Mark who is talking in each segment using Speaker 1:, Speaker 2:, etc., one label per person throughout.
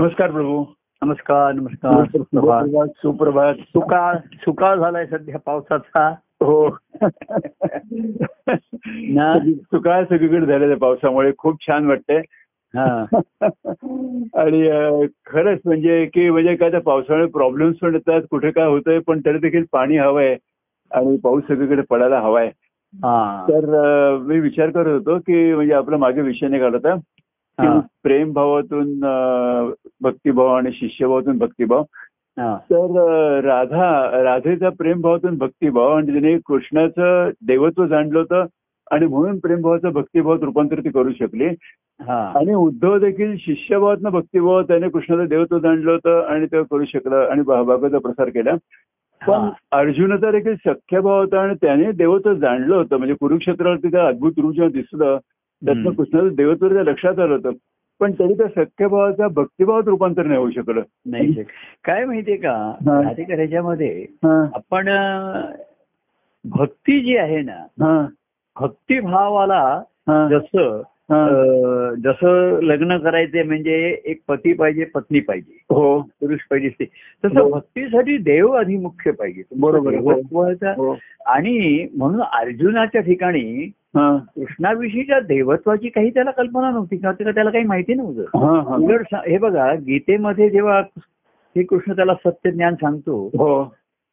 Speaker 1: नमस्कार प्रभू
Speaker 2: नमस्कार नमस्कार सुप्रभात.
Speaker 1: सुप्रभात सुप्रभात
Speaker 2: सुकाळ सुकाळ झालाय सध्या पावसाचा
Speaker 1: हो
Speaker 2: ना?
Speaker 1: सुकाळ सगळीकडे झालेलं आहे पावसामुळे खूप छान वाटतंय
Speaker 2: हा
Speaker 1: आणि अं, खरंच म्हणजे की म्हणजे काय त्या पावसामुळे प्रॉब्लेम्स पण येतात कुठे काय होतंय पण तरी देखील पाणी हवंय आणि पाऊस सगळीकडे पडायला हवाय
Speaker 2: हा
Speaker 1: तर अं, मी विचार करत होतो की म्हणजे आपला मागे विषय निघाला होता की
Speaker 2: हा.
Speaker 1: प्रेमभावातून अं, भक्तिभाव आणि शिष्यभावातून भक्तिभाव
Speaker 2: हा.
Speaker 1: तर अं, राधा राधेचा प्रेमभावातून भक्तिभाव आणि तिने कृष्णाचं देवत्व जाणलं होतं आणि म्हणून प्रेमभावाचं भक्तिभावात रूपांतर ती करू शकली
Speaker 2: हा.
Speaker 1: आणि उद्धव देखील शिष्यभावातनं भक्तिभाव त्याने कृष्णाचं देवत्व जाणलं होतं आणि ते करू शकलं आणि भा- भागवतचा प्रसार केला पण
Speaker 2: हा.
Speaker 1: अर्जुनाचा देखील सख्यभाव होता आणि त्याने देवत्व जाणलं होतं म्हणजे कुरुक्षेत्रावरती त्या अद्भुत रूप जेव्हा दिसलं त्यातनं
Speaker 2: हम्म.
Speaker 1: कृष्णाचं देवत्व त्या लक्षात आलं होतं पण तरी त्या सख्यभावाचा भक्तिभावात रूपांतर नाही होऊ शकलं
Speaker 2: नाही शक- काय माहितीये का
Speaker 1: हा.
Speaker 2: राधिका ह्याच्यामध्ये
Speaker 1: हा,
Speaker 2: आपण अं, भक्ती जी आहे ना
Speaker 1: हा,
Speaker 2: भक्तिभावाला
Speaker 1: हा.
Speaker 2: जसं
Speaker 1: हा.
Speaker 2: अं, जसं लग्न करायचे म्हणजे एक पती पाहिजे पत्नी पाहिजे
Speaker 1: हो
Speaker 2: पुरुष पाहिजे स्त्री
Speaker 1: हो.
Speaker 2: तसं भक्तीसाठी देव आधी मुख्य पाहिजे
Speaker 1: बरोबर.
Speaker 2: देवत्वाचा-
Speaker 1: हो.
Speaker 2: आणि म्हणून अर्जुनाच्या ठिकाणी
Speaker 1: हा,
Speaker 2: कृष्णाविषयीच्या देवत्वाची काही त्याला कल्पना नव्हती किंवा त्याला- त्याला काही माहिती नव्हतं
Speaker 1: हा, हा.
Speaker 2: उलट सा- हे बघा गीतेमध्ये जेव्हा हे कृष्ण त्याला सत्य ज्ञान सांगतो
Speaker 1: हो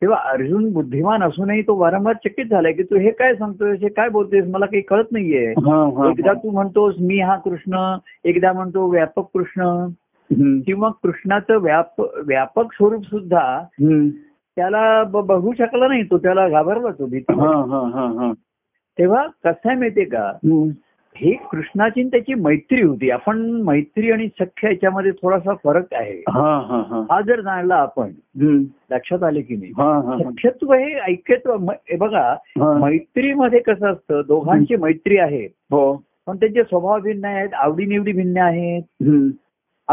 Speaker 2: तेव्हा अर्जुन बुद्धिमान असूनही तो वारंवार चकित झालाय की तू हे काय सांगतोयस हे काय बोलतोयस मला काही कळत नाहीये
Speaker 1: हा, हा,
Speaker 2: एकदा
Speaker 1: हा.
Speaker 2: तू म्हणतोस मी हा कृष्ण एकदा म्हणतो व्यापक कृष्ण
Speaker 1: हम्म,
Speaker 2: किंवा कृष्णाचं व्याप व्यापक स्वरूप सुद्धा
Speaker 1: हम्म.
Speaker 2: त्याला ब- बघू शकला नाही तो त्याला घाबरला तो भीती
Speaker 1: हा, हा, हा, हा.
Speaker 2: तेव्हा कसं आहे माहितीये का
Speaker 1: हम्म.
Speaker 2: ही कृष्णाची आणि त्याची मैत्री होती आपण मैत्री आणि सख्य याच्यामध्ये थोडासा फरक आहे
Speaker 1: हा, हा, हा.
Speaker 2: हा जर जाणला आपण
Speaker 1: हम्म.
Speaker 2: लक्षात आले की नाही
Speaker 1: हा, हा, हा.
Speaker 2: सख्यत्व हे ऐक्यत्व म- हे बघा
Speaker 1: हा.
Speaker 2: मैत्रीमध्ये कसं असतं दोघांची मैत्री आहे
Speaker 1: हो
Speaker 2: पण त्यांचे स्वभाव भिन्न आहेत आवडीनिवडी भिन्न आहेत
Speaker 1: हम्म.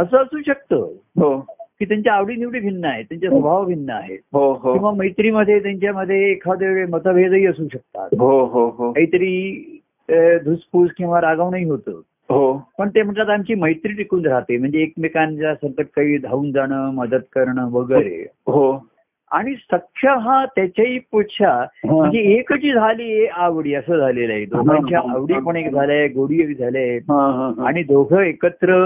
Speaker 2: असं असू शकतं
Speaker 1: हो
Speaker 2: की त्यांच्या आवडीनिवडी भिन्न आहेत त्यांचे स्वभाव भिन्न आहेत
Speaker 1: हो हो
Speaker 2: किंवा मैत्रीमध्ये त्यांच्यामध्ये एखादे वेळी मतभेदही असू शकतात
Speaker 1: हो हो हो
Speaker 2: काहीतरी अ, धुसफूस किंवा रागावणही होतं
Speaker 1: हो
Speaker 2: पण ते म्हणतात आमची मैत्री टिकून राहते म्हणजे एकमेकांच्या संकट काही धावून जाणं मदत करणं वगैरे
Speaker 1: हो
Speaker 2: आणि सख्य हा त्याच्याही पुढच्या म्हणजे एकची झाली आवडी असं झालेलं आहे दोघांच्या आवडी पण एक झाल्या गोडी एक झाल्या आहे.
Speaker 1: हा, हा, हा.
Speaker 2: आणि दोघं एकत्र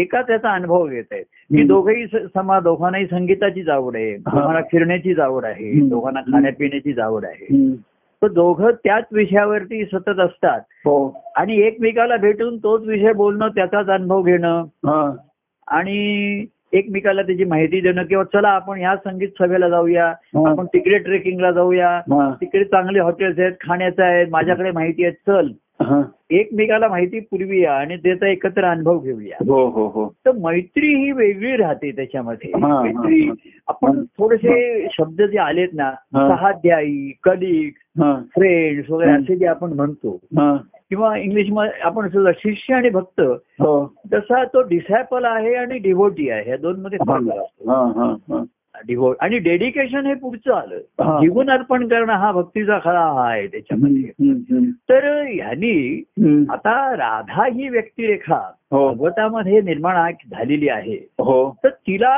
Speaker 2: एका त्याचा अनुभव घेत आहेत की
Speaker 1: हम्म.
Speaker 2: दोघंही स- समा दोघांनाही संगीताचीच आवड आहे दोघांना फिरण्याचीच आवड आहे
Speaker 1: हम्म.
Speaker 2: दोघांना खाण्यापिण्याचीच आवड आहे
Speaker 1: हम्म.
Speaker 2: तर दोघं त्याच विषयावरती सतत असतात
Speaker 1: हो
Speaker 2: आणि एकमेकाला भेटून तोच विषय बोलणं त्याचाच अनुभव घेणं
Speaker 1: हा,
Speaker 2: आणि एकमेकाला त्याची माहिती देणं किंवा चला आपण ह्या संगीत सभेला जाऊया
Speaker 1: हा.
Speaker 2: आपण तिकडे ट्रेकिंगला जाऊया
Speaker 1: हा,
Speaker 2: तिकडे चांगले हॉटेल्स आहेत खाण्याचं आहे माझ्याकडे माहिती आहे चल
Speaker 1: हा.
Speaker 2: एकमेकाला माहिती पुरवूया आणि त्याचा एकत्र अनुभव घेऊया
Speaker 1: हो हो हो
Speaker 2: तर मैत्री ही वेगळी राहते त्याच्यामध्ये
Speaker 1: हा, हा,
Speaker 2: मैत्री
Speaker 1: हा.
Speaker 2: आपण थोडेसे शब्द जे आलेत ना
Speaker 1: हा.
Speaker 2: सहाध्यायी कलिग
Speaker 1: हा,
Speaker 2: फ्रेंड्स वगैरे
Speaker 1: हम्म.
Speaker 2: असे जे आपण म्हणतो
Speaker 1: हा.
Speaker 2: किंवा इंग्लिशमध्ये आपण सुद्धा शिष्य आणि भक्त
Speaker 1: हो
Speaker 2: तसा तो डिसॅपल आहे आणि डिव्होटी आहे या दोन मध्ये फरक असतो
Speaker 1: हा, हा, हा.
Speaker 2: डिव्होट आणि डेडिकेशन हे पुढचं आलं
Speaker 1: हा.
Speaker 2: जीवन अर्पण करणं हा भक्तीचा खरा हा आहे त्याच्यामध्ये
Speaker 1: हम्म, हम्म,
Speaker 2: तर ह्यानी
Speaker 1: हम्म.
Speaker 2: आता राधा ही व्यक्तिरेखा
Speaker 1: हो
Speaker 2: भगवतामध्ये निर्माण आ- झालेली आहे
Speaker 1: हो
Speaker 2: तर तिला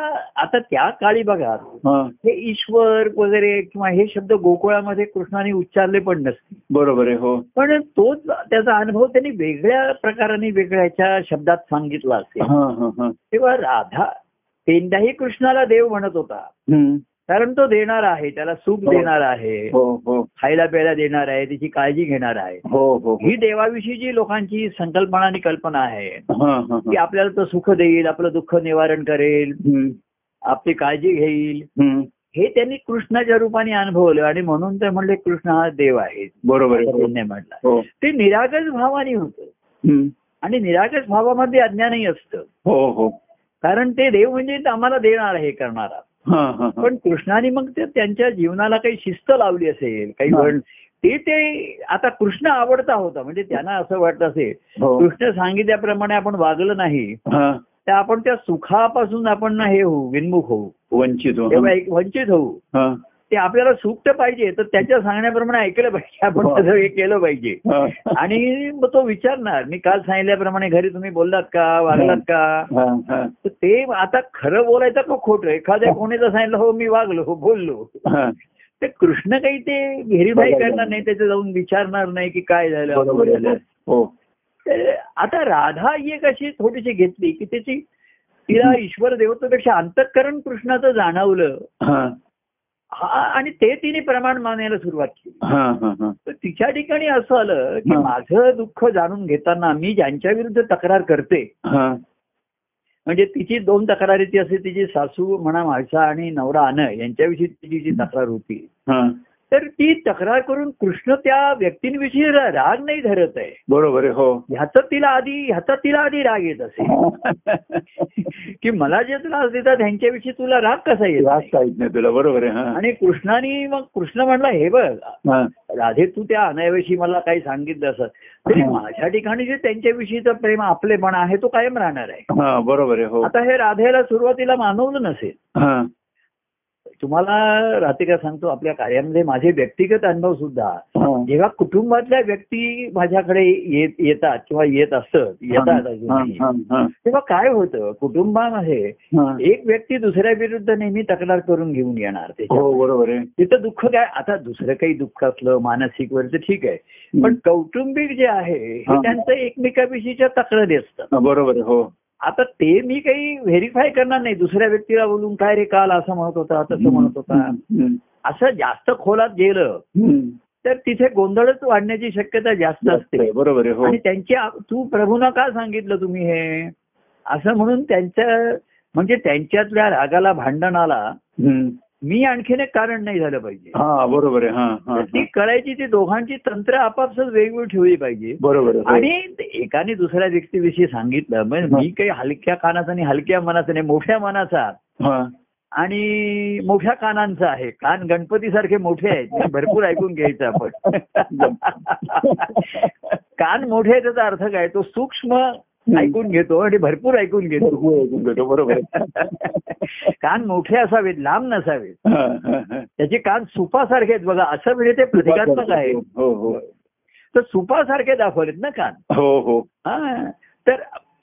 Speaker 2: आता त्या काळी बघा
Speaker 1: हा
Speaker 2: हे ईश्वर वगैरे किंवा हे शब्द गोकुळामध्ये कृष्णाने उच्चारले पण नसते
Speaker 1: बरोबर आहे हो
Speaker 2: पण तोच त्याचा अनुभव त्यांनी वेगळ्या प्रकाराने वेगळ्याच्या शब्दात सांगितला असेल
Speaker 1: हा हा हा
Speaker 2: तेव्हा राधा पेंडाही कृष्णाला देव म्हणत होता
Speaker 1: हम्म.
Speaker 2: कारण तो देणार आहे त्याला सुख
Speaker 1: हो.
Speaker 2: देणार आहे
Speaker 1: हो हो
Speaker 2: खायला प्यायला देणार आहे त्याची काळजी घेणार आहे
Speaker 1: हो हो
Speaker 2: ही देवाविषयीची लोकांची संकल्पना आणि कल्पना आहे
Speaker 1: हा हा
Speaker 2: की
Speaker 1: हा.
Speaker 2: आपल्याला तो सुख देईल आपलं दुःख निवारण करेल
Speaker 1: हम्म,
Speaker 2: आपली काळजी घेईल
Speaker 1: हम्म.
Speaker 2: हे त्यांनी कृष्णाच्या रूपाने अनुभवलं आणि म्हणून ते म्हणले कृष्ण हा देव आहे
Speaker 1: बरोबर आहे हो.
Speaker 2: त्यांनी म्हटलं
Speaker 1: हो
Speaker 2: ते निरागस भावाने होतं
Speaker 1: हम्म.
Speaker 2: आणि निरागस भावामध्ये अज्ञानही असतं
Speaker 1: हो हो
Speaker 2: कारण ते देव म्हणजे ते आम्हाला देणार हे करणारा
Speaker 1: हा हा हा.
Speaker 2: पण कृष्णाने मग ते त्यांच्या जीवनाला काही शिस्त लावली असेल काही
Speaker 1: हा.
Speaker 2: वळण ते ते आता कृष्ण आवडता होता म्हणजे त्यांना असं वाटत असेल
Speaker 1: हो
Speaker 2: कृष्ण सांगितल्याप्रमाणे आपण वागलं नाही
Speaker 1: हा
Speaker 2: तर आपण त्या सुखापासून आपण हे होऊ विन्मुख होऊ
Speaker 1: वंचित हो
Speaker 2: तेव्हा एक वंचित होऊ
Speaker 1: हा
Speaker 2: ते आपल्याला सुप्त पाहिजे तर त्याच्या सांगण्याप्रमाणे ऐकलं पाहिजे आपण
Speaker 1: हो.
Speaker 2: तसं हे केलं पाहिजे
Speaker 1: हा.
Speaker 2: आणि मग तो विचारणार मी काल सांगितल्याप्रमाणे घरी तुम्ही बोललात का वागलात का
Speaker 1: हा, हो. हा,
Speaker 2: तर ते आता खरं बोलायचं का खोटं एखाद्या कोणी जर सांगितलं हो मी वागलो हो बोललो
Speaker 1: हा.
Speaker 2: तर कृष्ण काही ते व्हेरीफाय
Speaker 1: बरोबर.
Speaker 2: करणार नाही त्याचं जाऊन विचारणार नाही की काय झालं
Speaker 1: बरोबर
Speaker 2: अवघड
Speaker 1: आहे.
Speaker 2: झालं
Speaker 1: हो
Speaker 2: तर आता राधा ही एक अशी थोडीशी घेतली की त्याची तिला ईश्वर देवतेपेक्षा अंतःकरण कृष्णाचं जाणवलं
Speaker 1: हा,
Speaker 2: हा आणि ते तिने प्रमाण मानायला सुरुवात केली
Speaker 1: हा, हा, हा.
Speaker 2: तर तिच्या ठिकाणी असं आलं की
Speaker 1: हा.
Speaker 2: माझं दुःख जाणून घेताना मी ज्यांच्या विरुद्ध तक्रार करते
Speaker 1: हा,
Speaker 2: म्हणजे तिची दोन तक्रारी ती असे तिची सासू म्हणा माझा आणि नवरा अन यांच्याविषयी तिची जी तक्रार होती
Speaker 1: हा.
Speaker 2: तर ती तक्रार करून कृष्ण त्या व्यक्तींविषयी रा- राग नाही धरत आहे
Speaker 1: बरोबर आहे हो
Speaker 2: ह्याचा तिला आधी ह्याचा तिला आधी राग येत असे की मला जे त्रास देतात त्यांच्याविषयी तुला राग कसा येत
Speaker 1: राग
Speaker 2: नाही?
Speaker 1: काहीच नाही तुला बरोबर आहे हा.
Speaker 2: आणि कृष्णाने मग कृष्ण म्हणला हे बघ
Speaker 1: हा
Speaker 2: राधे तू त्या अनायाविषयी मला काही सांगितलं असं तरी माझ्या ठिकाणी जे त्यांच्याविषयीचं प्रेम आपलेपणा आहे तो कायम राहणार आहे
Speaker 1: हा बरोबर आहे हो
Speaker 2: आता हे राधेला सुरुवातीला मानवलं नसेल
Speaker 1: हा
Speaker 2: तुम्हाला राधिका सांगतो आपल्या कार्यामध्ये माझे व्यक्तिगत अनुभव सुद्धा
Speaker 1: हा.
Speaker 2: जेव्हा कुटुंबातल्या व्यक्ती माझ्याकडे येत येतात किंवा येत असत येतात
Speaker 1: हा,
Speaker 2: अजूनही
Speaker 1: हा, हा,
Speaker 2: तेव्हा काय होतं कुटुंबामध्ये
Speaker 1: हा.
Speaker 2: एक व्यक्ती दुसऱ्या विरुद्ध नेहमी तक्रार करून घेऊन येणार त्याच्या
Speaker 1: हो बरोबर आहे
Speaker 2: तिथं दुःख काय आता दुसरं काही दुःख असलं मानसिक वगैरे तर ठीक आहे पण कौटुंबिक जे आहे हे
Speaker 1: हा.
Speaker 2: त्यांचं एकमेकाविषयीच्या तक्रारी असतात
Speaker 1: हा, बरोबर आहे हो
Speaker 2: आता ते मी काही व्हेरीफाय करणार नाही दुसऱ्या व्यक्तीला बोलून काय रे काल असं म्हणत होता तसं म्हणत होता
Speaker 1: हम्म, हम्म,
Speaker 2: असं जास्त खोलात गेलं
Speaker 1: हम्म.
Speaker 2: तर तिथे गोंधळच वाढण्याची शक्यता जास्त असते
Speaker 1: बरोबर आहे हो
Speaker 2: आणि त्यांची आ- तू प्रभूंना का सांगितलं तुम्ही हे असं म्हणून त्यांच्या म्हणजे त्यांच्यातल्या रागाला भांडणाला
Speaker 1: हम्म.
Speaker 2: मी आणखीन एक कारण नाही झालं पाहिजे
Speaker 1: हा बरोबर आहे हा हा,
Speaker 2: तर ती
Speaker 1: हा
Speaker 2: कळायची ती दोघांची तंत्र आपापसात वेगवेगळी ठेवली पाहिजे
Speaker 1: बरोबर आहे हो.
Speaker 2: आणि एकाने दुसऱ्या व्यक्तीविषयी सांगितलं म्हणजे मी काही हलक्या कानाचा आणि हलक्या मनाचा नाही मोठ्या मनाचा
Speaker 1: हा
Speaker 2: आणि मोठ्या कानांचा आहे कान गणपतीसारखे मोठे आहेत ते भरपूर ऐकून घ्यायचं आपण कान मोठे आहेत त्याचा अर्थ काय तो सूक्ष्म ऐकून घेतो आणि भरपूर ऐकून घेतो
Speaker 1: भरपूर ऐकून घेतो, बरोबर आहे.
Speaker 2: कान मोठे असावेत लांब नसावेत
Speaker 1: हा, हा, हा.
Speaker 2: त्याचे कान सुपासारखे आहेत बघा असं म्हणजे ते प्रतिकात्मक आहे
Speaker 1: हो हो
Speaker 2: तर सुपासारखे दाखवलेत ना कान
Speaker 1: हो हो
Speaker 2: हा. तर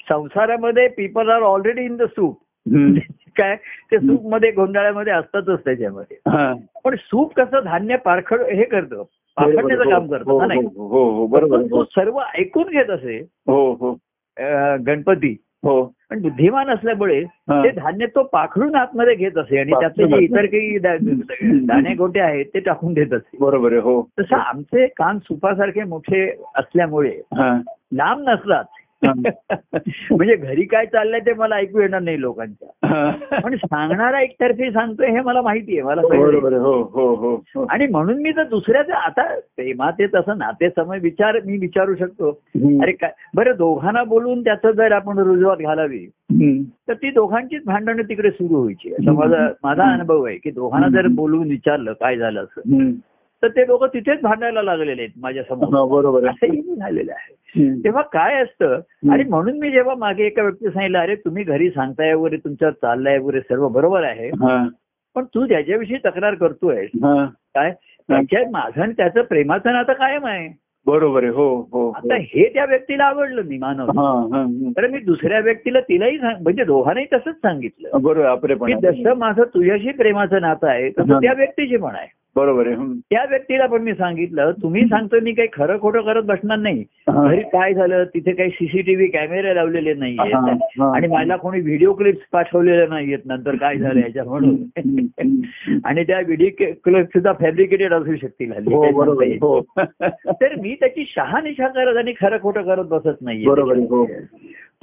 Speaker 2: संसारामध्ये people are already in the soup
Speaker 1: hmm.
Speaker 2: काय ते सूप मध्ये गोंधळामध्ये असतातच त्याच्यामध्ये
Speaker 1: हा.
Speaker 2: पण सूप कसं धान्य पारखड हे करतं पारखडण्याचं काम
Speaker 1: हो,
Speaker 2: करतं हा नाही
Speaker 1: हो, हो हो बरोबर आहे.
Speaker 2: तो सर्व ऐकून घेत असे
Speaker 1: हो हो
Speaker 2: अं, गणपती
Speaker 1: हो
Speaker 2: पण बुद्धिमान असल्यामुळे
Speaker 1: हा.
Speaker 2: ते धान्य तो पाखडून आतमध्ये घेत असे आणि त्यातले जे इतर काही दा- दाणे गोटे आहेत ते टाकून देत असे
Speaker 1: बरोबर आहे हो
Speaker 2: तसं आमचे कान सुपासारखे मोठे असल्यामुळे
Speaker 1: हा
Speaker 2: लांब नसलात म्हणजे घरी काय चाललंय ते मला ऐकू येणार नाही लोकांच्या
Speaker 1: हा.
Speaker 2: पण सांगणारा एकतर्फी सांगतोय हे मला माहिती आहे मला कळलंय.
Speaker 1: बरोबर आहे. हो हो हो हो.
Speaker 2: आणि म्हणून मी तर दुसऱ्याचं आता प्रेमात येत असं नाते समय विचार मी विचारू शकतो
Speaker 1: हम्म.
Speaker 2: अरे काय बरं दोघांना बोलून त्याचं जर आपण रुजवात घालावी
Speaker 1: हम्म.
Speaker 2: तर ती दोघांचीच भांडणं तिकडे सुरू व्हायची असं माझा माझा अनुभव आहे की दोघांना जर बोलवून विचारलं काय झालं असं
Speaker 1: हम्म.
Speaker 2: तर ते दोघं तिथेच भांडायला लागलेले आहेत माझ्या समोर
Speaker 1: हा, बरोबर आहे
Speaker 2: असंही मी झालेलं आहे
Speaker 1: हम्म.
Speaker 2: तेव्हा काय असतं आणि म्हणून मी जेव्हा मागे एका व्यक्ती सांगितलं अरे तुम्ही घरी सांगताय वगैरे तुमच्यावर चाललाय वगैरे सर्व बरोबर आहे
Speaker 1: हा
Speaker 2: पण तू ज्याच्याविषयी तक्रार करतोय
Speaker 1: हा
Speaker 2: काय त्याच्या माझं आणि त्याचं प्रेमाचं नातं कायम आहे
Speaker 1: बरोबर आहे हो हो हो.
Speaker 2: आता हे त्या व्यक्तीला आवडलं मी मानव
Speaker 1: हा हा हम्म.
Speaker 2: तर मी दुसऱ्या व्यक्तीला तिलाही सांग म्हणजे दोघांनाही तसंच सांगितलं
Speaker 1: बरोबर आपले
Speaker 2: की
Speaker 1: पण
Speaker 2: जसं माझं तुझ्याशी प्रेमाचं नातं आहे
Speaker 1: हा.
Speaker 2: तसं त्या व्यक्तीशी पण आहे
Speaker 1: बरोबर आहे हम्म.
Speaker 2: त्या व्यक्तीला पण मी सांगितलं तुम्ही सांगतो मी काही खरं खोटं करत बसणार नाही
Speaker 1: हा.
Speaker 2: घरी काय झालं तिथे काही सीसीटीव्ही कॅमेरे लावलेले
Speaker 1: हा,
Speaker 2: नाहीयेत
Speaker 1: हा.
Speaker 2: आणि मला कोणी व्हिडिओ क्लिप्स पाठवलेल्या नाहीयेत नंतर काय झालं याच्या म्हणून
Speaker 1: हम्म.
Speaker 2: आणि त्या व्हिडिओ क्लिप्स सुद्धा फॅब्रिकेटेड असू शकतील हल्ली
Speaker 1: हो
Speaker 2: काही
Speaker 1: बरोबर
Speaker 2: सांगता
Speaker 1: आहे
Speaker 2: येत
Speaker 1: हो
Speaker 2: नाही. तर मी त्याची शहानिशा करत आणि खरं खोटं करत बसत
Speaker 1: बरोबर
Speaker 2: नाहीये
Speaker 1: आहे हो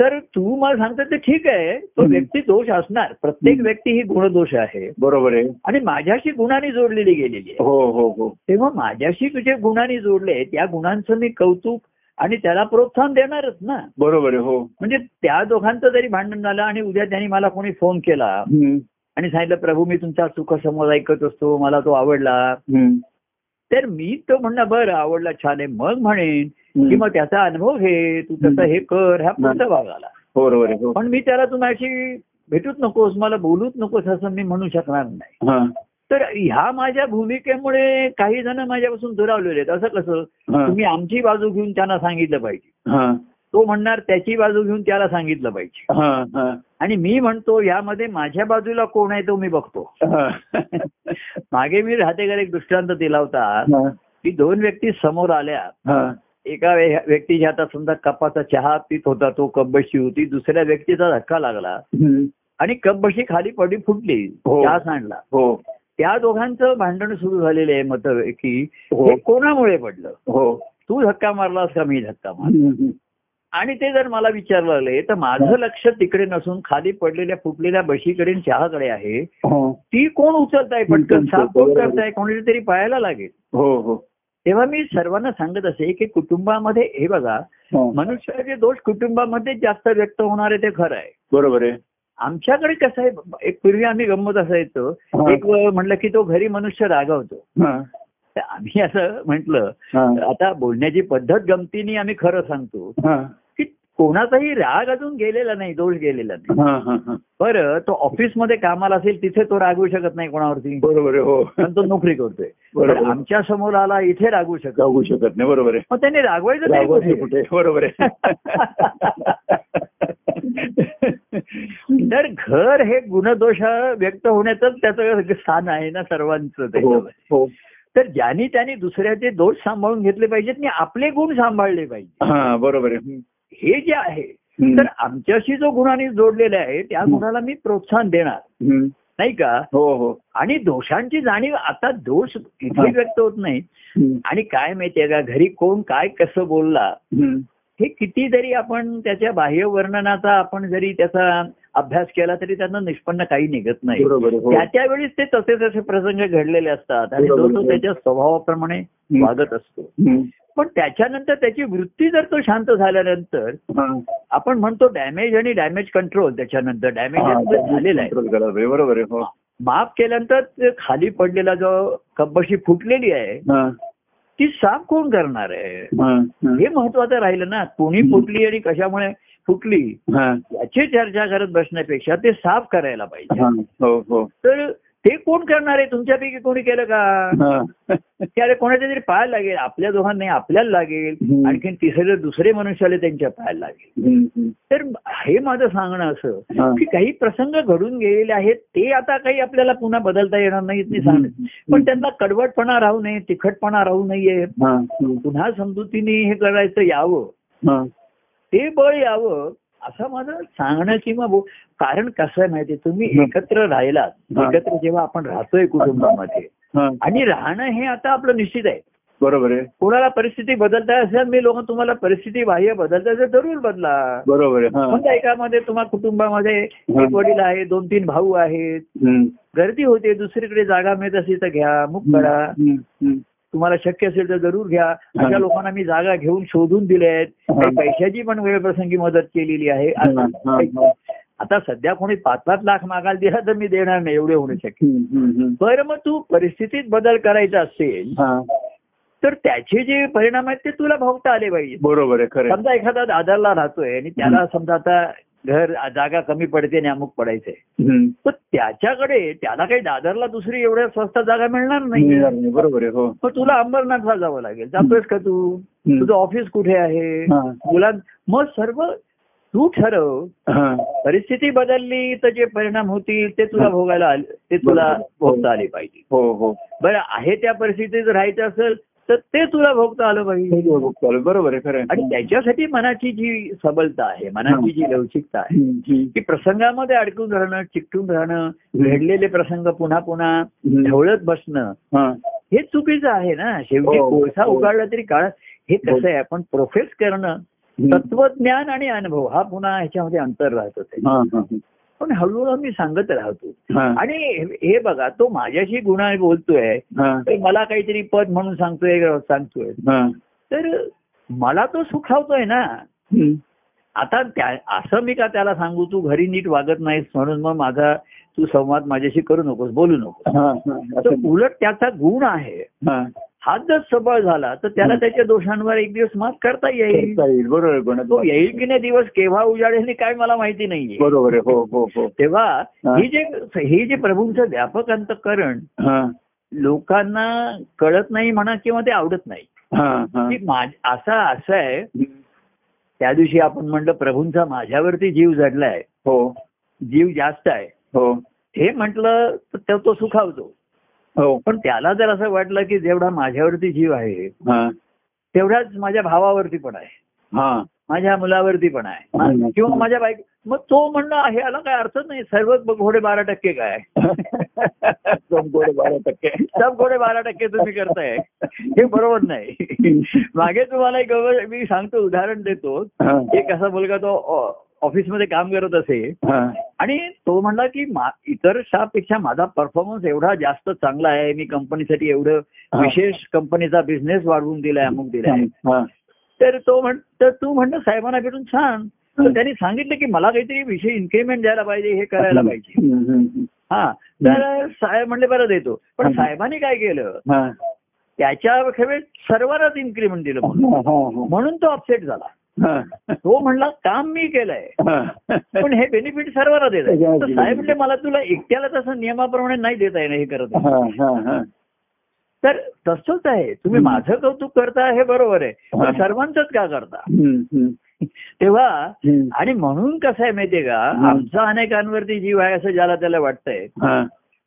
Speaker 2: तर तू मला सांगतो ते ठीक आहे तो
Speaker 1: हम्म.
Speaker 2: व्यक्ती दोष असणार प्रत्येक व्यक्ती ही गुणदोष आहे
Speaker 1: बरोबर आहे
Speaker 2: आणि माझ्याशी गुणाने जोडलेली गेलेली आहे
Speaker 1: हो हो हो
Speaker 2: तेव्हा माझ्याशी तुझे गुणाने जोडले त्या गुणांचं मी कौतुक आणि त्याला प्रोत्साहन देणारच ना
Speaker 1: बरोबर आहे हो
Speaker 2: म्हणजे त्या दोघांचं जरी भांडण झालं आणि उद्या त्यांनी मला कोणी फोन केला
Speaker 1: हम्म.
Speaker 2: आणि सांगितलं प्रभू मी तुमचा सुखसमोर ऐकत असतो मला तो आवडला
Speaker 1: हम्म.
Speaker 2: तर मी तो म्हणणं बरं आवडला छान आहे मग म्हणेन
Speaker 1: हम्म.
Speaker 2: की मग त्याचा अनुभव घे तू तसं हे कर ह्या पुढचा भाग आला
Speaker 1: बरोबर आहे हो
Speaker 2: पण मी त्याला तुम्हाला भेटूच नकोस मला बोलूच नकोस असं मी म्हणू शकणार नाही
Speaker 1: हा
Speaker 2: तर ह्या माझ्या भूमिकेमुळे काही जण माझ्यापासून दुरावलेले आहेत असं कसं
Speaker 1: हा,
Speaker 2: तुम्ही आमची बाजू घेऊन त्यांना सांगितलं पाहिजे
Speaker 1: हा,
Speaker 2: तो म्हणणार त्याची बाजू घेऊन त्याला सांगितलं पाहिजे
Speaker 1: हा, हा,
Speaker 2: आणि मी म्हणतो यामध्ये माझ्या बाजूला कोण आहे तो मी बघतो
Speaker 1: हा.
Speaker 2: मागे मी राहतेकर एक दृष्टांत दिला होता
Speaker 1: हा,
Speaker 2: की दोन व्यक्ती समोर आल्या
Speaker 1: हा,
Speaker 2: एका वे- व्यक्तीच्या हातात समजा कपाचा चहा पित होता तो कपबशी होती दुसऱ्या व्यक्तीचा धक्का लागला
Speaker 1: हम्म.
Speaker 2: आणि कपबशी खाली पडली फुटली
Speaker 1: हो.
Speaker 2: चहा सांडला
Speaker 1: हो
Speaker 2: त्या दोघांचं भांडण सुरू झालेलं आहे मत की
Speaker 1: हो
Speaker 2: हे कोणामुळे पडलं
Speaker 1: हो
Speaker 2: तू धक्का मारलास का मी धक्का मारला
Speaker 1: हम्म, हम्म.
Speaker 2: आणि ते जर मला विचारलं आले तर माझं लक्ष तिकडे नसून खाली पडलेल्या फुटलेल्या बशीकडे आणि चहाकडे आहे
Speaker 1: हो
Speaker 2: ती कोण उचलताय पटकन
Speaker 1: उचलतो,
Speaker 2: साफ कोण
Speaker 1: बरोबर.
Speaker 2: करताय कोणी तरी पाहायला लागेल
Speaker 1: हो हो
Speaker 2: तेव्हा मी सर्वांना सांगत असे की कुटुंबामध्ये हे बघा
Speaker 1: हो.
Speaker 2: मनुष्याचे दोष कुटुंबामध्ये जास्त व्यक्त होणार आहे ते खरं आहे
Speaker 1: बरोबर आहे
Speaker 2: आमच्याकडे कसं आहे एक पूर्वी आम्ही गंमत असायचो
Speaker 1: हा.
Speaker 2: एक व- म्हणलं की तो घरी मनुष्य रागावतो
Speaker 1: हा,
Speaker 2: तर आम्ही असं म्हटलं
Speaker 1: हा,
Speaker 2: आता बोलण्याची पद्धत गमतीने आम्ही खरं सांगतो
Speaker 1: हा,
Speaker 2: की कोणाचाही राग अजून गेलेला नाही दोष गेलेला नाही
Speaker 1: हा, हा, हा.
Speaker 2: बरं तो ऑफिसमध्ये कामाला असेल तिथे तो रागवू शकत नाही कोणावरती
Speaker 1: बरोबर आहे हो
Speaker 2: पण तो नोकरी करतोय
Speaker 1: बरोबर.
Speaker 2: पण आमच्या समोर आला इथे रागवू शकत
Speaker 1: जाऊ शकत नाही बरोबर आहे
Speaker 2: मग त्याने रागवायचं तरी
Speaker 1: जाऊ नाही
Speaker 2: कुठे?
Speaker 1: कुठे बरोबर आहे
Speaker 2: तर घर हे गुणदोष व्यक्त होण्याचं त्याचं स्थान आहे ना सर्वांचं ते.
Speaker 1: हो, हो.
Speaker 2: तर ज्यांनी त्यांनी दुसऱ्याचे दोष सांभाळून घेतले पाहिजेत आणि आपले गुण सांभाळले पाहिजे
Speaker 1: हा बरोबर आहे हम्म.
Speaker 2: हे जे आहे
Speaker 1: हम्म.
Speaker 2: तर आमच्याशी जो गुणाने जोडलेला आहे त्या
Speaker 1: हं.
Speaker 2: गुणाला मी प्रोत्साहन देणार
Speaker 1: हम्म.
Speaker 2: नाही का
Speaker 1: हो हो
Speaker 2: आणि दोषांची जाणीव आता दोष
Speaker 1: हा.
Speaker 2: इथे व्यक्त होत नाही
Speaker 1: हम्म.
Speaker 2: आणि काय माहितीये का घरी कोण काय कसं बोलला
Speaker 1: हम्म.
Speaker 2: हे किती जरी आपण त्याच्या बाह्य वर्णनाचा आपण जरी त्याचा अभ्यास केला तरी त्यांना निष्पन्न काही निघत नाही
Speaker 1: बरोबर आहे, हो.
Speaker 2: त्या त्यावेळेस ते तसे तसे प्रसंग घडलेले असतात आणि तो
Speaker 1: बरोबर,
Speaker 2: तो
Speaker 1: हो.
Speaker 2: त्याच्या स्वभावाप्रमाणे
Speaker 1: हं.
Speaker 2: वागत असतो
Speaker 1: हम्म.
Speaker 2: पण त्याच्यानंतर त्याची वृत्ती जर तो शांत झाल्यानंतर
Speaker 1: हा.
Speaker 2: आपण म्हणतो डॅमेज आणि डॅमेज कंट्रोल त्याच्यानंतर
Speaker 1: हा,
Speaker 2: डॅमेज झालेला आहे
Speaker 1: control करायला पाहिजे, बरोबर आहे हो
Speaker 2: माफ केल्यानंतर ते खाली पडलेला जो कब्बशी फुटलेली आहे
Speaker 1: हा,
Speaker 2: ती साफ कोण करणार आहे
Speaker 1: हा, हा.
Speaker 2: हे महत्वाचं राहिलं ना कोणी फुटली आणि कशामुळे फुटली
Speaker 1: हा,
Speaker 2: याची चर्चा करत बसण्यापेक्षा ते साफ करायला पाहिजे
Speaker 1: हा. हो हो
Speaker 2: तर ते कोण करणार आहे तुमच्यापैकी कोणी केलं का
Speaker 1: हा.
Speaker 2: की अरे कोणाच्या तरी पाहायला लागेल आपल्या दोघांना आपल्याला लागेल
Speaker 1: हम्म.
Speaker 2: आणखीन तिसरे दुसरे मनुष्याला त्यांच्या पाहायला लागेल
Speaker 1: हम्म, हम्म.
Speaker 2: तर हे माझं सांगणं असं
Speaker 1: हा.
Speaker 2: की काही प्रसंग घडून गेलेले आहेत ते आता काही आपल्याला पुन्हा बदलता येणार नाहीत मी सांगत पण त्यांना कडवटपणा राहू नये तिखटपणा राहू नये
Speaker 1: हा, हम्म.
Speaker 2: पुन्हा समजुतीने हे करायचं यावं
Speaker 1: हा.
Speaker 2: ते बळ यावं असं माझं सांगणं किंवा बो- कारण कसं आहे माहितीये तुम्ही
Speaker 1: हं.
Speaker 2: एकत्र राहिलात
Speaker 1: हा.
Speaker 2: एकत्र जेव्हा आपण राहतोय कुटुंबामध्ये
Speaker 1: हा.
Speaker 2: आणि राहणं हे आता आपलं निश्चित आहे
Speaker 1: बरोबर आहे
Speaker 2: कोणाला परिस्थिती बदलता असेल मी लोक तुम्हाला परिस्थिती बाह्य बदलता असेल जरूर बदला
Speaker 1: बरोबर आहे हा.
Speaker 2: समजा एकामध्ये तुम्हाला कुटुंबामध्ये एक वडील आहे दोन तीन भाऊ आहेत
Speaker 1: हम्म.
Speaker 2: गर्दी होते दुसरीकडे जागा मिळत असेल तर घ्या मुख करा
Speaker 1: हम्म, हम्म.
Speaker 2: तुम्हाला शक्य असेल तर जरूर घ्या अशा
Speaker 1: हा.
Speaker 2: लोकांना मी जागा घेऊन शोधून दिल्या आहेत काही
Speaker 1: हा.
Speaker 2: पैशाची पण वेळ प्रसंगी मदत केलेली आहे
Speaker 1: हा, हा, हा.
Speaker 2: आता सध्या कोणी पाच पाच लाख मागायला दिला तर मी देणार नाही एवढे होणे शक्य
Speaker 1: हम्म, हम्म, हम्म.
Speaker 2: बरं मग तू परिस्थितीत बदल करायचा असेल
Speaker 1: हा.
Speaker 2: तर त्याचे जे परिणाम आहेत ते तुला भोगता आले पाहिजे
Speaker 1: बरोबर आहे खरं आहे.
Speaker 2: समजा एखादा दादरला राहतोय आणि त्याला समजा आता घर जागा कमी पडते आणि अमुक पडायचंय
Speaker 1: हम्म.
Speaker 2: तर त्याच्याकडे त्याला काही दादरला दुसरी एवढ्या स्वस्त जागा मिळणार नाही
Speaker 1: मिळणार नाही, बरोबर आहे हो
Speaker 2: मग तुला अंबरनाथला जावं लागेल जातोयस का तू
Speaker 1: हम्म.
Speaker 2: तुझं ऑफिस कुठे आहे
Speaker 1: हा.
Speaker 2: मुलां मग सर्व तू ठरव
Speaker 1: हा.
Speaker 2: परिस्थिती बदलली तर जे परिणाम होतील ते तुला
Speaker 1: हा.
Speaker 2: भोगायला आले ते तुला
Speaker 1: बरोबर.
Speaker 2: भोगता आले पाहिजे
Speaker 1: हो हो
Speaker 2: बरं आहे त्या परिस्थितीत राहायचं असेल तर ते तुला भोगता आलं
Speaker 1: हो,
Speaker 2: पाहिजे
Speaker 1: चालेल, बरोबर आहे खरं
Speaker 2: आणि
Speaker 1: आहे.
Speaker 2: त्याच्यासाठी मनाची जी सबलता आहे मनाची जी लवचिकता आहे
Speaker 1: हम्म, हम्म.
Speaker 2: की प्रसंगामध्ये अडकून राहणं चिकटून राहणं घडलेले प्रसंग पुन्हा पुन्हा
Speaker 1: हम्म.
Speaker 2: ढवळत बसणं
Speaker 1: हा.
Speaker 2: हे चुकीचं आहे ना शेवटी
Speaker 1: हो,
Speaker 2: कोळसा
Speaker 1: हो.
Speaker 2: उगाळला तरी काळ हे कसं
Speaker 1: हो.
Speaker 2: आहे आपण प्रोफेस करणं
Speaker 1: हम्म.
Speaker 2: तत्वज्ञान आणि अनुभव हा पुन्हा ह्याच्यामध्ये अंतर राहत होते
Speaker 1: हा, हा, हा.
Speaker 2: पण हळूहळू मी सांगत राहतो
Speaker 1: हा.
Speaker 2: आणि हे- हे बघा तो माझ्याशी गुन्हा बोलतोय
Speaker 1: हा.
Speaker 2: तर मला काहीतरी पद म्हणून सांगतोय सांगतोय
Speaker 1: हा.
Speaker 2: तर मला तो सुखावतोय ना
Speaker 1: हम्म.
Speaker 2: आता त्या असं मी का त्याला सांगू तू घरी नीट वागत नाहीस म्हणून मग माझा तू संवाद माझ्याशी करू नकोस बोलू नकोस
Speaker 1: हा, हा.
Speaker 2: तर
Speaker 1: असं-
Speaker 2: उलट त्याचा गुण आहे
Speaker 1: हा.
Speaker 2: हात जर सबळ झाला तर त्याला
Speaker 1: हं.
Speaker 2: त्याच्या दोषांवर एक दिवस मात करता येईल
Speaker 1: करता येईल बरोबर आहे, गुणात
Speaker 2: तो
Speaker 1: मात.
Speaker 2: येईल की नाही दिवस केव्हा उजाडेल हे काय मला माहिती नाहीये
Speaker 1: बरोबर आहे हो हो हो
Speaker 2: तेव्हा
Speaker 1: हा.
Speaker 2: ही जे हे जे प्रभूंचं व्यापक अंतकरण
Speaker 1: हा
Speaker 2: लोकांना कळत नाही म्हणा किंवा ते आवडत नाही
Speaker 1: हा हा
Speaker 2: की माझ असा असं आहे त्या दिवशी आपण म्हणलं प्रभूंचा माझ्यावरती जीव जडलाय
Speaker 1: हो
Speaker 2: जीव जास्त आहे
Speaker 1: हो
Speaker 2: हे म्हटलं तर तो- तो सुखावतो
Speaker 1: हो
Speaker 2: पण त्याला जर असं वाटलं की जेवढा माझ्यावरती जीव आहे
Speaker 1: हा
Speaker 2: तेवढाच माझ्या भावावरती पण आहे
Speaker 1: हा
Speaker 2: माझ्या मुलावरती पण आहे
Speaker 1: हम्म.
Speaker 2: किंवा माझ्या बाईक मग तो म्हणणं आहे याला काय अर्थच नाही सर्वच घोडे बारा टक्के काय
Speaker 1: संपूर्ण बारा टक्के
Speaker 2: सब घोडे बारा टक्के तुम्ही करताय हे बरोबर नाही मागे तुम्हाला एक गव- मी सांगतो उदाहरण देतो
Speaker 1: हा,
Speaker 2: एक असा मुलगा तो ऑ- ऑफिसमध्ये काम करत असे
Speaker 1: हा,
Speaker 2: आणि तो म्हणला की मा- इतर स्टाफपेक्षा माझा परफॉर्मन्स एवढा जास्त चांगला आहे मी कंपनीसाठी एवढं
Speaker 1: हा.
Speaker 2: विशेष कंपनीचा बिझनेस वाढवून दिलाय अमुक दिलाय
Speaker 1: हा,
Speaker 2: तर तो म्हण तर तू म्हणणं साहेबांना भेटून छान तर त्यांनी सांगितलं की मला काहीतरी विषय इन्क्रीमेंट द्यायला पाहिजे हे करायला पाहिजे
Speaker 1: हम्म, हम्म,
Speaker 2: हा तर साहेब म्हणले बरं देतो पण साहेबांनी काय केलं
Speaker 1: हा.
Speaker 2: त्याच्या खेळ सर्वांनाच इन्क्रीमेंट दिलं म्हणून.
Speaker 1: हा, हा, हा.
Speaker 2: म्हणून तो अपसेट झाला
Speaker 1: हा,
Speaker 2: तो म्हणला काम मी केलंय
Speaker 1: हा.
Speaker 2: पण हे बेनिफिट सर्वांना देत आहे तर
Speaker 1: सगळ्यांना
Speaker 2: साहेब म्हणजे मला तुला एकट्याला तसं नियमाप्रमाणे नाही देता येणं हे करत आहे.
Speaker 1: हा, हा, हा.
Speaker 2: तर तसंच आहे तुम्ही
Speaker 1: हम्म.
Speaker 2: माझं कौतुक करता हे बरोबर आहे
Speaker 1: हा.
Speaker 2: पण सर्वांचंच का करता
Speaker 1: हम्म, हम्म,
Speaker 2: तेव्हा
Speaker 1: हम्म.
Speaker 2: आणि म्हणून कसं आहे माहितीये का
Speaker 1: हम्म.
Speaker 2: आमचा अनेकांवरती जीव आहे असं ज्याला त्याला वाटतंय
Speaker 1: हा,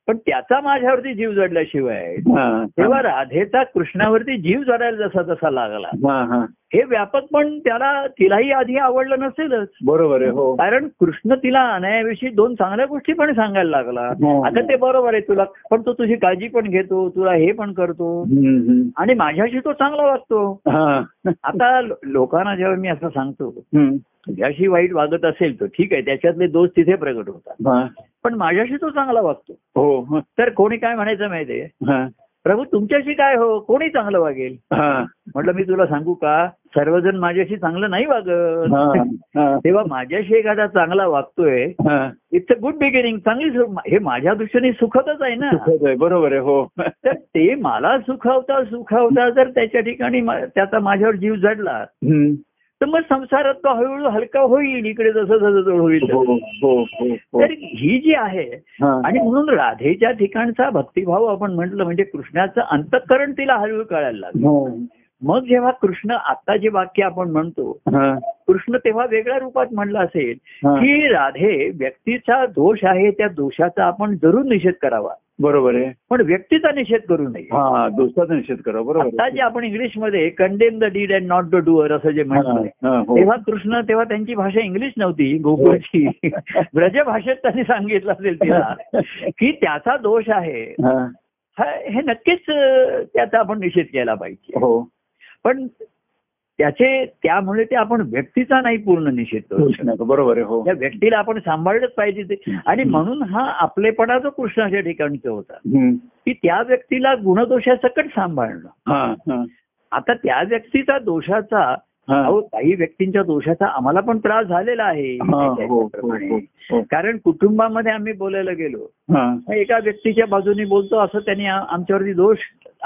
Speaker 2: पण त्याचा माझ्यावरती जीव जडल्याशिवाय
Speaker 1: हा, हा.
Speaker 2: तेव्हा राधेचा कृष्णावरती जीव जडायला जसा तसा लागला
Speaker 1: हा, हा.
Speaker 2: हे व्यापक पण त्याला तिलाही आधी आवडलं नसेलच
Speaker 1: बरोबर आहे हो
Speaker 2: कारण कृष्ण तिला अनायाविषयी दोन चांगल्या गोष्टी पण सांगायला लागला
Speaker 1: हो.
Speaker 2: आता ते बरोबर आहे तुला पण तो तुझी काळजी पण घेतो तुला हे पण करतो
Speaker 1: हम्म, हम्म.
Speaker 2: आणि माझ्याशी तो चांगला वागतो
Speaker 1: हा.
Speaker 2: आता लो- लोकांना जेव्हा मी असं सांगतो
Speaker 1: हम्म.
Speaker 2: तुझ्याशी वाईट वागत असेल तर ठीक आहे त्याच्यातले दोष तिथे प्रगट होतात
Speaker 1: हा.
Speaker 2: पण माझ्याशी तो चांगला वागतो
Speaker 1: हो
Speaker 2: तर कोणी काय म्हणायचं माहितीये
Speaker 1: हा.
Speaker 2: प्रभू तुमच्याशी काय हो कोणी चांगलं वागेल
Speaker 1: हा.
Speaker 2: म्हटलं मी तुला सांगू का सर्वजण माझ्याशी चांगलं नाही
Speaker 1: हा.
Speaker 2: वागत
Speaker 1: हा.
Speaker 2: तेव्हा माझ्याशी एखादा चांगला वागतोय
Speaker 1: हा.
Speaker 2: इट्स अ गुड बिगिनिंग चांगली सु- हे माझ्या दृष्टीने सुखतच आहे ना
Speaker 1: सुखद आहे, बरोबर आहे हो
Speaker 2: तर ते मला सुखावता सुखावता जर त्याच्या ठिकाणी मा- त्याचा माझ्यावर जीव जडला
Speaker 1: हम्म.
Speaker 2: तर मग संसारात तो हळूहळू हलका होईल इकडे जसं जसं जवळ होईल
Speaker 1: हो हो हो, हो.
Speaker 2: तर ही जी आहे
Speaker 1: हा.
Speaker 2: आणि म्हणून राधेच्या ठिकाणचा भक्तिभाव आपण म्हटलं म्हणजे कृष्णाचं अंतःकरण तिला हळूहळू कळायला लागलं
Speaker 1: हो.
Speaker 2: मग जेव्हा कृष्ण आता जे वाक्य आपण म्हणतो
Speaker 1: हा.
Speaker 2: कृष्ण तेव्हा वेगळ्या रूपात म्हणलं असेल
Speaker 1: हा.
Speaker 2: की राधे व्यक्तीचा दोष आहे त्या दोषाचा आपण जरूर निषेध करावा
Speaker 1: बरोबर आहे
Speaker 2: पण व्यक्तीचा निषेध करू नये
Speaker 1: हा दोस्ताचा निषेध करा बरोबर
Speaker 2: आता
Speaker 1: आहे.
Speaker 2: जे आपण इंग्लिशमध्ये condemn the deed and not the doer असं जे म्हणतो
Speaker 1: हा, हा, हो.
Speaker 2: तेव्हा कृष्ण तेव्हा त्यांची भाषा इंग्लिश नव्हती गोकुळची ब्रजभाषेत त्यांनी सांगितलं असेल तिला की त्याचा दोष आहे
Speaker 1: हा,
Speaker 2: हा- हे नक्कीच अं, त्याचा आपण निषेध केला पाहिजे
Speaker 1: हो
Speaker 2: पण त्याचे त्यामुळे ते आपण व्यक्तीचा नाही पूर्ण निषेध करू शकतो
Speaker 1: कृष्णाचं, बरोबर आहे हो
Speaker 2: त्या व्यक्तीला आपण सांभाळलंच पाहिजे ते आणि म्हणून हा आपलेपणा जो कृष्णाच्या ठिकाणचा होता
Speaker 1: हम्म.
Speaker 2: की त्या व्यक्तीला गुणदोषासकट सांभाळणं
Speaker 1: हा, हा,
Speaker 2: आता त्या व्यक्तीचा दोषाचा
Speaker 1: हा.
Speaker 2: अहो काही व्यक्तींच्या दोषाचा आम्हाला पण त्रास झालेला
Speaker 1: हा, हो, हो, हो,
Speaker 2: आहे
Speaker 1: हो.
Speaker 2: कारण कुटुंबामध्ये आम्ही बोलायला गेलो
Speaker 1: हा,
Speaker 2: मग एका व्यक्तीच्या बाजूनी बोलतो असं त्यांनी आ- आमच्यावरती दोष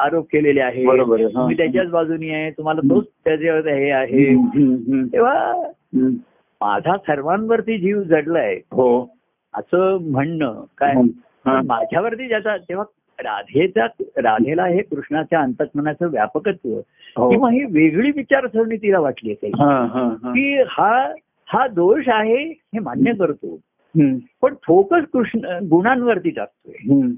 Speaker 2: आरोप केलेले आहे
Speaker 1: बरोबर आहे, हा.
Speaker 2: तुम्ही त्याच्याच बाजूनी आहे तुम्हाला
Speaker 1: हम्म.
Speaker 2: दोष त्याच्यावर हे आहे
Speaker 1: हम्म, हम्म, हम्म,
Speaker 2: तेव्हा
Speaker 1: हम्म.
Speaker 2: माझा सर्वांवरती जीव जडलाय
Speaker 1: हो
Speaker 2: असं म्हणणं काय
Speaker 1: हा,
Speaker 2: पण माझ्यावरती ज्याचा तेव्हा राधेचा राधेला हे कृष्णाच्या अंतकमनाचं व्यापकत्व
Speaker 1: हो.
Speaker 2: किंवा ही वेगळी विचारसरणी तिला वाटली असेल
Speaker 1: हा, हा, हा.
Speaker 2: की हा हा दोष आहे हे मान्य करतो
Speaker 1: हम्म,
Speaker 2: पण फोकस कृष्ण गुणांवरती टाकतोय
Speaker 1: हम्म.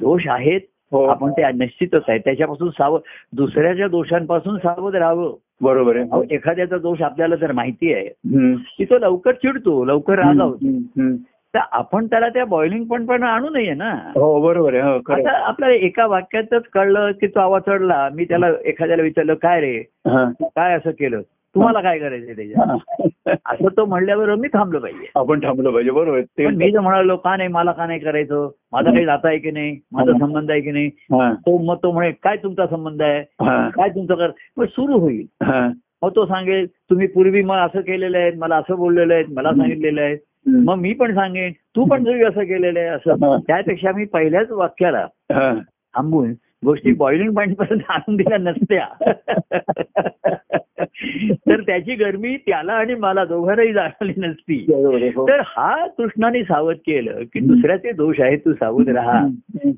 Speaker 2: दोष आहेत
Speaker 1: हो
Speaker 2: आपण ते निश्चितच आहे त्याच्यापासून सावध दुसऱ्याच्या दोषांपासून सावध राहावं
Speaker 1: बरोबर आहे हो.
Speaker 2: अहो, एखाद्याचा दोष आपल्याला जर माहिती आहे
Speaker 1: हम्म,
Speaker 2: की तो लवकर चिडतो लवकर रागावतो
Speaker 1: हम्म, हम्म.
Speaker 2: तर आपण त्याला त्या बॉइलिंग पॉईंट पण आणू नये ना
Speaker 1: हो बरोबर आहे हो खरं
Speaker 2: आता
Speaker 1: आहे.
Speaker 2: आपल्याला एका वाक्यातच कळलं की तो आवाज चढला मी त्याला एखाद्याला विचारलं काय रे
Speaker 1: हा,
Speaker 2: काय असं केलं तुम्हाला काय करायचं त्याच्यात
Speaker 1: हा.
Speaker 2: असं तो म्हणल्याबरोबर मी थांबलो पाहिजे
Speaker 1: आपण थांबलो पाहिजे बरोबर आहे.
Speaker 2: पण मी
Speaker 1: ते
Speaker 2: जर म्हणालो का नाही मला का नाही करायचं माझा काही जाता आहे की नाही माझा
Speaker 1: हा.
Speaker 2: संबंध आहे की नाही
Speaker 1: हा,
Speaker 2: तो मग तो म्हणे काय तुमचा संबंध आहे
Speaker 1: हा,
Speaker 2: काय तुमचं कर मग सुरू होईल
Speaker 1: हा.
Speaker 2: मग तो सांगेल तुम्ही पूर्वी मला असं केलेलं आहे मला असं बोललेलं आहे मला
Speaker 1: हम्म.
Speaker 2: सांगितलेलं आहे
Speaker 1: हम्म.
Speaker 2: मग मी पण सांगेन तू पण तुम्ही असं केलेलं आहे
Speaker 1: हा.
Speaker 2: असं त्यापेक्षा मी पहिल्याच वाक्याला
Speaker 1: हा,
Speaker 2: थांबून गोष्टी बॉइलिंग पॉईंट पर्यंत आणून दिल्या नसत्या तर त्याची गरमी त्याला आणि मला दोघांनाही जाणवली नसती
Speaker 1: बरोबर आहे, हो.
Speaker 2: तर हा कृष्णाने सावध केलं की दुसऱ्याचे दोष आहेत तू सावध राहा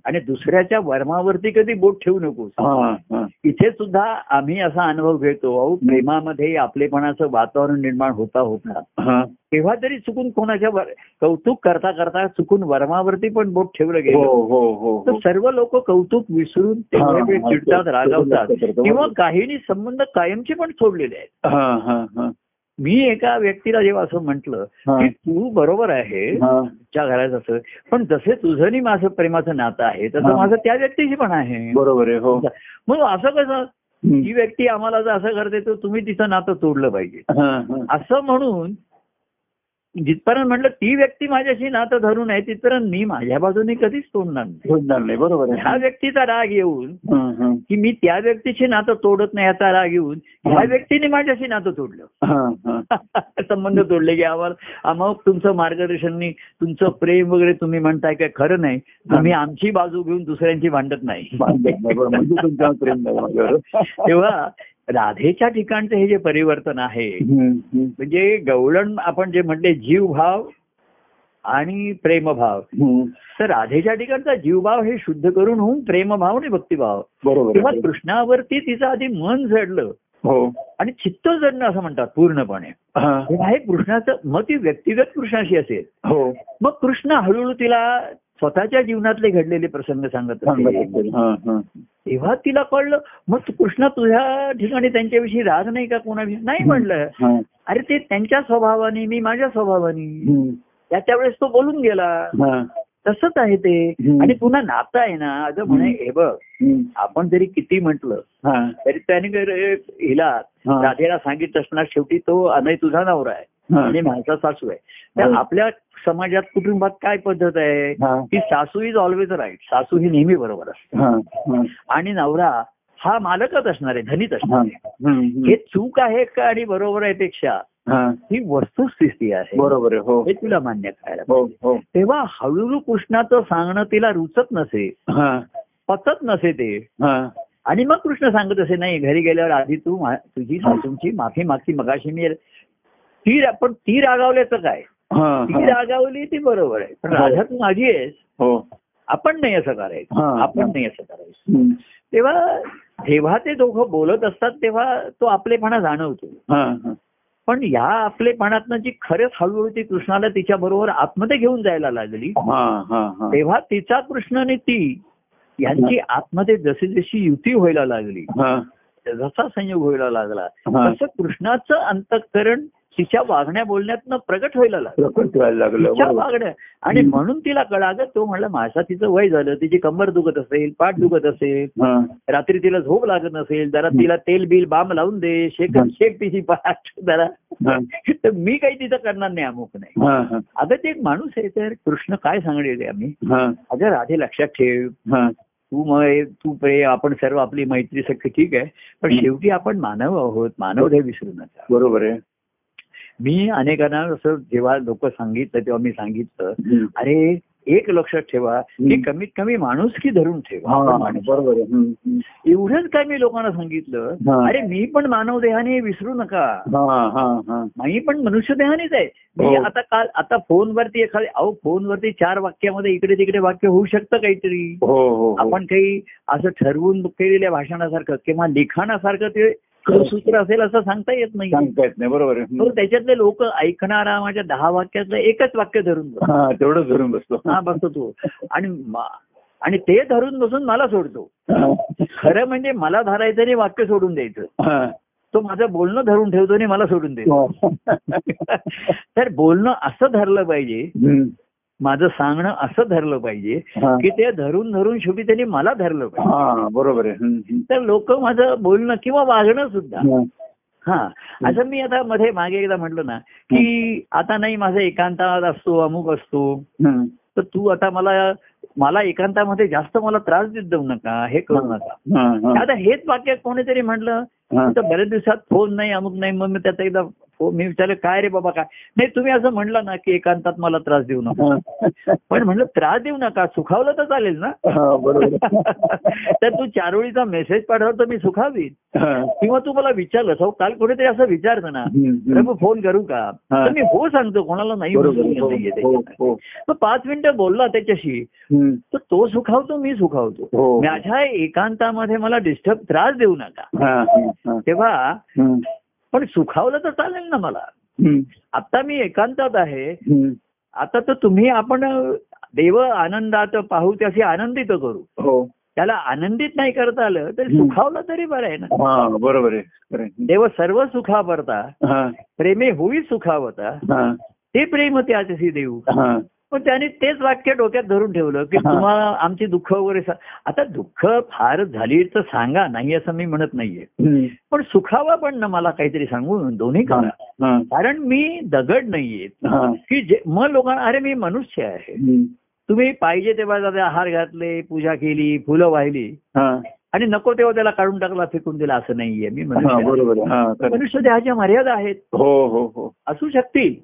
Speaker 2: आणि दुसऱ्याच्या वर्मावरती कधी बोट ठेवू नकोस
Speaker 1: हा, हा.
Speaker 2: इथे सुद्धा आम्ही असा अनुभव घेतो अहो प्रेमामध्ये आपलेपणाचं वातावरण निर्माण होता होता
Speaker 1: हा.
Speaker 2: तेव्हा तरी चुकून कोणाच्या वर- कौतुक करता करता चुकून वर्मावरती पण बोट ठेवलं
Speaker 1: हो
Speaker 2: गेलं
Speaker 1: हो हो
Speaker 2: तर
Speaker 1: हो.
Speaker 2: सर्व लोक कौतुक विसरून ते
Speaker 1: हा,
Speaker 2: वेगवेगळे
Speaker 1: हा,
Speaker 2: चिडतात
Speaker 1: ते- ते
Speaker 2: रागावतात
Speaker 1: लक्षात येतं.
Speaker 2: किंवा काहींनी संबंध कायमचे पण सोडलेले आहेत
Speaker 1: हा, हा, हा.
Speaker 2: मी एका व्यक्तीला जेव्हा असं म्हटलं
Speaker 1: हा.
Speaker 2: की तू बरोबर आहे
Speaker 1: हा.
Speaker 2: तुमच्या घरात असं पण जसे तुझं आणि माझं प्रेमाचं नातं आहे तसं
Speaker 1: हा.
Speaker 2: माझं त्या व्यक्तीशी पण आहे
Speaker 1: बरोबर आहे हो
Speaker 2: मग असं कसं
Speaker 1: हम्म.
Speaker 2: ही व्यक्ती आम्हाला जर असं करते तर तुम्ही तिचं नातं तोडलं पाहिजे
Speaker 1: हा, हा.
Speaker 2: असं म्हणून जिथपर्यंत म्हटलं ती व्यक्ती माझ्याशी नातं धरून आहे तिथपर्यंत मी माझ्या बाजूने कधीच तोडणार नाही
Speaker 1: सोडणार नाही बरोबर आहे
Speaker 2: ह्या व्यक्तीचा राग येऊन
Speaker 1: हा, हा.
Speaker 2: की मी त्या व्यक्तीशी नातं तोडत नाही याचा राग येऊन ह्या
Speaker 1: हा.
Speaker 2: व्यक्तीने माझ्याशी नातं तोडलं
Speaker 1: हा, हा.
Speaker 2: संबंध तोडले की आम्हाला आम्हाला तुमचं मार्गदर्शननी तुमचं प्रेम वगैरे तुम्ही म्हणताय काय खरं नाही तुम्ही आमची बाजू घेऊन दुसऱ्यांची भांडत नाही
Speaker 1: बांधत नाही, बरोबर. म्हणजे तुमच्यावर प्रेम नाही माझ्यावर.
Speaker 2: तेव्हा राधेच्या ठिकाणचं हे जे परिवर्तन आहे
Speaker 1: हम्म, हम्म.
Speaker 2: म्हणजे गवळण आपण जे म्हणले जीवभाव आणि प्रेमभाव
Speaker 1: हम्म.
Speaker 2: तर राधेच्या ठिकाणचा जीवभाव हे शुद्ध करून होऊन प्रेमभाव आणि भक्तिभाव
Speaker 1: बरोबर
Speaker 2: तेव्हा
Speaker 1: आहे.
Speaker 2: कृष्णावरती तिचं आधी मन जडलं
Speaker 1: हो
Speaker 2: आणि चित्त जडणं असं म्हणतात पूर्णपणे
Speaker 1: हा.
Speaker 2: तेव्हा हे कृष्णाचं मग ती व्यक्तिगत कृष्णाशी असेल
Speaker 1: हो
Speaker 2: मग कृष्ण हळूहळू तिला स्वतःच्या जीवनातले घडलेले प्रसंग सांगत
Speaker 1: सांगत
Speaker 2: असते
Speaker 1: असेल. हा, हा.
Speaker 2: तेव्हा तिला कळलं मग तू- कृष्ण तुझ्या ठिकाणी त्यांच्याविषयी राग नाही का कोणाविषयी नाही म्हणलं
Speaker 1: हा.
Speaker 2: अरे ते त्यांच्या स्वभावाने मी माझ्या स्वभावाने
Speaker 1: हम्म.
Speaker 2: त्याच्या वेळेस तो बोलून गेला
Speaker 1: हा.
Speaker 2: तसंच आहे ते
Speaker 1: हम्म.
Speaker 2: आणि पुन्हा नातं आहे ना आता म्हणे हे बघ
Speaker 1: हम्म.
Speaker 2: आपण जरी किती म्हंटल
Speaker 1: हा.
Speaker 2: तरी त्याने जर हिला
Speaker 1: हा.
Speaker 2: राधेला सांगितलं असणार शेवटी तो अनय तुझा नवरा आहे
Speaker 1: हा.
Speaker 2: आणि माझा सासू आहे तर
Speaker 1: हो.
Speaker 2: आपल्या समाजात कुटुंबात काय पद्धत आहे
Speaker 1: हा.
Speaker 2: की सासू इज ऑलवेज राईट सासू ही नेहमी बरोबर असते
Speaker 1: हा. हा.
Speaker 2: आणि नवरा हा मालकच असणार आहे धनीच असणार
Speaker 1: हा.
Speaker 2: आहे
Speaker 1: हम्म.
Speaker 2: हे चूक आहे का आणि बरोबर आहे पेक्षा
Speaker 1: हा.
Speaker 2: ही वस्तुस्थिती आहे
Speaker 1: बरोबर आहे हो
Speaker 2: हे तुला मान्य करायला
Speaker 1: हो
Speaker 2: पाहिजे.
Speaker 1: हो
Speaker 2: तेव्हा हळूहळू कृष्णाचं सांगणं तिला रुचत नसे
Speaker 1: हा
Speaker 2: पचत नसे ते
Speaker 1: हा
Speaker 2: आणि मग कृष्ण सांगत असे नाही घरी गेल्यावर आधी तू मा- तुझी सासूंची माफी मागची मगाशी मी ती रा- पण ती रागावल्याचं काय
Speaker 1: हा
Speaker 2: ती
Speaker 1: हा.
Speaker 2: रागावली ती बरोबर आहे पण राधा तू माझी आहेस
Speaker 1: हो
Speaker 2: आपण नाही असं करायचं
Speaker 1: हा.
Speaker 2: आपण नाही असं करायचं
Speaker 1: हम्म.
Speaker 2: तेव्हा जेव्हा ते दोघं बोलत असतात तेव्हा तो आपलेपणा जाणवतो
Speaker 1: हा हा
Speaker 2: पण या आपलेपणातनं जी खरंच हळूहळू ती कृष्णाला तिच्या बरोबर आत्मते घेऊन जायला लागली
Speaker 1: हा हा हा
Speaker 2: तेव्हा तिचा कृष्ण आणि ती यांची आत्मते जशी जशी युती व्हायला लागली
Speaker 1: हा
Speaker 2: जसा संयोग व्हायला लागला
Speaker 1: हा.
Speaker 2: तसं कृष्णाचं अंतःकरण तिच्या वागण्या बोलण्यातनं प्रगट व्हायला लागलं
Speaker 1: प्रकट व्हायला लागलं
Speaker 2: तिच्या
Speaker 1: बरोबर.
Speaker 2: वागण्या आणि
Speaker 1: हम्म.
Speaker 2: म्हणून तिला कळालं तो म्हणला माझा तिचं वय झालं तिची कंबर दुखत असेल पाठ दुखत असेल
Speaker 1: हा
Speaker 2: रात्री तिला झोप लागत नसेल जरा
Speaker 1: हं.
Speaker 2: तिला तेल बिल बाम लावून दे शेक
Speaker 1: हं.
Speaker 2: शेक तिची पाठ जरा
Speaker 1: हं.
Speaker 2: तर मी काही तिथं करणार नाही अमुक नाही
Speaker 1: हा हा
Speaker 2: अगं ते एक माणूस आहे तर कृष्ण काय सांगलेले आम्ही
Speaker 1: हा
Speaker 2: अगं राधे लक्षात ठेव
Speaker 1: हा
Speaker 2: तू मय तू प्रेम आपण सर्व आपली मैत्री सख्य ठीक आहे पण
Speaker 1: हं.
Speaker 2: शेवटी आपण मानव आहोत मानव हे विसरू नका
Speaker 1: बरोबर आहे
Speaker 2: मी अनेकांना असं जेव्हा लोक सांगितलं तेव्हा मी सांगितलं
Speaker 1: हम्म.
Speaker 2: अरे एक लक्षात ठेवा की कमीत कमी माणूस की धरून ठेवा
Speaker 1: हा,
Speaker 2: आपण माणूस.
Speaker 1: बरोबर आहे हम्म, हम्म.
Speaker 2: एवढंच काय मी लोकांना सांगितलं
Speaker 1: हा.
Speaker 2: अरे मी पण मानव देहाने हे विसरू नका
Speaker 1: हा हा हा
Speaker 2: मी पण मनुष्य देहानेच आहे मी
Speaker 1: हो.
Speaker 2: आता काल आता फोनवरती एखादी अहो फोनवरती चार वाक्यामध्ये इकडे तिकडे वाक्य होऊ शकतं काहीतरी
Speaker 1: हो हो हो.
Speaker 2: आपण काही असं ठरवून केलेल्या भाषणासारखं किंवा लिखाणासारखं ते सूत्र असेल असं सांगता येत नाही
Speaker 1: सांगता येत नाही बरोबर आहे
Speaker 2: तर
Speaker 1: हम्म.
Speaker 2: त्याच्यातले लोक ऐकणारा माझ्या दहा वाक्यातलं एकच वाक्य धरून बसतो
Speaker 1: हा तेवढं धरून बसतो
Speaker 2: हा बसतो तू आणि मा- आणि ते धरून बसून मला सोडतो
Speaker 1: हा.
Speaker 2: खरं म्हणजे मला धरायचं आणि वाक्य सोडून द्यायचं
Speaker 1: हा.
Speaker 2: तो माझं बोलणं धरून ठेवतो आणि मला सोडून देतो तर बोलणं असं धरलं पाहिजे
Speaker 1: हम्म.
Speaker 2: माझं सांगणं असं धरलं पाहिजे
Speaker 1: हा.
Speaker 2: की ते धरून धरून शेवटी त्यांनी मला धरलं पाहिजे
Speaker 1: हा बरोबर आहे हम्म, हम्म.
Speaker 2: तर लोक माझं बोलणं किंवा वागणं सुद्धा
Speaker 1: हा.
Speaker 2: हा असं मी आता मध्ये मागे एकदा म्हटलं ना की आता नाही माझा एकांतात असतो अमुक असतो
Speaker 1: हम्म.
Speaker 2: तर तू आता मला मला एकांतामध्ये जास्त मला त्रास देत देऊ नका हे करू नका
Speaker 1: हा, हा.
Speaker 2: आता हेच वाक्य कोणीतरी म्हटलं
Speaker 1: हा.
Speaker 2: तर बऱ्याच दिवसात फोन नाही अमुक नाही मग मी त्याचा एकदा हो मी विचारलं काय रे बाबा काय नाही तुम्ही असं म्हणलं ना की एकांतात मला त्रास देऊ नका पण म्हणलं त्रास देऊ नका सुखावलं तर चालेल ना
Speaker 1: हा, बरोबर
Speaker 2: तर तू चारोळीचा मेसेज पाठवला तर मी सुखावीन
Speaker 1: हा.
Speaker 2: किंवा तू मला विचारलंस अहो काल कुठेतरी असं विचारलं ना
Speaker 1: हम्म, हम्म.
Speaker 2: तर मग फोन करू का तर मी हो सांगतो कोणाला नाही
Speaker 1: बरोबर,
Speaker 2: म्हणून
Speaker 1: हो,
Speaker 2: नाहीये
Speaker 1: हो,
Speaker 2: त्याच्यात.
Speaker 1: हो.
Speaker 2: मग पाच मिनिटं बोलला त्याच्याशी
Speaker 1: हम्म,
Speaker 2: तर तो सुखावतो मी सुखावतो
Speaker 1: हो.
Speaker 2: माझ्या एकांतामध्ये मला डिस्टर्ब त्रास देऊ नका
Speaker 1: हा, हा, हा.
Speaker 2: तेव्हा
Speaker 1: हम्म,
Speaker 2: पण सुखावलं तर चालेल ना मला
Speaker 1: हम्म,
Speaker 2: आता मी एकांतात आहे
Speaker 1: हम्म.
Speaker 2: आता तर तुम्ही आपण अ, देव आनंदात पाहू त्याशी आनंदित करू
Speaker 1: हो
Speaker 2: त्याला आनंदित नाही करता आलं तरी
Speaker 1: हं.
Speaker 2: सुखावलं तरी बरं आहे ना
Speaker 1: हा बरोबर आहे खरं आहे.
Speaker 2: देव सर्व सुखावरता
Speaker 1: हा,
Speaker 2: प्रेमे होई सुखावता
Speaker 1: हा,
Speaker 2: ते प्रेम त्याच्याशी देऊ
Speaker 1: हा.
Speaker 2: पण त्याने तेच वाक्य डोक्यात धरून ठेवलं की
Speaker 1: हा.
Speaker 2: तुम्हाला आमची दुःख वगैरे सा- आता दुःख फार झाली तर सांगा नाही असं मी म्हणत नाहीये
Speaker 1: हम्म.
Speaker 2: पण सुखावा पण ना मला काहीतरी सांगून दोन्ही
Speaker 1: हा,
Speaker 2: करा
Speaker 1: हा,
Speaker 2: कारण मी दगड नाहीये
Speaker 1: हा.
Speaker 2: की जे मग लोकांना अरे मी मनुष्य आहे
Speaker 1: हम्म.
Speaker 2: तुम्ही पाहिजे तेव्हा त्याला आहार घातले पूजा केली फुलं वाहिली
Speaker 1: हा,
Speaker 2: आणि नको तेव्हा त्याला काढून टाकला फेकून दिला असं नाहीये मी
Speaker 1: हा,
Speaker 2: मनुष्य आहे.
Speaker 1: बरोबर आहे. हा, खरं आहे.
Speaker 2: मनुष्य देहाच्या मर्यादा आहेत
Speaker 1: हो हो हो
Speaker 2: असू शकतील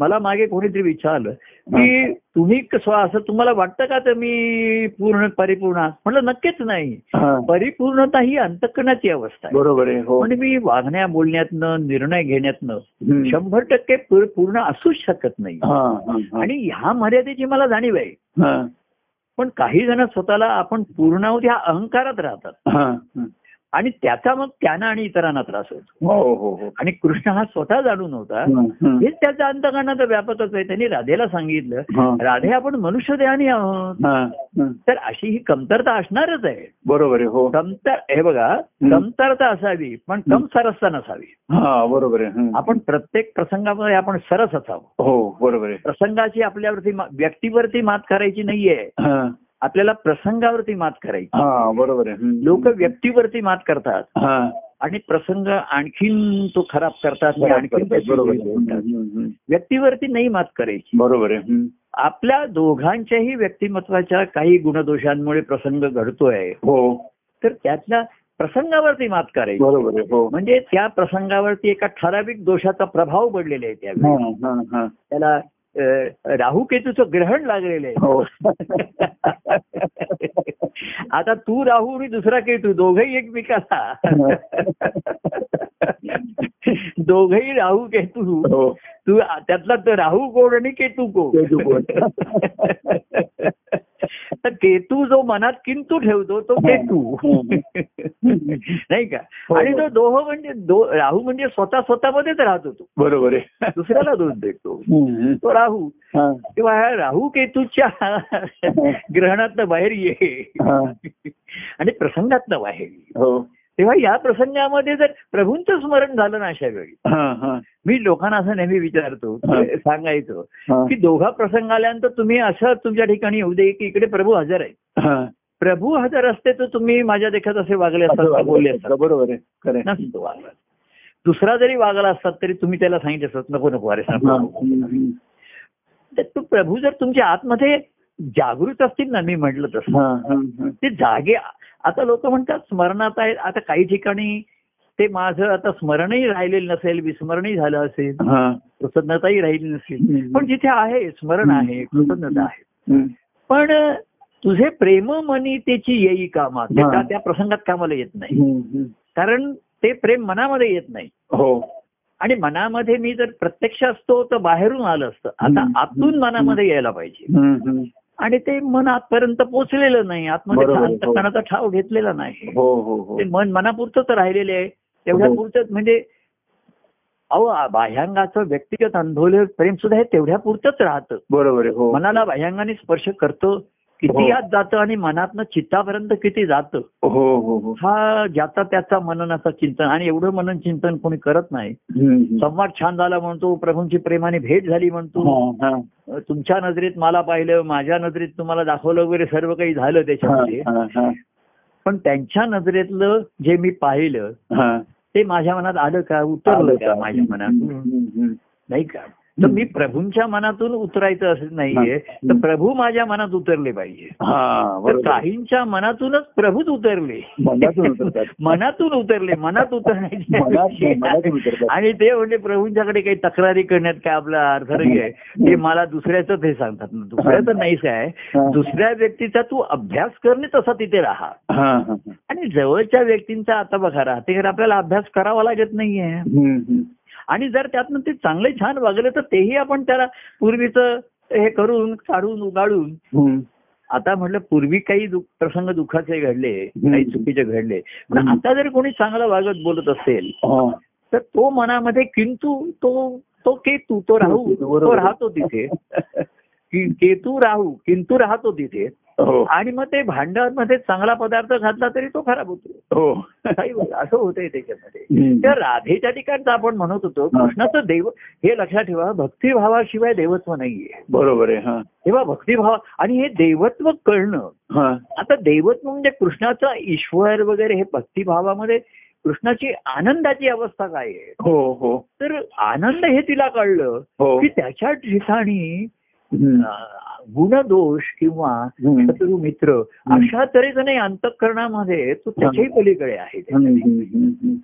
Speaker 2: मला मागे कोणीतरी विचारलं की तुम्ही कसं असं तुम्हाला वाटतं का तर मी पूर्ण परिपूर्ण आहे? म्हटलं नक्कीच नाही
Speaker 1: हा,
Speaker 2: परिपूर्णता ही अंतकरणाची अवस्था आहे
Speaker 1: बरोबर आहे हो
Speaker 2: म्हणजे मी वागण्या बोलण्यातनं निर्णय घेण्यातनं
Speaker 1: हम्म.
Speaker 2: शंभर टक्के पूर- पूर्ण असूच शकत नाही
Speaker 1: हा, हा, हा.
Speaker 2: आणि ह्या मर्यादेची मला जाणीव आहे
Speaker 1: हा,
Speaker 2: पण काही जण स्वतःला आपण पूर्णावधी ह्या अहंकारात राहतात
Speaker 1: हा, हा.
Speaker 2: आणि त्याचा मग त्यांना आणि इतरांना त्रास होतो
Speaker 1: हो हो हो
Speaker 2: आणि कृष्ण हा स्वतः जाणून होता
Speaker 1: हा, हा.
Speaker 2: हेच त्याचा अंतकरणाचा व्यापकच आहे त्यांनी राधेला सांगितलं
Speaker 1: हा,
Speaker 2: राधे आपण मनुष्य देहाने आहोत
Speaker 1: हा, हा.
Speaker 2: तर अशी ही कमतरता असणारच आहे
Speaker 1: बरोबर आहे हो
Speaker 2: कमतर हे बघा कमतरता असावी पण कम सरसता नसावी
Speaker 1: हा बरोबर आहे हम्म.
Speaker 2: आपण प्रत्येक प्रसंगामध्ये आपण सरस असावं
Speaker 1: हो बरोबर आहे
Speaker 2: प्रसंगाची आपल्यावरती मा- व्यक्तीवरती मात करायची नाहीये
Speaker 1: हा,
Speaker 2: आपल्याला प्रसंगावरती मात करायची
Speaker 1: हा बरोबर आहे हम्म.
Speaker 2: लोक व्यक्तीवरती मात करतात
Speaker 1: हा
Speaker 2: आणि प्रसंग आणखीन तो खराब करतात आणि
Speaker 1: बरोबर
Speaker 2: आणखीन
Speaker 1: आहे.
Speaker 2: त्याची
Speaker 1: बरोबर आहे.
Speaker 2: होईल म्हणतात.
Speaker 1: हम्म, हम्म.
Speaker 2: व्यक्तीवरती नाही मात करायची
Speaker 1: बरोबर आहे हम्म.
Speaker 2: आपल्या दोघांच्याही व्यक्तिमत्वाच्या काही गुणदोषांमुळे प्रसंग घडतोय
Speaker 1: हो
Speaker 2: तर त्यातल्या प्रसंगावरती मात करायची
Speaker 1: बरोबर आहे हो
Speaker 2: म्हणजे त्या प्रसंगावरती एका ठराविक दोषाचा प्रभाव पडलेला आहे त्यावेळी
Speaker 1: हा, हा, हा.
Speaker 2: त्याला अ, राहुकेतूचं ग्रहण लागलेलं आहे
Speaker 1: हो
Speaker 2: आता तू राहू आणि दुसरा केतू दोघही एकमेकाला
Speaker 1: हो.
Speaker 2: दोघही राहू केतू
Speaker 1: हो
Speaker 2: तू त्यातला तर राहू गोड आणि केतू
Speaker 1: केतू
Speaker 2: गोड
Speaker 1: गोड.
Speaker 2: तर केतू जो मनात किंतू ठेवतो तो केतू नाही का
Speaker 1: हो.
Speaker 2: आणि तो दोह म्हणजे दो राहू म्हणजे स्वतः स्वतःमध्येच राहत होतो
Speaker 1: बरोबर आहे
Speaker 2: दुसऱ्याला दोष देतो
Speaker 1: हम्म, हम्म.
Speaker 2: तो राहू
Speaker 1: हा,
Speaker 2: किंवा ह्या राहू केतूच्या ग्रहणातनं बाहेर ये
Speaker 1: हा.
Speaker 2: आणि प्रसंगातनं बाहेर ये
Speaker 1: हो
Speaker 2: तेव्हा या प्रसंगामध्ये जर प्रभूंचं स्मरण झालं ना अशा वेळी
Speaker 1: हा, हा,
Speaker 2: मी लोकांना असं नेहमी विचारतो ते सांगायचं
Speaker 1: हा.
Speaker 2: की दोघा प्रसंग आल्यानंतर तुम्ही असं तुमच्या ठिकाणी येऊ दे की इकडे प्रभू हजर आहे
Speaker 1: हा.
Speaker 2: प्रभू हजर असते तर तुम्ही माझ्या देखत असे वागले असतात
Speaker 1: असं
Speaker 2: का बोलले
Speaker 1: वागलं.
Speaker 2: असतात
Speaker 1: बरोबर आहे खरं आहे.
Speaker 2: नसतो वागला दुसरा जरी वागला असतात तरी तुम्ही त्याला सांगितलं असतात नको नको अरे साहेब,
Speaker 1: हा,
Speaker 2: नको.
Speaker 1: हम्म, हम्म.
Speaker 2: तर तो प्रभू जर तुमच्या आतमध्ये जागृत असतील ना मी म्हटलं तसं
Speaker 1: हा, हा, हा.
Speaker 2: ते जागे आता लोक म्हणतात स्मरणात आहे आता काही ठिकाणी ते माझं आता स्मरणही राहिलेलं नसेल विस्मरणही झालं असेल
Speaker 1: हा.
Speaker 2: प्रसन्नताही राहिली नसेल
Speaker 1: हम्म.
Speaker 2: पण जिथे आहे स्मरण आहे
Speaker 1: हम्म.
Speaker 2: प्रसन्नता आहे
Speaker 1: हम्म.
Speaker 2: पण तुझे प्रेम मनी त्याची येई कामा ते
Speaker 1: हा.
Speaker 2: त्या- त्या प्रसंगात कामाला येत नाही
Speaker 1: हम्म, हम्म.
Speaker 2: कारण ते प्रेम मनामध्ये येत नाही
Speaker 1: हो
Speaker 2: आणि मनामध्ये मी जर प्रत्यक्ष असतो तर बाहेरून आलं असतं आता
Speaker 1: हम्म.
Speaker 2: आतून मनामध्ये यायला पाहिजे
Speaker 1: हम्म, हम्म.
Speaker 2: आणि ते मन आतपर्यंत पोहोचलेलं नाही आतमध्ये
Speaker 1: बरोबर, हो.
Speaker 2: अंतकरणाचा ठाव घेतलेला नाही
Speaker 1: हो हो हो
Speaker 2: ते मन मनापुरतंच राहिलेले आहे तेवढ्या पुरतंच म्हणजे अहो आ- बाह्यांगाचं व्यक्तिगत अनुभवलेलं प्रेम सुद्धा हे तेवढ्या पुरतंच राहतं
Speaker 1: बरोबर आहे हो
Speaker 2: मनाला बाह्यांगाने स्पर्श करतो किती
Speaker 1: हो.
Speaker 2: आत जातं आणि मनातनं चित्तापर्यंत किती जातं
Speaker 1: हो हो हो
Speaker 2: हा ज्याचा त्याचा मननाचा चिंतन आणि एवढं मनन चिंतन कोणी करत नाही
Speaker 1: हम्म, हम्म.
Speaker 2: संवाद छान झाला म्हणतो प्रभूंची प्रेमाने भेट झाली म्हणतो
Speaker 1: हा, हा.
Speaker 2: तुमच्या नजरेत मला पाहिलं माझ्या नजरेत तुम्हाला दाखवलं वगैरे सर्व काही झालं त्याच्यामध्ये
Speaker 1: हा, हा,
Speaker 2: पण त्यांच्या नजरेतलं जे मी पाहिलं
Speaker 1: हा.
Speaker 2: ते माझ्या मनात आलं का उतरलं का माझ्या मनात
Speaker 1: हम्म, हम्म, हम्म.
Speaker 2: नाही का तर मी प्रभूंच्या मनातून उतरायचं असं नाहीये तर प्रभू माझ्या मनात उतरले पाहिजे
Speaker 1: हा
Speaker 2: तर
Speaker 1: बरोबर.
Speaker 2: काहींच्या मनातूनच प्रभूच उतरले
Speaker 1: मनातून उतरतात.
Speaker 2: मनातून उतरले मनात
Speaker 1: मनात नाही, मनातून
Speaker 2: उतरण्याचे
Speaker 1: उतरतात.
Speaker 2: आणि ते म्हणजे प्रभूंच्याकडे काही तक्रारी करण्यात काय आपला अर्थ नाही आहे ते मला दुसऱ्याच हे सांगतात दुसऱ्याचं नाहीच काय
Speaker 1: हा.
Speaker 2: दुसऱ्या व्यक्तीचा तू अभ्यास करणे तसा तिथे राहा
Speaker 1: हा, हा, हा.
Speaker 2: आणि जवळच्या व्यक्तींचा आता बघा राहते कारण आपल्याला अभ्यास करावा लागत नाहीये
Speaker 1: हम्म, हम्म.
Speaker 2: आणि जर त्यातनं ते चांगले छान वागले तर तेही आपण त्याला पूर्वीचं हे करून काढून उगाडून
Speaker 1: हम्म.
Speaker 2: आता म्हटलं पूर्वी काही दु- प्रसंग दुःखाचे घडले काही चुकीचे घडले पण
Speaker 1: हम्म.
Speaker 2: आता जर कोणी चांगला वागत बोलत असेल
Speaker 1: हा.
Speaker 2: तर तो मनामध्ये किंतु तो तो केतू तो राहू
Speaker 1: बरोबर.
Speaker 2: तो राहतो तिथे कि- केतू राहू किंतु राहतो तिथे
Speaker 1: हो
Speaker 2: आणि मग ते भांड्यामध्ये चांगला पदार्थ घातला तरी तो खराब होतो
Speaker 1: हो
Speaker 2: काही होत- असं होतंय त्याच्यामध्ये
Speaker 1: हम्म.
Speaker 2: त्या राधेच्या ठिकाणचं आपण म्हणत होतो कृष्णाचं देव हे लक्षात ठेवा भक्तिभावाशिवाय देवत्व नाहीये
Speaker 1: बरोबर आहे हा
Speaker 2: तेव्हा भक्तिभाव आणि हे देवत्व कळणं
Speaker 1: हा
Speaker 2: आता देवत्व म्हणजे कृष्णाचा ईश्वर वगैरे हे भक्तिभावामध्ये कृष्णाची आनंदाची अवस्था काय आहे
Speaker 1: हो हो
Speaker 2: तर आनंद हे तिला कळलं
Speaker 1: हो
Speaker 2: की त्याच्या ठिकाणी
Speaker 1: हम्म.
Speaker 2: अं, गुणदोष किंवा
Speaker 1: हम्म.
Speaker 2: शत्रू मित्र अशा तऱ्हेचं नाही अंतःकरणामध्ये तो त्याच्याही पलीकडे आहे
Speaker 1: हम्म, हम्म, हम्म, हम्म.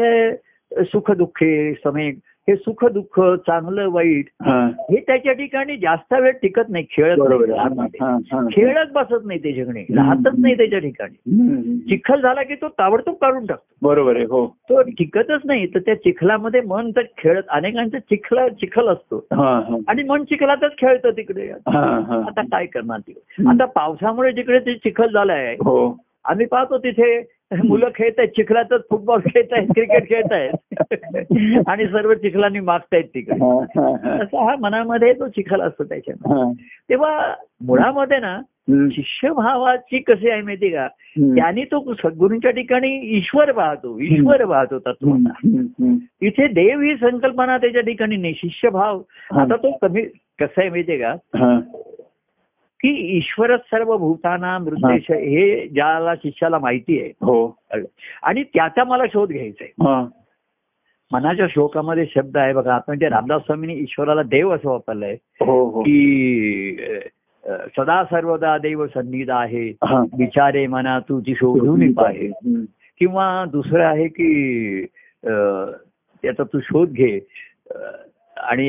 Speaker 2: म्हणजे सुख दुःखे समेक हे सुख दुःख चांगलं वाईट
Speaker 1: हा.
Speaker 2: हे त्याच्या ठिकाणी जास्त वेळ टिकत नाही खेळत
Speaker 1: बरोबर
Speaker 2: नाही
Speaker 1: आहे.
Speaker 2: घरामध्ये.
Speaker 1: हा, हा, हा.
Speaker 2: खेळत बसत नाही त्याच्याकडे
Speaker 1: हम्म.
Speaker 2: राहतच नाही त्याच्या ठिकाणी
Speaker 1: हम्म.
Speaker 2: चिखल झाला की तो ताबडतोब काढून टाकतो
Speaker 1: बरोबर आहे हो
Speaker 2: तो टिकतच नाही तर त्या चिखलामध्ये मन तर खेळत अनेकांचं चिखला चिखल असतो
Speaker 1: हा हा
Speaker 2: आणि मन चिखलातच खेळतं तिकडे
Speaker 1: हा हा
Speaker 2: आता काय करणार ते आता पावसामुळे जिकडे ते चिखल झालाय
Speaker 1: हो
Speaker 2: आम्ही पाहतो तिथे मुलं खेळत आहेत चिखलातच फुटबॉल खेळत आहेत क्रिकेट खेळत आहेत आणि सर्व चिखलांनी मागतायत तिकडे
Speaker 1: हा, हा, हा.
Speaker 2: असा हा मनामध्ये तो चिखल असतो त्याच्यामध्ये
Speaker 1: हा.
Speaker 2: तेव्हा मुळामध्ये ना
Speaker 1: हम्म.
Speaker 2: शिष्यभावाची कशी आहे माहिती का
Speaker 1: हम्म.
Speaker 2: त्याने तो सद्गुरूंच्या ठिकाणी ईश्वर पाहतो ईश्वर पाहतो तत्व
Speaker 1: हम्म, हम्म.
Speaker 2: इथे देव ही संकल्पना त्याच्या ठिकाणी नाही शिष्यभाव
Speaker 1: हा.
Speaker 2: आता तो कमी कसं आहे माहितीये का
Speaker 1: हा.
Speaker 2: की ईश्वरच सर्व भूताना मृदेश हे ज्याला शिष्याला माहिती आहे
Speaker 1: हो
Speaker 2: कळलं. आणि त्याचा मला शोध घ्यायचा आहे
Speaker 1: हा
Speaker 2: मनाच्या शोकामध्ये शब्द आहे बघा आता म्हणजे रामदास स्वामींनी ईश्वराला देव असं वापरलंय
Speaker 1: हो हो
Speaker 2: की अ, सदा सर्वदा देव सन्निध आहे
Speaker 1: हा.
Speaker 2: विचारे मना तुझी शोधून पाहे
Speaker 1: हम्म.
Speaker 2: किंवा दुसरं आहे की अ, त्याचा तू शोध घे अ, आणि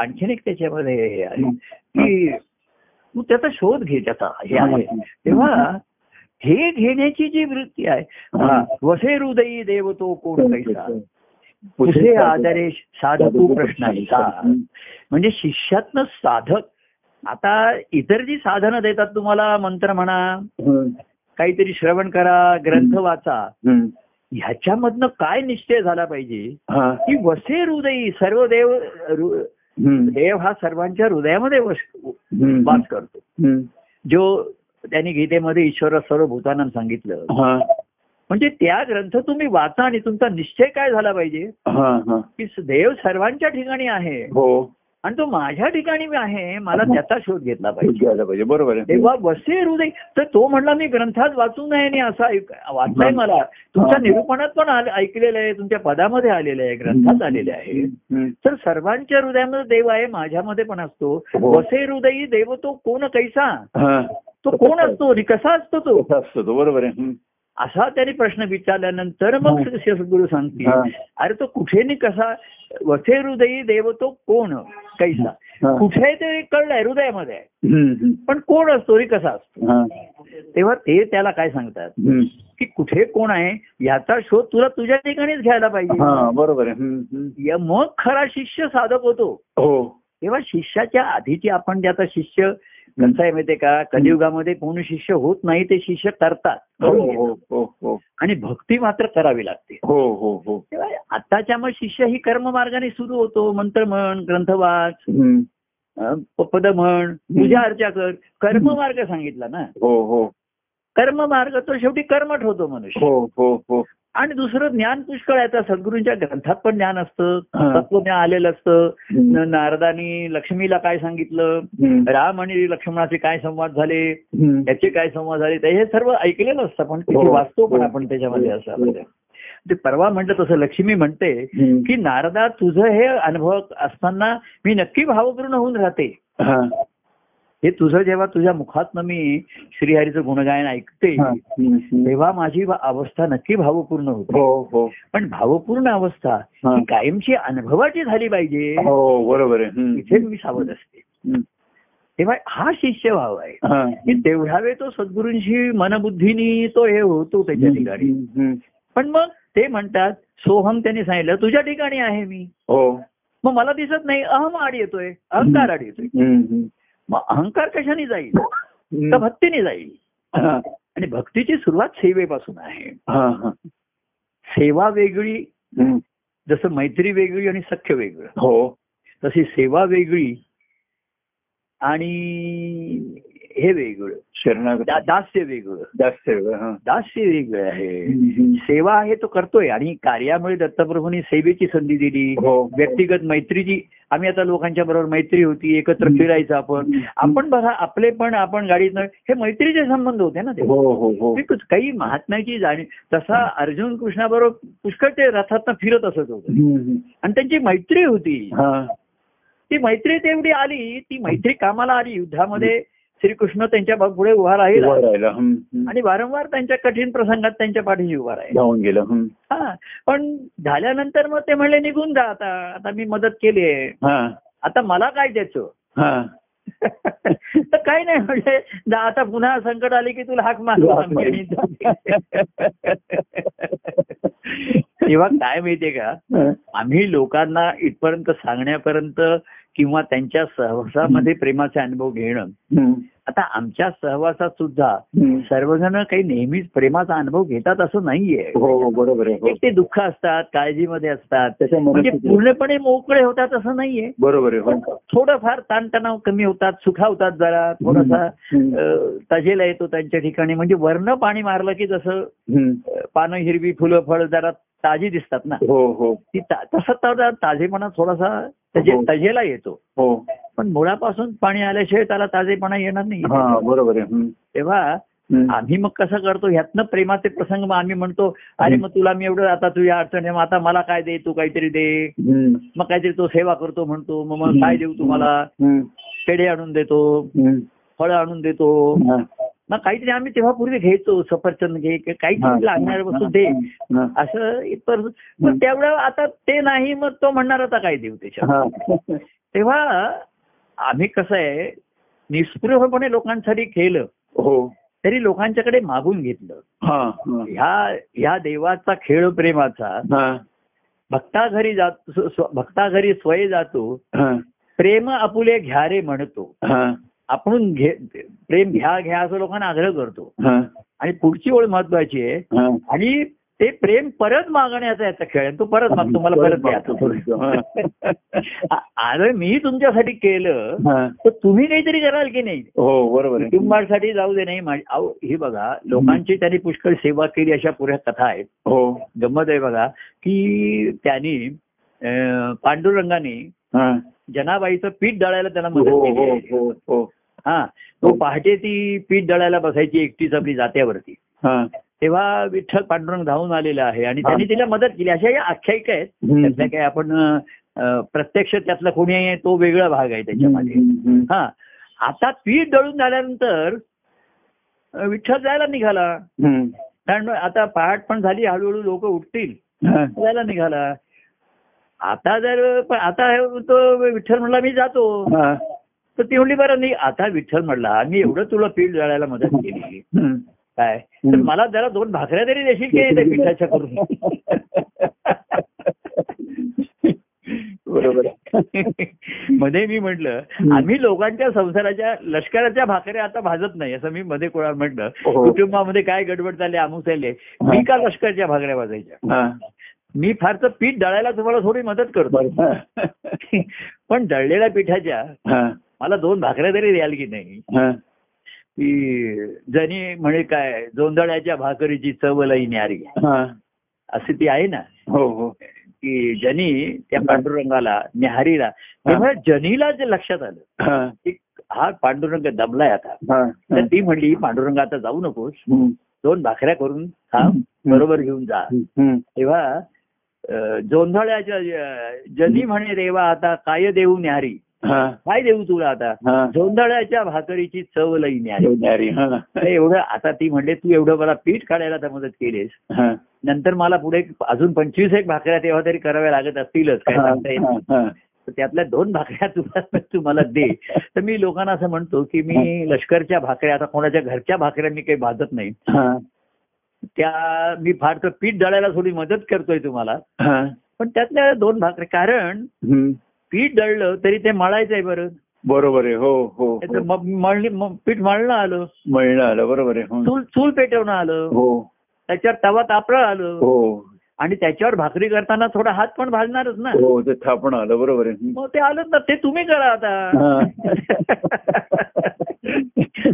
Speaker 2: आणखीन एक त्याच्यामध्ये हे आहे की तू त्याचा शोध घे त्याचा हे आहे तेव्हा हे घेण्याची जी वृत्ती
Speaker 1: हा.
Speaker 2: आहे वसे हृदयी देवतो कोण कैसा कुठे आधारे साधकू प्रश्नाचा म्हणजे शिष्यातनं साधक आता इतर जी साधनं देतात तुम्हाला मंत्र म्हणा
Speaker 1: हम्म.
Speaker 2: काहीतरी श्रवण करा ग्रंथ वाचा
Speaker 1: हम्म.
Speaker 2: ह्याच्यामधनं काय निश्चय झाला पाहिजे
Speaker 1: हा.
Speaker 2: की वसे हृदयी सर्व देव हृ-
Speaker 1: हम्म.
Speaker 2: देव हा सर्वांच्या हृदयामध्ये वस-
Speaker 1: हम्म.
Speaker 2: वास करतो
Speaker 1: हम्म.
Speaker 2: जो त्यांनी गीतेमध्ये ईश्वर सर्व भूतांना सांगितलं
Speaker 1: हा.
Speaker 2: म्हणजे त्या ग्रंथ तुम्ही वाचा आणि तुमचा निश्चय काय झाला पाहिजे
Speaker 1: हा, हा.
Speaker 2: की देव सर्वांच्या ठिकाणी आहे
Speaker 1: हो
Speaker 2: आणि तो माझ्या ठिकाणी बी आहे मला त्याचा शोध घेतला
Speaker 1: हेच
Speaker 2: पाहिजे
Speaker 1: घ्यायला पाहिजे बरोबर आहे
Speaker 2: तेव्हा वसे हृदय तर तो म्हणला मी ग्रंथात वाचू नये आणि असा वाचलाय मला तुमच्या निरूपणात पण आल- ऐकलेलं आहे तुमच्या पदामध्ये आलेलं आहे ग्रंथात आलेले आहे
Speaker 1: हम्म.
Speaker 2: तर सर्वांच्या हृदयामध्ये देव आहे माझ्यामध्ये पण असतो
Speaker 1: हो.
Speaker 2: वसे हृदयी देव तो कोण कैसा
Speaker 1: हा.
Speaker 2: तो कोण असतो आणि कसा असतो तो
Speaker 1: तसा असतो तो बरोबर आहे हम्म.
Speaker 2: असा त्याने प्रश्न विचारल्यानंतर मग
Speaker 1: हा.
Speaker 2: सद्गुरू सांगतील
Speaker 1: हा.
Speaker 2: अरे तो कुठे नि कसा वसे हृदयी देव तो कोण कैसा
Speaker 1: हा.
Speaker 2: कुठे ते कळलंय हृदयामध्ये आहे.
Speaker 1: हम्म, हम्म.
Speaker 2: पण कोण असतो रे कसा असतो
Speaker 1: हा.
Speaker 2: तेव्हा ते त्याला काय सांगतात
Speaker 1: हम्म.
Speaker 2: की कुठे कोण आहे याचा शोध तुला तुझ्या ठिकाणीच घ्यायला पाहिजे
Speaker 1: हा बरोबर आहे हम्म, हम्म.
Speaker 2: या- मग खरा शिष्य साधक होतो
Speaker 1: हो
Speaker 2: तेव्हा शिष्याच्या आधीची आपण जे आता शिष्य कसं आहे माहितीये का कलियुगामध्ये कोण शिष्य होत नाही ते शिष्य करतात
Speaker 1: हो
Speaker 2: करून
Speaker 1: हो
Speaker 2: घेतात.
Speaker 1: हो हो
Speaker 2: आणि भक्ती मात्र करावी लागते
Speaker 1: हो हो हो
Speaker 2: तेव्हा आताच्या मग शिष्य ही कर्ममार्गाने सुरू होतो मंत्र म्हण ग्रंथ वाच
Speaker 1: हम्म.
Speaker 2: अं, पद म्हण पूजा अर्चा कर कर्ममार्ग सांगितला ना
Speaker 1: हो हो
Speaker 2: कर्ममार्ग तो शेवटी कर्मठ होतो मनुष्य
Speaker 1: हो हो हो
Speaker 2: आणि दुसरं ज्ञान पुष्कळ आहे आता सद्गुरूंच्या ग्रंथात पण ज्ञान असतं
Speaker 1: हा.
Speaker 2: तत्वज्ञान आलेलं असतं
Speaker 1: हम्म.
Speaker 2: न- नारदानी लक्ष्मीला काय सांगितलं
Speaker 1: हम्म.
Speaker 2: राम आणि लक्ष्मणाचे काय संवाद झाले
Speaker 1: हम्म.
Speaker 2: याचे काय संवाद झाले ते हे सर्व ऐकलेलं असतं पण तिथे
Speaker 1: हो.
Speaker 2: वाचतो पण
Speaker 1: हो.
Speaker 2: आपण त्याच्यामध्ये
Speaker 1: हो.
Speaker 2: असं ते परवा म्हटलं तसं लक्ष्मी म्हणते
Speaker 1: हम्म.
Speaker 2: की नारदा तुझं हे अनुभव असताना मी नक्की भावपूर्ण होऊन राहते
Speaker 1: हा,
Speaker 2: हे तुझं जेव्हा तुझ्या मुखातनं मी श्रीहरीचं गुणगायन ऐकते
Speaker 1: हा. हम्म, हम्म.
Speaker 2: तेव्हा माझी वा- अवस्था नक्की भावपूर्ण होते
Speaker 1: हो हो
Speaker 2: पण भावपूर्ण अवस्था
Speaker 1: हा.
Speaker 2: ही कायमची अनुभवाची झाली पाहिजे
Speaker 1: हो बरोबर आहे हम्म.
Speaker 2: इथे मी सावध असते
Speaker 1: हम्म.
Speaker 2: तेव्हा हा शिष्यभाव आहे
Speaker 1: हा.
Speaker 2: की तेवढा वेळ तो सद्गुरूंशी मनबुद्धीनी तो हे होतो त्याच्या
Speaker 1: Hmm.
Speaker 2: ठिकाणी
Speaker 1: हम्म, हम्म.
Speaker 2: पण मग ते म्हणतात सोहम त्यांनी सांगितलं तुझ्या ठिकाणी आहे मी
Speaker 1: हो
Speaker 2: मग मला दिसत नाही अहम आड येतोय अहंकार आड येतोय
Speaker 1: हम्म, हम्म.
Speaker 2: मग अहंकार कशाने जाईल तर
Speaker 1: हम्म.
Speaker 2: भक्तीने जाईल
Speaker 1: हा,
Speaker 2: आणि भक्तीची सुरुवात सेवेपासून आहे
Speaker 1: हा, हा.
Speaker 2: सेवा वेगळी
Speaker 1: हम्म.
Speaker 2: जसं मैत्री वेगळी आणि सख्य वेगळं
Speaker 1: हो
Speaker 2: तशी सेवा वेगळी आणि हे वेगळं
Speaker 1: शरणागत
Speaker 2: दा- दास्य वेगळं
Speaker 1: जास्त वेळ हा.
Speaker 2: दास्य वेगळं आहे
Speaker 1: हम्म, हम्म.
Speaker 2: सेवा आहे तो करतोय आणि कार्यामुळे दत्तप्रभूंनी सेवेची संधी दिली
Speaker 1: हो
Speaker 2: व्यक्तिगत मैत्रीची आम्ही आता लोकांच्या बरोबर मैत्री होती एकत्र
Speaker 1: हम्म.
Speaker 2: फिरायचं आपण
Speaker 1: Hmm.
Speaker 2: आपण बघा आपले पण आपण गाडीतनं हे मैत्रीचे संबंध होते ना ते
Speaker 1: हो हो हो
Speaker 2: ते कुछ- काही महात्म्याची जाणीव तसा अर्जुन कृष्णाबरोबर पुष्कळ ते रथातनं फिरत असत होते
Speaker 1: हम्म, हम्म.
Speaker 2: आणि त्यांची मैत्री होती
Speaker 1: हा.
Speaker 2: ती मैत्री तेवढी आली ती मैत्री कामाला आली युद्धामध्ये श्रीकृष्ण त्यांच्या बा- पुढे उभा
Speaker 1: उभं
Speaker 2: राहिला
Speaker 1: राहिलं. हम्म, हम्म.
Speaker 2: आणि वारंवार त्यांच्या कठीण प्रसंगात त्यांच्या पाठीशी उभा राहिला
Speaker 1: धावून गेलं हम्म.
Speaker 2: हा पण झाल्यानंतर मग ते म्हणले निघून जा आता आता मी मदत केली आहे
Speaker 1: हा
Speaker 2: आता मला काय द्यायचं
Speaker 1: हा
Speaker 2: तर काही नाही म्हणजे जा आता पुन्हा संकट आले की तुला हाक मारू आम्ही आणि तेव्हा काय माहितीये का आम्ही लोकांना इथपर्यंत सांगण्यापर्यंत किंवा त्यांच्या सहवासामध्ये प्रेमाचे अनुभव घेणं
Speaker 1: हम्म,
Speaker 2: आता आमच्या सहवासात सुद्धा
Speaker 1: हम्म.
Speaker 2: सर्वजण काही नेहमीच प्रेमाचा अनुभव घेतात असं नाहीये
Speaker 1: हो हो बरोबर आहे हो
Speaker 2: एक ते दुःख असतात काळजीमध्ये असतात
Speaker 1: त्याच्या
Speaker 2: म्हणजे
Speaker 1: मनात-
Speaker 2: पूर्णपणे मोकळे होतात असं नाहीये
Speaker 1: बरोबर आहे हो
Speaker 2: थोडंफार ताणतणाव कमी होतात सुखावतात जरा थोडासा अ, तजेला येतो त्यांच्या ठिकाणी म्हणजे वर्ण पाणी मारलं की जसं
Speaker 1: हम्म.
Speaker 2: अ, पानं हिरवी फुलं फळ जरा ताजी दिसतात ना
Speaker 1: हो हो
Speaker 2: ती ता- तसा तर ताजेपणा थोडासा तजे
Speaker 1: हो.
Speaker 2: तजेला येतो
Speaker 1: हो
Speaker 2: पण मुळापासून पाणी आल्याशिवाय त्याला ताजेपणा येणार नाही
Speaker 1: हा बरोबर आहे हम्म,
Speaker 2: तेव्हा
Speaker 1: हम्म.
Speaker 2: आम्ही मग कसं करतो ह्यातनं प्रेमाचे प्रसंग मग आम्ही म्हणतो अरे
Speaker 1: हम्म.
Speaker 2: मग तुला मी एवढं आता तुझ्या अडचण आहे मग आता मला काय दे तू काहीतरी दे
Speaker 1: हम्म.
Speaker 2: मग काहीतरी तो सेवा करतो म्हणतो मग मग काय देऊ तुम्हाला
Speaker 1: हम्म,
Speaker 2: पेढे आणून देतो
Speaker 1: हम्म.
Speaker 2: फळं आणून देतो
Speaker 1: हा.
Speaker 2: मग काहीतरी आम्ही तेव्हा पूर्वी घ्यायचो सफरचंद घे क-
Speaker 1: हा.
Speaker 2: काहीतरी लागणार वस्तू दे
Speaker 1: हा.
Speaker 2: असं इथपर्यंत मग तेवढं आता ते नाही मग तो म्हणणार आता काय देऊ त्याच्यात
Speaker 1: हा.
Speaker 2: तेव्हा आम्ही कसं आहे निस्पृहपणे लोकांसाठी केलं
Speaker 1: हो
Speaker 2: तरी लोकांच्याकडे मागून घेतलं
Speaker 1: हा हा.
Speaker 2: ह्या ह्या देवाचा खेळ प्रेमाचा
Speaker 1: हा
Speaker 2: भक्ता घरी जात स्व- स्व- भक्ता घरी स्वय जातो
Speaker 1: हा
Speaker 2: प्रेम आपुले घ्या रे म्हणतो
Speaker 1: हा
Speaker 2: आपण घे प्रेम घ्या घ्या असं लोकांना आग्रह करतो
Speaker 1: हा
Speaker 2: आणि पुढची ओळ महत्वाची आहे
Speaker 1: हा
Speaker 2: आणि ते प्रेम परत मागण्याचा याचा खेळ आहे. तो परत मागतो मला परत द्या आ- अरे मी तुमच्यासाठी केलं
Speaker 1: हा.
Speaker 2: तर तुम्ही काहीतरी कराल की नाही
Speaker 1: हो बरोबर आहे
Speaker 2: कुटुंबासाठी जाऊ दे नाही माझी- अहो, ही बघा लोकांची त्यांनी पुष्कळ सेवा केली अशा पुऱ्या कथा आहेत
Speaker 1: हो
Speaker 2: गंमत आहे बघा की त्यांनी अं, पांडुरंगाने
Speaker 1: हा.
Speaker 2: जनाबाईचं पीठ दळायला त्याला
Speaker 1: हो
Speaker 2: मदत केली
Speaker 1: हो
Speaker 2: आहे.
Speaker 1: हो हो
Speaker 2: हा तो पहाटे ती पीठ दळायला बसायची एकटीच आपली जात्यावरती
Speaker 1: हा
Speaker 2: तेव्हा विठ्ठल पांडुरंग धावून आलेला आहे आणि
Speaker 1: हा.
Speaker 2: त्यांनी तिला मदत केली अशा या आख्यायिका आहेत
Speaker 1: हम्म.
Speaker 2: त्यातल्या काही आपण अं, अं, प्रत्यक्ष त्यातला कोणी आहे तो वेगळा भाग आहे त्याच्यामध्ये
Speaker 1: हम्म, हम्म.
Speaker 2: हा आता पीठ दळून झाल्यानंतर अं, विठ्ठल जायला निघाला
Speaker 1: हम्म.
Speaker 2: कारण आता पहाट पण झाली हळूहळू लोक उठतील
Speaker 1: हा.
Speaker 2: जायला निघाला आता जर पण आता हे तो विठ्ठल म्हणला मी जातो
Speaker 1: हा.
Speaker 2: तर ती म्हणली बरं नाही आता विठ्ठल म्हणला मी एवढं तुला पीठ जळायला मदत केली
Speaker 1: हम्म.
Speaker 2: काय तर
Speaker 1: हम्म.
Speaker 2: मला जरा दोन भाकऱ्या तरी देशील की नाही त्या पिठाच्या
Speaker 1: बरोबर आहे.
Speaker 2: करून मध्ये मी म्हंटल आम्ही लोकांच्या संसाराच्या लष्कराच्या भाकऱ्या आता भाजत नाही असं मी मध्ये कोणाला म्हटलं
Speaker 1: हो.
Speaker 2: कुटुंबामध्ये काय गडबड झाली अमुक झाले मी का लष्कराच्या भाकऱ्या भाजायच्या
Speaker 1: हा.
Speaker 2: मी फारसं पीठ दळायला तुम्हाला थोडी मदत करतो
Speaker 1: बरं. हा.
Speaker 2: पण दळलेल्या पिठाच्या
Speaker 1: हा.
Speaker 2: मला दोन भाकऱ्या तरी द्याल की नाही
Speaker 1: हा.
Speaker 2: की जणी म्हणे काय जोंधळ्याच्या भाकरीची चवलही न्यारी
Speaker 1: हा.
Speaker 2: असे ती आहे ना
Speaker 1: हो हो
Speaker 2: की जनी त्या पांडुरंगाला न्याहारीला तेव्हा जनीला जे लक्षात आलं
Speaker 1: हा.
Speaker 2: की हा पांडुरंग दमलाय आता
Speaker 1: हा.
Speaker 2: तर ती म्हणली पांडुरंग आता जाऊ नकोस
Speaker 1: हम्म.
Speaker 2: दोन भाकऱ्या करून खा बरोबर घेऊन जा
Speaker 1: हम्म.
Speaker 2: तेव्हा अं, जोंधळ्याच्या अं, जनी म्हणे देवा आता काय देऊ न्यारी
Speaker 1: हा,
Speaker 2: काय देऊ तुला आता
Speaker 1: हा.
Speaker 2: जोंधळ्याच्या भाकरीची चव लई न्यारी
Speaker 1: ठेवणारी, हा.
Speaker 2: तर एवढं आता ती म्हणले तू एवढं मला पीठ काढायला तर मदत केलीस
Speaker 1: हा.
Speaker 2: नंतर मला पुढे एक- अजून पंचवीस एक भाकऱ्या तेव्हा तरी कराव्या लागत असतीलच काय
Speaker 1: हा,
Speaker 2: सांगता येत नाही.
Speaker 1: हा,
Speaker 2: तर त्यातल्या दोन भाकऱ्या तुला तू मला दे तर मी लोकांना असं म्हणतो की मी लष्करच्या भाकऱ्या आता कोणाच्या घरच्या भाकऱ्या मी काही भाजत नाही
Speaker 1: हा,
Speaker 2: त्या मी फार तर पीठ दळायला थोडी मदत करतोय तुम्हाला
Speaker 1: हा.
Speaker 2: पण त्यातल्या दोन भाकऱ्या कारण
Speaker 1: हम्म.
Speaker 2: पीठ दळलं तरी ते मळायचंय बरं
Speaker 1: बरोबर आहे हो हो
Speaker 2: तर
Speaker 1: हो.
Speaker 2: मग मळणी मग पीठ मळणं आलं
Speaker 1: मिळणं आलं बरोबर आहे हो.
Speaker 2: चूल चूल पेटवणं आलं
Speaker 1: हो
Speaker 2: त्याच्यावर तवा तापळं आलं
Speaker 1: हो
Speaker 2: आणि त्याच्यावर भाकरी करताना थोडा हात पण भाजणारच ना
Speaker 1: हो ते थापण आलं बरोबर आहे हम्म.
Speaker 2: मग ते आलं ना ते तुम्ही करा आता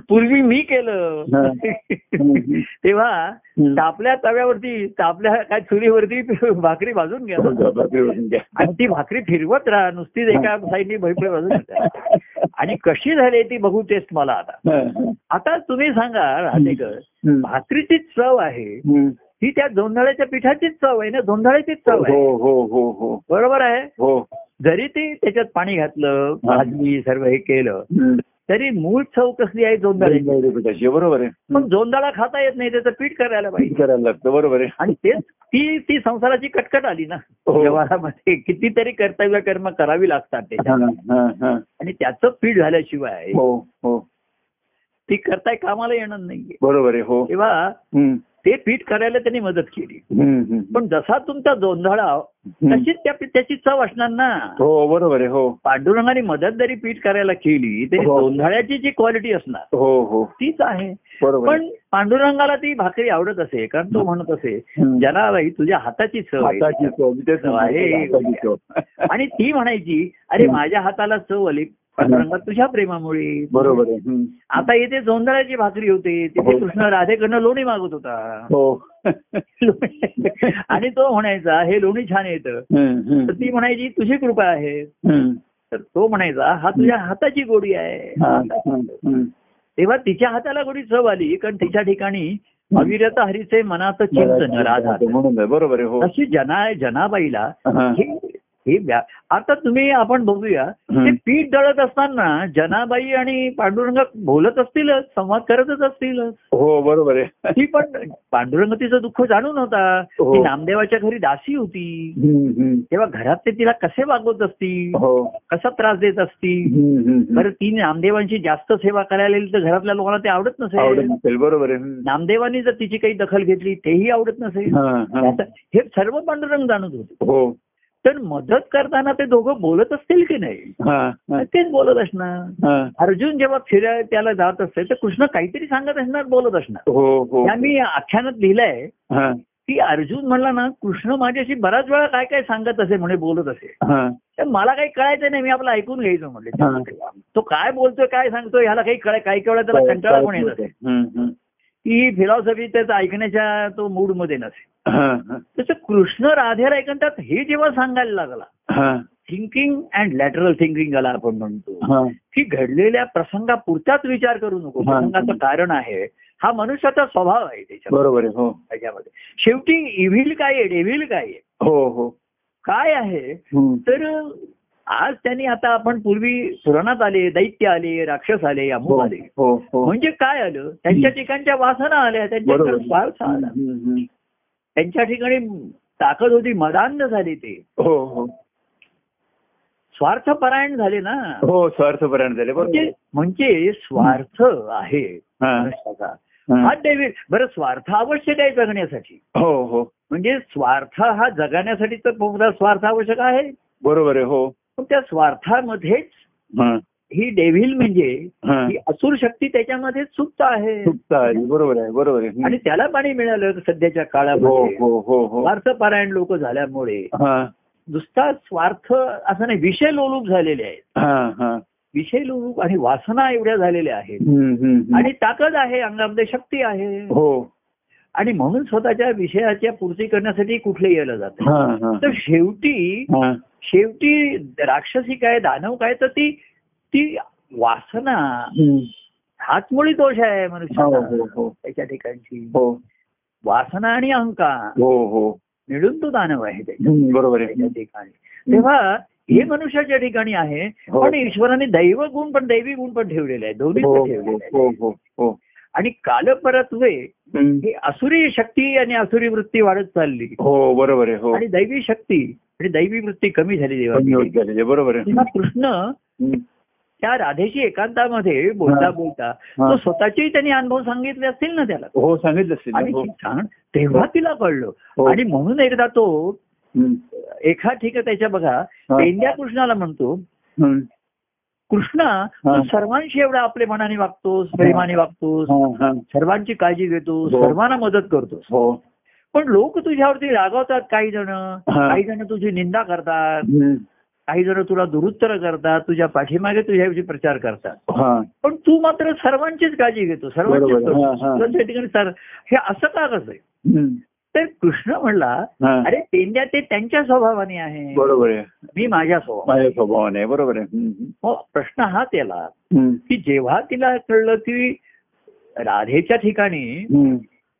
Speaker 2: पूर्वी मी
Speaker 1: हा.
Speaker 2: केलं
Speaker 1: हम्म.
Speaker 2: तेव्हा
Speaker 1: हम्म.
Speaker 2: आपल्या तव्यावरती आपल्या काय चुलीवरती भाकरी भाजून घ्या
Speaker 1: हो, जा, बाकी होऊन घ्या.
Speaker 2: आणि ती भाकरी फिरवत राहा नुसतीच एका साईडनी भैपळे भाजून घ्या. आणि कशी झाली ती बघू टेस्ट मला आता
Speaker 1: हा.
Speaker 2: आता तुम्ही सांगा राहतेकर
Speaker 1: हम्म.
Speaker 2: भाकरीचीच चव आहे
Speaker 1: हम्म.
Speaker 2: ही त्या झोंधळ्याच्या पिठाचीच चव आहे ना झोंधळ्याचीच चव
Speaker 1: हो
Speaker 2: आहे
Speaker 1: हो हो हो
Speaker 2: बरोबर आहे
Speaker 1: हो
Speaker 2: जरी ते त्याच्यात पाणी घातलं
Speaker 1: हा.
Speaker 2: भाजली सर्व हे केलं
Speaker 1: हम्म.
Speaker 2: तरी मूळ चव कसली आहे जोंधळ्याची
Speaker 1: बरोबर आहे, पिठाची, बरोबर आहे
Speaker 2: पण जोंधळा खाता येत नाही त्याचं पीठ करायला
Speaker 1: हम्म.
Speaker 2: पाहिजे
Speaker 1: करायला लागतं बरोबर आहे
Speaker 2: आणि तेच ती ती संसाराची कटकट आली ना
Speaker 1: हो.
Speaker 2: व्यवहारामध्ये कितीतरी कर्तव्य कर्म करावी लागतात त्याच्यात
Speaker 1: हा, हा, हा.
Speaker 2: आणि त्याचं पीठ झाल्याशिवाय
Speaker 1: हो हो
Speaker 2: ती करताय कामाला येणार नाहीये
Speaker 1: बरोबर आहे हो
Speaker 2: तेव्हा
Speaker 1: हम्म.
Speaker 2: ते पीठ करायला त्यांनी मदत केली
Speaker 1: हम्म, हम्म.
Speaker 2: पण जसा तुमचा जोंधळा
Speaker 1: हम्म.
Speaker 2: तशीच त्या त्याची चव असणार ना
Speaker 1: हो बरोबर आहे हो
Speaker 2: पांडुरंगाने मदत जरी पीठ करायला केली तरी
Speaker 1: हो.
Speaker 2: जोंधळ्याची जी क्वालिटी असणार
Speaker 1: हो हो
Speaker 2: तीच आहे
Speaker 1: बरोबर आहे.
Speaker 2: पण पांडुरंगाला ती भाकरी आवडत असे कारण तो म्हणत असे
Speaker 1: हम्म.
Speaker 2: ज्याला बाई तुझ्या हाताची चव
Speaker 1: हाताची
Speaker 2: आहे
Speaker 1: चव, मी तेच
Speaker 2: चव आहे.
Speaker 1: म्हणतो, हाताची चव.
Speaker 2: आणि ती म्हणायची अरे माझ्या हाताला चव आली पांडुरंगा तुझ्या प्रेमामुळे
Speaker 1: बरोबर आहे हम्म.
Speaker 2: आता इथे जोंधळ्याची भाकरी होते तिथे
Speaker 1: हो.
Speaker 2: कृष्ण राधेकडनं लोणी मागत होता
Speaker 1: हो
Speaker 2: आणि तो म्हणायचा हे लोणी छान येतं
Speaker 1: हम्म,
Speaker 2: तर
Speaker 1: हम्म.
Speaker 2: ती म्हणायची तुझी कृपा आहे
Speaker 1: हम्म.
Speaker 2: तर तो म्हणायचा हा तुझ्या हाताची गोडी
Speaker 1: हा,
Speaker 2: आहे
Speaker 1: हम्म, हम्म.
Speaker 2: तेव्हा तिच्या हाताला गोडी चव आली कारण तिच्या ठिकाणी अविरत हरीचे मनात चिंतन राधा
Speaker 1: म्हणून आहे, बरोबर आहे हो
Speaker 2: तशी जना जनाबाईला
Speaker 1: हा.
Speaker 2: हे हे व्या- आता तुम्ही आपण बघूया ते
Speaker 1: हं.
Speaker 2: पीठ दळत असताना जनाबाई आणि पांडुरंग बोलत असतीलच संवाद करतच असतीलच
Speaker 1: हो बरोबर आहे
Speaker 2: ती पण पांडुरंग तिचं दुःख जाणून होता
Speaker 1: हो.
Speaker 2: ती नामदेवाच्या घरी दासी होती
Speaker 1: हम्म, हम्म.
Speaker 2: तेव्हा घरात ते तिला कसे वागवत असतील
Speaker 1: हो
Speaker 2: कसा त्रास देत असतील
Speaker 1: हम्म, हम्म,
Speaker 2: बरं
Speaker 1: हम्म.
Speaker 2: ती नामदेवांची जास्त सेवा करायला गेली तर घरातल्या लोकांना ते आवडत
Speaker 1: आवडत
Speaker 2: नसेल
Speaker 1: नसेल बरोबर आहे हम्म.
Speaker 2: नामदेवांनी जर तिची काही दखल घेतली तेही आवडत नसेल
Speaker 1: हा, हा.
Speaker 2: आता हे सर्व पांडुरंग जाणत होते
Speaker 1: हो
Speaker 2: तर मदत करताना ते दोघं बोलत असतील की नाही
Speaker 1: हा, हा,
Speaker 2: तर तेच बोलत असणार
Speaker 1: हा.
Speaker 2: अर्जुन जेव्हा फिराय त्याला जात असेल तर कृष्ण काहीतरी सांगत असणार बोलत असणार
Speaker 1: हो हो
Speaker 2: या मी आख्यानात लिहिलंय
Speaker 1: हा,
Speaker 2: की अर्जुन म्हणला ना कृष्ण माझ्याशी बराच वेळा काय काय सांगत असे म्हणे बोलत असे
Speaker 1: हा.
Speaker 2: तर मला काही कळायचं नाही मी आपलं ऐकून घ्यायचं
Speaker 1: हा.
Speaker 2: म्हणले तो काय बोलतोय काय सांगतोय ह्याला काही कळ काही काही वेळा त्याला कंटाळा पण येत असे
Speaker 1: हम्म, हम्म.
Speaker 2: की फिलॉसॉफी त्याचा ऐकण्याच्या तो मूड मध्ये नसे
Speaker 1: हा, हा,
Speaker 2: तसं कृष्ण राधेला ऐकतात हे जेव्हा सांगायला लागला
Speaker 1: हा,
Speaker 2: थिंकिंग अँड लॅटरल थिंकिंग ज्याला आपण म्हणतो
Speaker 1: हा.
Speaker 2: की घडलेल्या प्रसंगापुरताच विचार करू नको
Speaker 1: हा.
Speaker 2: प्रसंगाचं कारण आहे हा मनुष्याचा स्वभाव आहे त्याच्यामध्ये
Speaker 1: बरोबर आहे हो
Speaker 2: त्याच्यामध्ये शेवटी इव्हिल काय आहे डेव्हिल काय आहे
Speaker 1: हो हो
Speaker 2: काय आहे
Speaker 1: हम्म.
Speaker 2: तर आज त्यांनी आता आपण पूर्वी सुरणात आले दैत्य आले राक्षस आले
Speaker 1: हो
Speaker 2: अमुक आले
Speaker 1: हो हो
Speaker 2: म्हणजे काय आलं त्यांच्या ठिकाणच्या वासना आल्या त्यांच्या
Speaker 1: बरोबर.
Speaker 2: ठिकाणी स्वार्थ आला
Speaker 1: हम्म, हम्म.
Speaker 2: त्यांच्या ठिकाणी ताकद होती मदांध झाली ते
Speaker 1: हो हो
Speaker 2: स्वार्थपरायण झाले ना
Speaker 1: हो स्वार्थपरायण झाले
Speaker 2: म्हणजे
Speaker 1: बरोबर
Speaker 2: म्हणजे स्वार्थ आहे
Speaker 1: हा,
Speaker 2: मनुष्याचा
Speaker 1: हा.
Speaker 2: हा डेव्हिड बरं स्वार्थ आवश्यक आहे जगण्यासाठी
Speaker 1: हो हो
Speaker 2: म्हणजे स्वार्थ हा जगण्यासाठी तर बहुधा स्वार्थ आवश्यक आहे
Speaker 1: बरोबर आहे हो
Speaker 2: पण त्या स्वार्थामध्येच
Speaker 1: हा,
Speaker 2: ही डेव्हिल म्हणजे
Speaker 1: हा.
Speaker 2: ही असुर शक्ती त्याच्यामध्ये सुप्त आहे
Speaker 1: सुप्त आहे बरोबर आहे बरोबर आहे
Speaker 2: आणि
Speaker 1: हम्म.
Speaker 2: त्याला पाणी मिळालं सध्याच्या
Speaker 1: हो
Speaker 2: काळामध्ये
Speaker 1: हो हो हो
Speaker 2: स्वार्थपरायण लोक झाल्यामुळे
Speaker 1: हा
Speaker 2: नुसता स्वार्थ असं नाही विषय लोलूप झालेले आहेत
Speaker 1: हा हा
Speaker 2: विषय लोलूप आणि वासना एवढ्या झालेल्या आहेत
Speaker 1: हम्म, हम्म, हम्म.
Speaker 2: आणि ताकद आहे अंगामध्ये शक्ती आहे
Speaker 1: हो
Speaker 2: आणि म्हणून स्वतःच्या विषयाच्या पूर्ती करण्यासाठी कुठले यायला जातं
Speaker 1: हा हा
Speaker 2: तर शेवटी
Speaker 1: हा.
Speaker 2: शेवटी राक्षसी काय दानव काय तर ती ती वासना
Speaker 1: हम्म.
Speaker 2: हाच मुळी दोष आहे
Speaker 1: हो, हो,
Speaker 2: मनुष्याचा
Speaker 1: हो.
Speaker 2: त्याच्या ठिकाणची
Speaker 1: हो
Speaker 2: वासना आणि अहंकार
Speaker 1: हो हो
Speaker 2: मिळून तो दानव आहे त्याच्या-
Speaker 1: हम्म, बरोबर आहे
Speaker 2: त्याच्या ठिकाणी तेव्हा हे मनुष्याच्या ठिकाणी आहे
Speaker 1: हो.
Speaker 2: पण ईश्वराने दैव गुण पण दैवी गुण पण ठेवलेले आहे दोन्ही
Speaker 1: हो
Speaker 2: ठेवलेले
Speaker 1: हो,
Speaker 2: आहे
Speaker 1: हो हो हो
Speaker 2: आणि कालपरत्वे
Speaker 1: हम्म.
Speaker 2: ही असुरी शक्ती आणि असुरी वृत्ती वाढत चालली
Speaker 1: हो बरोबर आहे हो
Speaker 2: आणि दैवी शक्ती आणि दैवी वृत्ती कमी झाली
Speaker 1: कमी
Speaker 2: देवा
Speaker 1: होत झालेली आहे, बरोबर आहे
Speaker 2: तेव्हा कृष्ण
Speaker 1: हम्म.
Speaker 2: त्या राधेशी एकांतामध्ये बोलता बोलता
Speaker 1: हा.
Speaker 2: तो स्वतःचेही त्यांनी अनुभव सांगितले असतील ना त्याला
Speaker 1: हो सांगितलं असेल ना,
Speaker 2: आणि
Speaker 1: हो.
Speaker 2: ती सांग तेव्हा तिला कळलं
Speaker 1: हो.
Speaker 2: आणि म्हणून एकदा तो
Speaker 1: हम्म.
Speaker 2: एका ठिकाणी त्याच्या बघा
Speaker 1: हा.
Speaker 2: पेंड्या कृष्णाला म्हणतो
Speaker 1: हम्म.
Speaker 2: कृष्णा
Speaker 1: हा.
Speaker 2: तू सर्वांशी एवढा आपले मनाने वागतोस प्रेमाने वागतोस
Speaker 1: हा, हा.
Speaker 2: सर्वांची काळजी घेतोस
Speaker 1: हो.
Speaker 2: सर्वांना मदत करतोस
Speaker 1: हो
Speaker 2: पण लोक तुझ्यावरती रागावतात काही जण काही जण तुझी निंदा करतात
Speaker 1: हम्म.
Speaker 2: काही जण तुला दुरुत्तर करतात तुझ्या पाठीमागे तुझ्याविषयी प्रचार करतात
Speaker 1: हा.
Speaker 2: पण तू मात्र सर्वांचीच काळजी घेतो सर्वांचीच
Speaker 1: बरोबर. हा, हा.
Speaker 2: करतो. तर त्या ठिकाणी सर- हे असं का कसं आहे
Speaker 1: हम्म.
Speaker 2: तर कृष्ण म्हणला
Speaker 1: हा.
Speaker 2: अरे पेंड्या ते त्यांच्या स्वभावाने आहे
Speaker 1: बरोबर आहे
Speaker 2: मी माझ्या स्वभाव
Speaker 1: माझ्या स्वभावाने आहे, बरोबर आहे हम्म.
Speaker 2: प्रश्न हा त्याला
Speaker 1: हम्म.
Speaker 2: की जेव्हा तिला कळलं की राधेच्या ठिकाणी
Speaker 1: हम्म.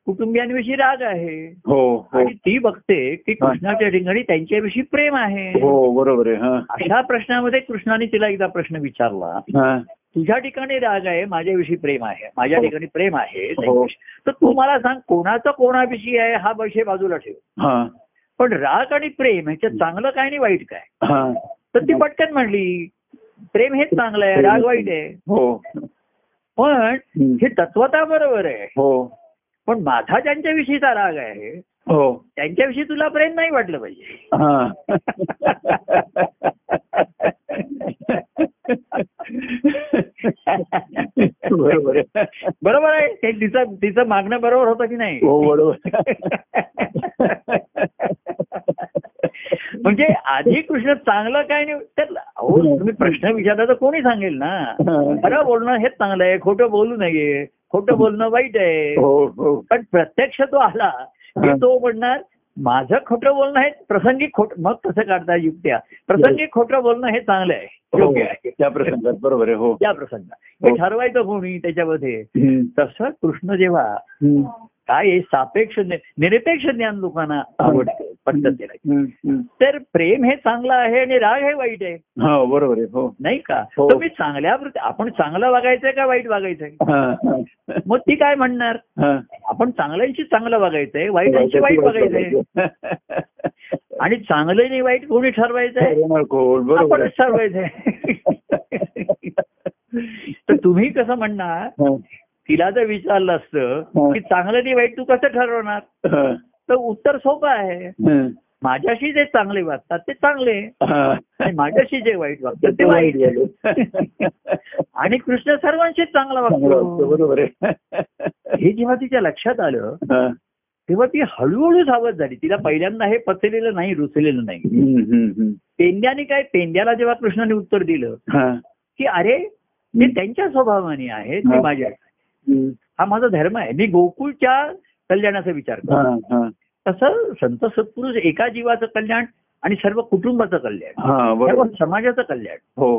Speaker 2: कुटुंबियांविषयी राग आहे
Speaker 1: हो हो
Speaker 2: आणि ती बघते की कृष्णाच्या ठिकाणी त्यांच्याविषयी प्रेम आहे
Speaker 1: हो बरोबर आहे हा
Speaker 2: अशा प्रश्नामध्ये कृष्णाने तिला एकदा प्रश्न विचारला
Speaker 1: हा
Speaker 2: तुझ्या ठिकाणी राग आहे माझ्याविषयी प्रेम आहे माझ्या
Speaker 1: हो.
Speaker 2: ठिकाणी प्रेम आहे
Speaker 1: हो.
Speaker 2: त्यांच्याविषयी. तर तू मला सांग कोणाचा कोणाविषयी आहे हा विषय बाजूला ठेव
Speaker 1: हा
Speaker 2: पण राग आणि प्रेम ह्याच्यात चांगलं काय आणि वाईट काय
Speaker 1: हा
Speaker 2: तर ती पटकन म्हणली प्रेम हेच चांगलं आहे राग वाईट आहे
Speaker 1: हो
Speaker 2: पण
Speaker 1: हम्म.
Speaker 2: हे तत्वता बरोबर आहे
Speaker 1: हो
Speaker 2: पण माझा ज्यांच्याविषयीचा राग आहे
Speaker 1: हो
Speaker 2: त्यांच्याविषयी तुला प्रेम नाही वाटलं पाहिजे
Speaker 1: हा बरोबर आहे
Speaker 2: बरोबर आहे ते तिचं तिचं मागणं बरोबर होतं की नाही
Speaker 1: हो बरोबर
Speaker 2: म्हणजे आधी कृष्ण चांगलं काय नाही तर अहो, तुम्ही प्रश्न विचारला तर कोणी सांगेल ना खरं बोलणं हेच चांगलं आहे खोटं बोलू नये खोटं बोलणं वाईट आहे
Speaker 1: हो हो
Speaker 2: पण प्रत्यक्ष तो आला की तो म्हणणार माझं खोटं बोलणं हे प्रसंगी खोट मग कसं काढता युक्त्या प्रसंगी खोटं बोलणं हे चांगलं आहे
Speaker 1: हो
Speaker 2: योग्य आहे
Speaker 1: त्या प्रसंगात बरोबर आहे हो
Speaker 2: त्या प्रसंगात हे
Speaker 1: हो.
Speaker 2: ठरवायचं कोणी त्याच्यामध्ये
Speaker 1: हम्म.
Speaker 2: तसं कृष्ण जेव्हा
Speaker 1: हम्म.
Speaker 2: काय हे सापेक्ष नि- निरपेक्ष ज्ञान लोकांना आवडते पद्धतीला
Speaker 1: हम्म. हम्म.
Speaker 2: तर प्रेम हे चांगलं आहे आणि राग हे वाईट आहे
Speaker 1: हा बरोबर आहे हो
Speaker 2: नाही का
Speaker 1: हो.
Speaker 2: तर मी चांगल्या वृत्ती- आपण चांगलं वागायचंय का वाईट वागायचंय
Speaker 1: हा, हा.
Speaker 2: मग ती काय म्हणणार
Speaker 1: हा.
Speaker 2: आपण चांगल्यांशी चांगलं वागायचंय वाईटांशी वाईट वागायचंय आणि चांगलं आणि वाईट कोणी ठरवायचंय
Speaker 1: ठरवणार कोण बरोबर
Speaker 2: आपणच ठरवायचंय तर तुम्ही कसं म्हणणार
Speaker 1: हा.
Speaker 2: तिला जर विचारलं असतं की चांगलं आणि वाईट तू कसं ठरवणार
Speaker 1: हा.
Speaker 2: तर उत्तर सोपं आहे माझ्याशी जे चांगले वागतात ते चांगले
Speaker 1: हा.
Speaker 2: आणि माझ्याशी जे वाईट वागतात ते
Speaker 1: ते वाईट
Speaker 2: वाईट
Speaker 1: झालं.
Speaker 2: आणि कृष्ण सर्वांशीच चांगला
Speaker 1: चांगलं वाटतं,
Speaker 2: वागतो
Speaker 1: बरोबर आहे
Speaker 2: हे जेव्हा तिच्या लक्षात आलं
Speaker 1: हा.
Speaker 2: तेव्हा ती हळूहळू सावध झाली तिला पहिल्यांदा हे पचलेलं नाही रुचलेलं नाही
Speaker 1: हम्म, हम्म, हम्म.
Speaker 2: पेंड्याने काय पेंड्याला जेव्हा कृष्णाने उत्तर दिलं
Speaker 1: हा.
Speaker 2: की अरे ते त्यांच्या स्वभावाने आहे ते
Speaker 1: हा.
Speaker 2: माझ्या
Speaker 1: हम्म.
Speaker 2: हा माझा धर्म आहे मी गोकुळच्या कल्याणाचा विचार
Speaker 1: हा,
Speaker 2: करतो
Speaker 1: हा.
Speaker 2: तसं संत सत्पुरुष एका जीवाचं कल्याण आणि सर्व कुटुंबाचं कल्याण
Speaker 1: हा,
Speaker 2: सर्व
Speaker 1: बरोबर
Speaker 2: समाजाचं कल्याण
Speaker 1: हो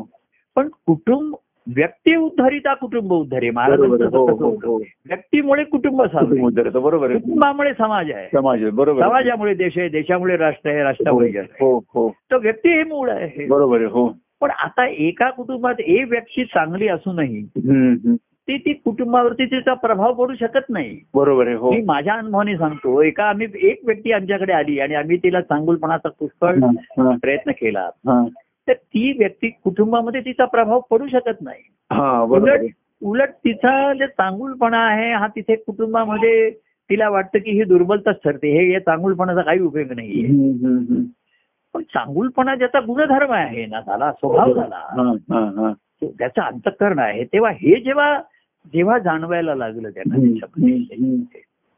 Speaker 2: पण कुटुंब व्यक्ती उद्धारिता कुटुंब उद्धारे
Speaker 1: बरोबर
Speaker 2: महाराजांचं
Speaker 1: हो
Speaker 2: तसं
Speaker 1: हो
Speaker 2: होतं.
Speaker 1: हो
Speaker 2: व्यक्तीमुळे कुटुंब साधले
Speaker 1: समुद्र तर बरोबर आहे
Speaker 2: कुटुंबामुळे समाज आहे
Speaker 1: समाज आहे, बरोबर आहे.
Speaker 2: समाजामुळे देश आहे देशामुळे राष्ट्र आहे राष्ट्रामुळे जग आहे
Speaker 1: हो हो
Speaker 2: तर व्यक्ती हे मूळ आहे
Speaker 1: बरोबर आहे हो
Speaker 2: पण आता एका कुटुंबात एक व्यक्ती चांगली असूनही
Speaker 1: हम्म, हम्म.
Speaker 2: ती ती कुटुंबावरती तिचा प्रभाव पडू शकत नाही
Speaker 1: बरोबर आहे हो
Speaker 2: मी माझ्या अनुभवाने सांगतो एका आम्ही एक व्यक्ती आमच्याकडे आली आणि आम्ही तिला चांगुलपणाचा पुष्कळ
Speaker 1: हा, हा,
Speaker 2: प्रयत्न केला
Speaker 1: हा.
Speaker 2: तर ती व्यक्ती कुटुंबामध्ये तिचा प्रभाव पडू शकत नाही
Speaker 1: हा बरोबर
Speaker 2: उलट
Speaker 1: आहे.
Speaker 2: उलट तिचा जे चांगुलपणा आहे हा तिथे कुटुंबामध्ये तिला वाटतं की ही दुर्बलताच ठरते हे या चांगुलपणाचा काही उपयोग नाहीये
Speaker 1: हम्म, हम्म, हम्म.
Speaker 2: पण चांगुलपणा ज्याचा गुणधर्म आहे ना झाला स्वभाव झाला
Speaker 1: हा, हा, हा.
Speaker 2: त्याचं अंतकरण आहे तेव्हा हे जेव्हा जेव्हा जाणवायला लागलं
Speaker 1: हम्म, हम्म,
Speaker 2: त्यांना
Speaker 1: हम्म,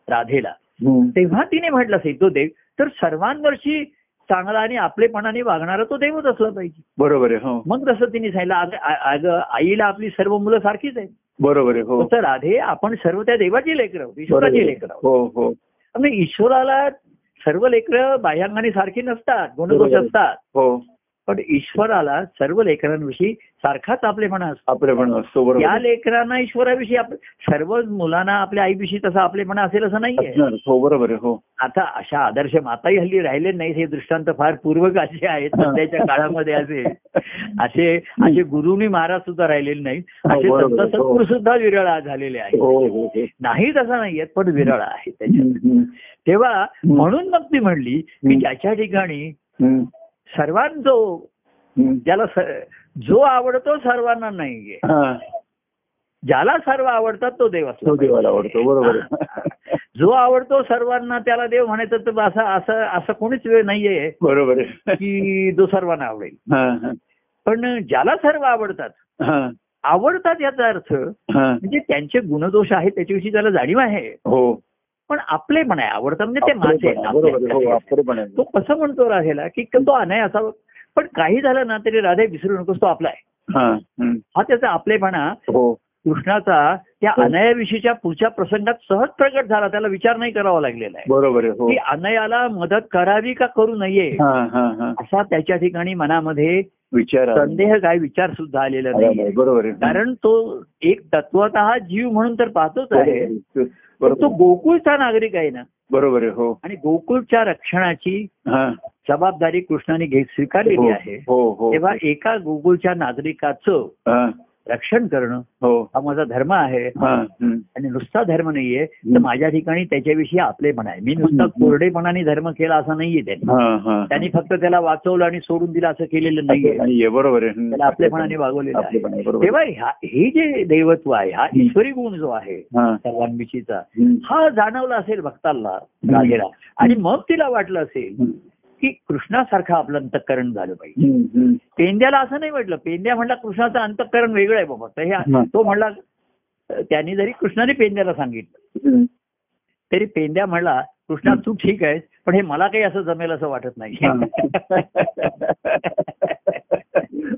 Speaker 2: राधेला
Speaker 1: हम्म.
Speaker 2: तेव्हा तिने म्हटलं असेल तो देव तर सर्वांवरशी चांगला आणि आपलेपणाने वागणारा तो देवच असला पाहिजे
Speaker 1: बरोबर आहे हो
Speaker 2: मग जसं तिने सांगितलं "अगं, आ- अगं आईला आपली सर्व मुलं सारखीच आहेत
Speaker 1: बरोबर आहे हो
Speaker 2: फक्त राधे आपण सर्व त्या देवाची लेकर आहोत
Speaker 1: बरोबर
Speaker 2: ईश्वराची
Speaker 1: आहे.
Speaker 2: लेकर आहोत
Speaker 1: हो हो
Speaker 2: म्हणजे ईश्वराला सर्व लेकर बाह्यांगाने सारखी नसतात गुणदोष
Speaker 1: बरोबर.
Speaker 2: असतात
Speaker 1: हो
Speaker 2: पण ईश्वराला सर्व लेकरांविषयी सारखाच आपले म्हणा असतो
Speaker 1: आपले पण असतो
Speaker 2: या
Speaker 1: बरोबर
Speaker 2: लेकरांना ईश्वराविषयी आप- सर्व मुलांना आपल्या आईविषयी तसा आपले म्हणा असेल असं नाहीये
Speaker 1: असणार. हो बरोबर आहे हो
Speaker 2: आता अशा आदर्श माताही हल्ली राहिले नाहीत हे दृष्टांत फार पूर्वक असे आहेत सध्याच्या काळामध्ये असे असे असे गुरुनी महाराज सुद्धा राहिलेले नाहीत
Speaker 1: हो,
Speaker 2: असे
Speaker 1: बरोबर,
Speaker 2: संत
Speaker 1: हो.
Speaker 2: सद्गुरू सुद्धा विरळा झालेले आहेत
Speaker 1: हो हो हो.
Speaker 2: नाहीत असं नाहीयेत पण विरळा आहे त्याच्यात
Speaker 1: हम्म, हम्म,
Speaker 2: तेव्हा म्हणून मग ती म्हणली की
Speaker 1: हम्म.
Speaker 2: ज्याच्या ठिकाणी
Speaker 1: हम्म,
Speaker 2: सर्वांचो
Speaker 1: हम्म.
Speaker 2: ज्याला स- जो आवडतो सर्वांना नाहीये
Speaker 1: हा,
Speaker 2: ज्याला सर्व आवडतात तो देव असतो
Speaker 1: तो देवाला आवडतो बरोबर आहे.
Speaker 2: जो आवडतो सर्वांना त्याला देव म्हणायचं तर असं असं असं कोणीच वेळ नाहीये
Speaker 1: बरोबर आहे
Speaker 2: की जो सर्वांना आवडेल
Speaker 1: हा, हा,
Speaker 2: पण ज्याला सर्व आवडतात
Speaker 1: हा,
Speaker 2: आवडतात याचा अर्थ
Speaker 1: हा.
Speaker 2: म्हणजे त्यांचे गुणदोष आहेत त्याच्याविषयी त्याला जाणीव आहे
Speaker 1: हो
Speaker 2: पण आपले पण आहे आवडतात म्हणजे ते माझे
Speaker 1: आपलेपण
Speaker 2: आहेत,
Speaker 1: आहे,
Speaker 2: आपले
Speaker 1: बरोबर आहे. हो
Speaker 2: आहेत.
Speaker 1: आपलेपण आहे.
Speaker 2: तो कसं म्हणतो राधेला की तो अनाय असा पण काही झालं ना तरी राधे विसरू नकोस तो आपला आहे
Speaker 1: हा, हम्म.
Speaker 2: हा त्याचा आपलेपणा
Speaker 1: हो
Speaker 2: कृष्णाचा त्या
Speaker 1: हो.
Speaker 2: अनयाविषयीच्या पुढच्या प्रसंगात सहज प्रकट झाला त्याला विचार नाही करावा लागलेला आहे
Speaker 1: बरोबर आहे हो
Speaker 2: की अनयाला मदत करावी का करू नये
Speaker 1: हा हा हा
Speaker 2: असा त्याच्या ठिकाणी मनामध्ये
Speaker 1: विचार आला.
Speaker 2: संदेह काय विचार सुद्धा आलेला नाही
Speaker 1: बरोबर आहे
Speaker 2: कारण तो एक तत्वत जीव म्हणून तर पाहतोच आहे पण तो
Speaker 1: हो, बरोबर
Speaker 2: गोकुळचा नागरिक आहे ना
Speaker 1: बरोबर आहे हो
Speaker 2: आणि गोकुळच्या रक्षणाची
Speaker 1: हा
Speaker 2: जबाबदारी कृष्णाने घेत स्वीकारलेली
Speaker 1: हो,
Speaker 2: आहे
Speaker 1: हो हो
Speaker 2: तेव्हा एका गोकुळच्या नागरिकाचं
Speaker 1: हा,
Speaker 2: रक्षण करणं
Speaker 1: हो
Speaker 2: हा माझा धर्म आहे
Speaker 1: हा हम्म.
Speaker 2: आणि नुसता धर्म नाहीये तर
Speaker 1: हम्म.
Speaker 2: माझ्या ठिकाणी त्याच्याविषयी आपलेपण आहे मी नुसता
Speaker 1: हम्म.
Speaker 2: कोरडेपणाने धर्म केला असा नाहीये त्यांनी
Speaker 1: हा हा
Speaker 2: त्यांनी फक्त त्याला वाचवलं आणि सोडून दिलं असं केलेलं नाहीये
Speaker 1: नाहीये, बरोबर आहे हम्म.
Speaker 2: त्याला आपलेपणाने वागवलेलं आहे
Speaker 1: आपलेपण आहे, बरोबर
Speaker 2: तेव्हा ह्या- हे जे दैवत्व आहे हा
Speaker 1: हम्म.
Speaker 2: ईश्वरी गुण जो आहे
Speaker 1: हा
Speaker 2: सर्वांविषयीचा
Speaker 1: हम्म.
Speaker 2: हा जाणवला असेल भक्ताला राधेला आणि मग तिला वाटलं असेल
Speaker 1: हम्म.
Speaker 2: की कृष्णासारखं आपलं अंतकरण झालं पाहिजे
Speaker 1: हम्म, हम्म.
Speaker 2: पेंद्याला असं नाही म्हटलं पेंद्या म्हणला कृष्णाचं अंतकरण वेगळं आहे बाबा तर
Speaker 1: हा.
Speaker 2: हे तो म्हणला त्यांनी जरी कृष्णाने पेंद्याला सांगितलं
Speaker 1: हम्म.
Speaker 2: तरी पेंद्या म्हणला कृष्णा
Speaker 1: हं.
Speaker 2: तू ठीक आहेस पण हे मला काही असं जमेल असं वाटत नाही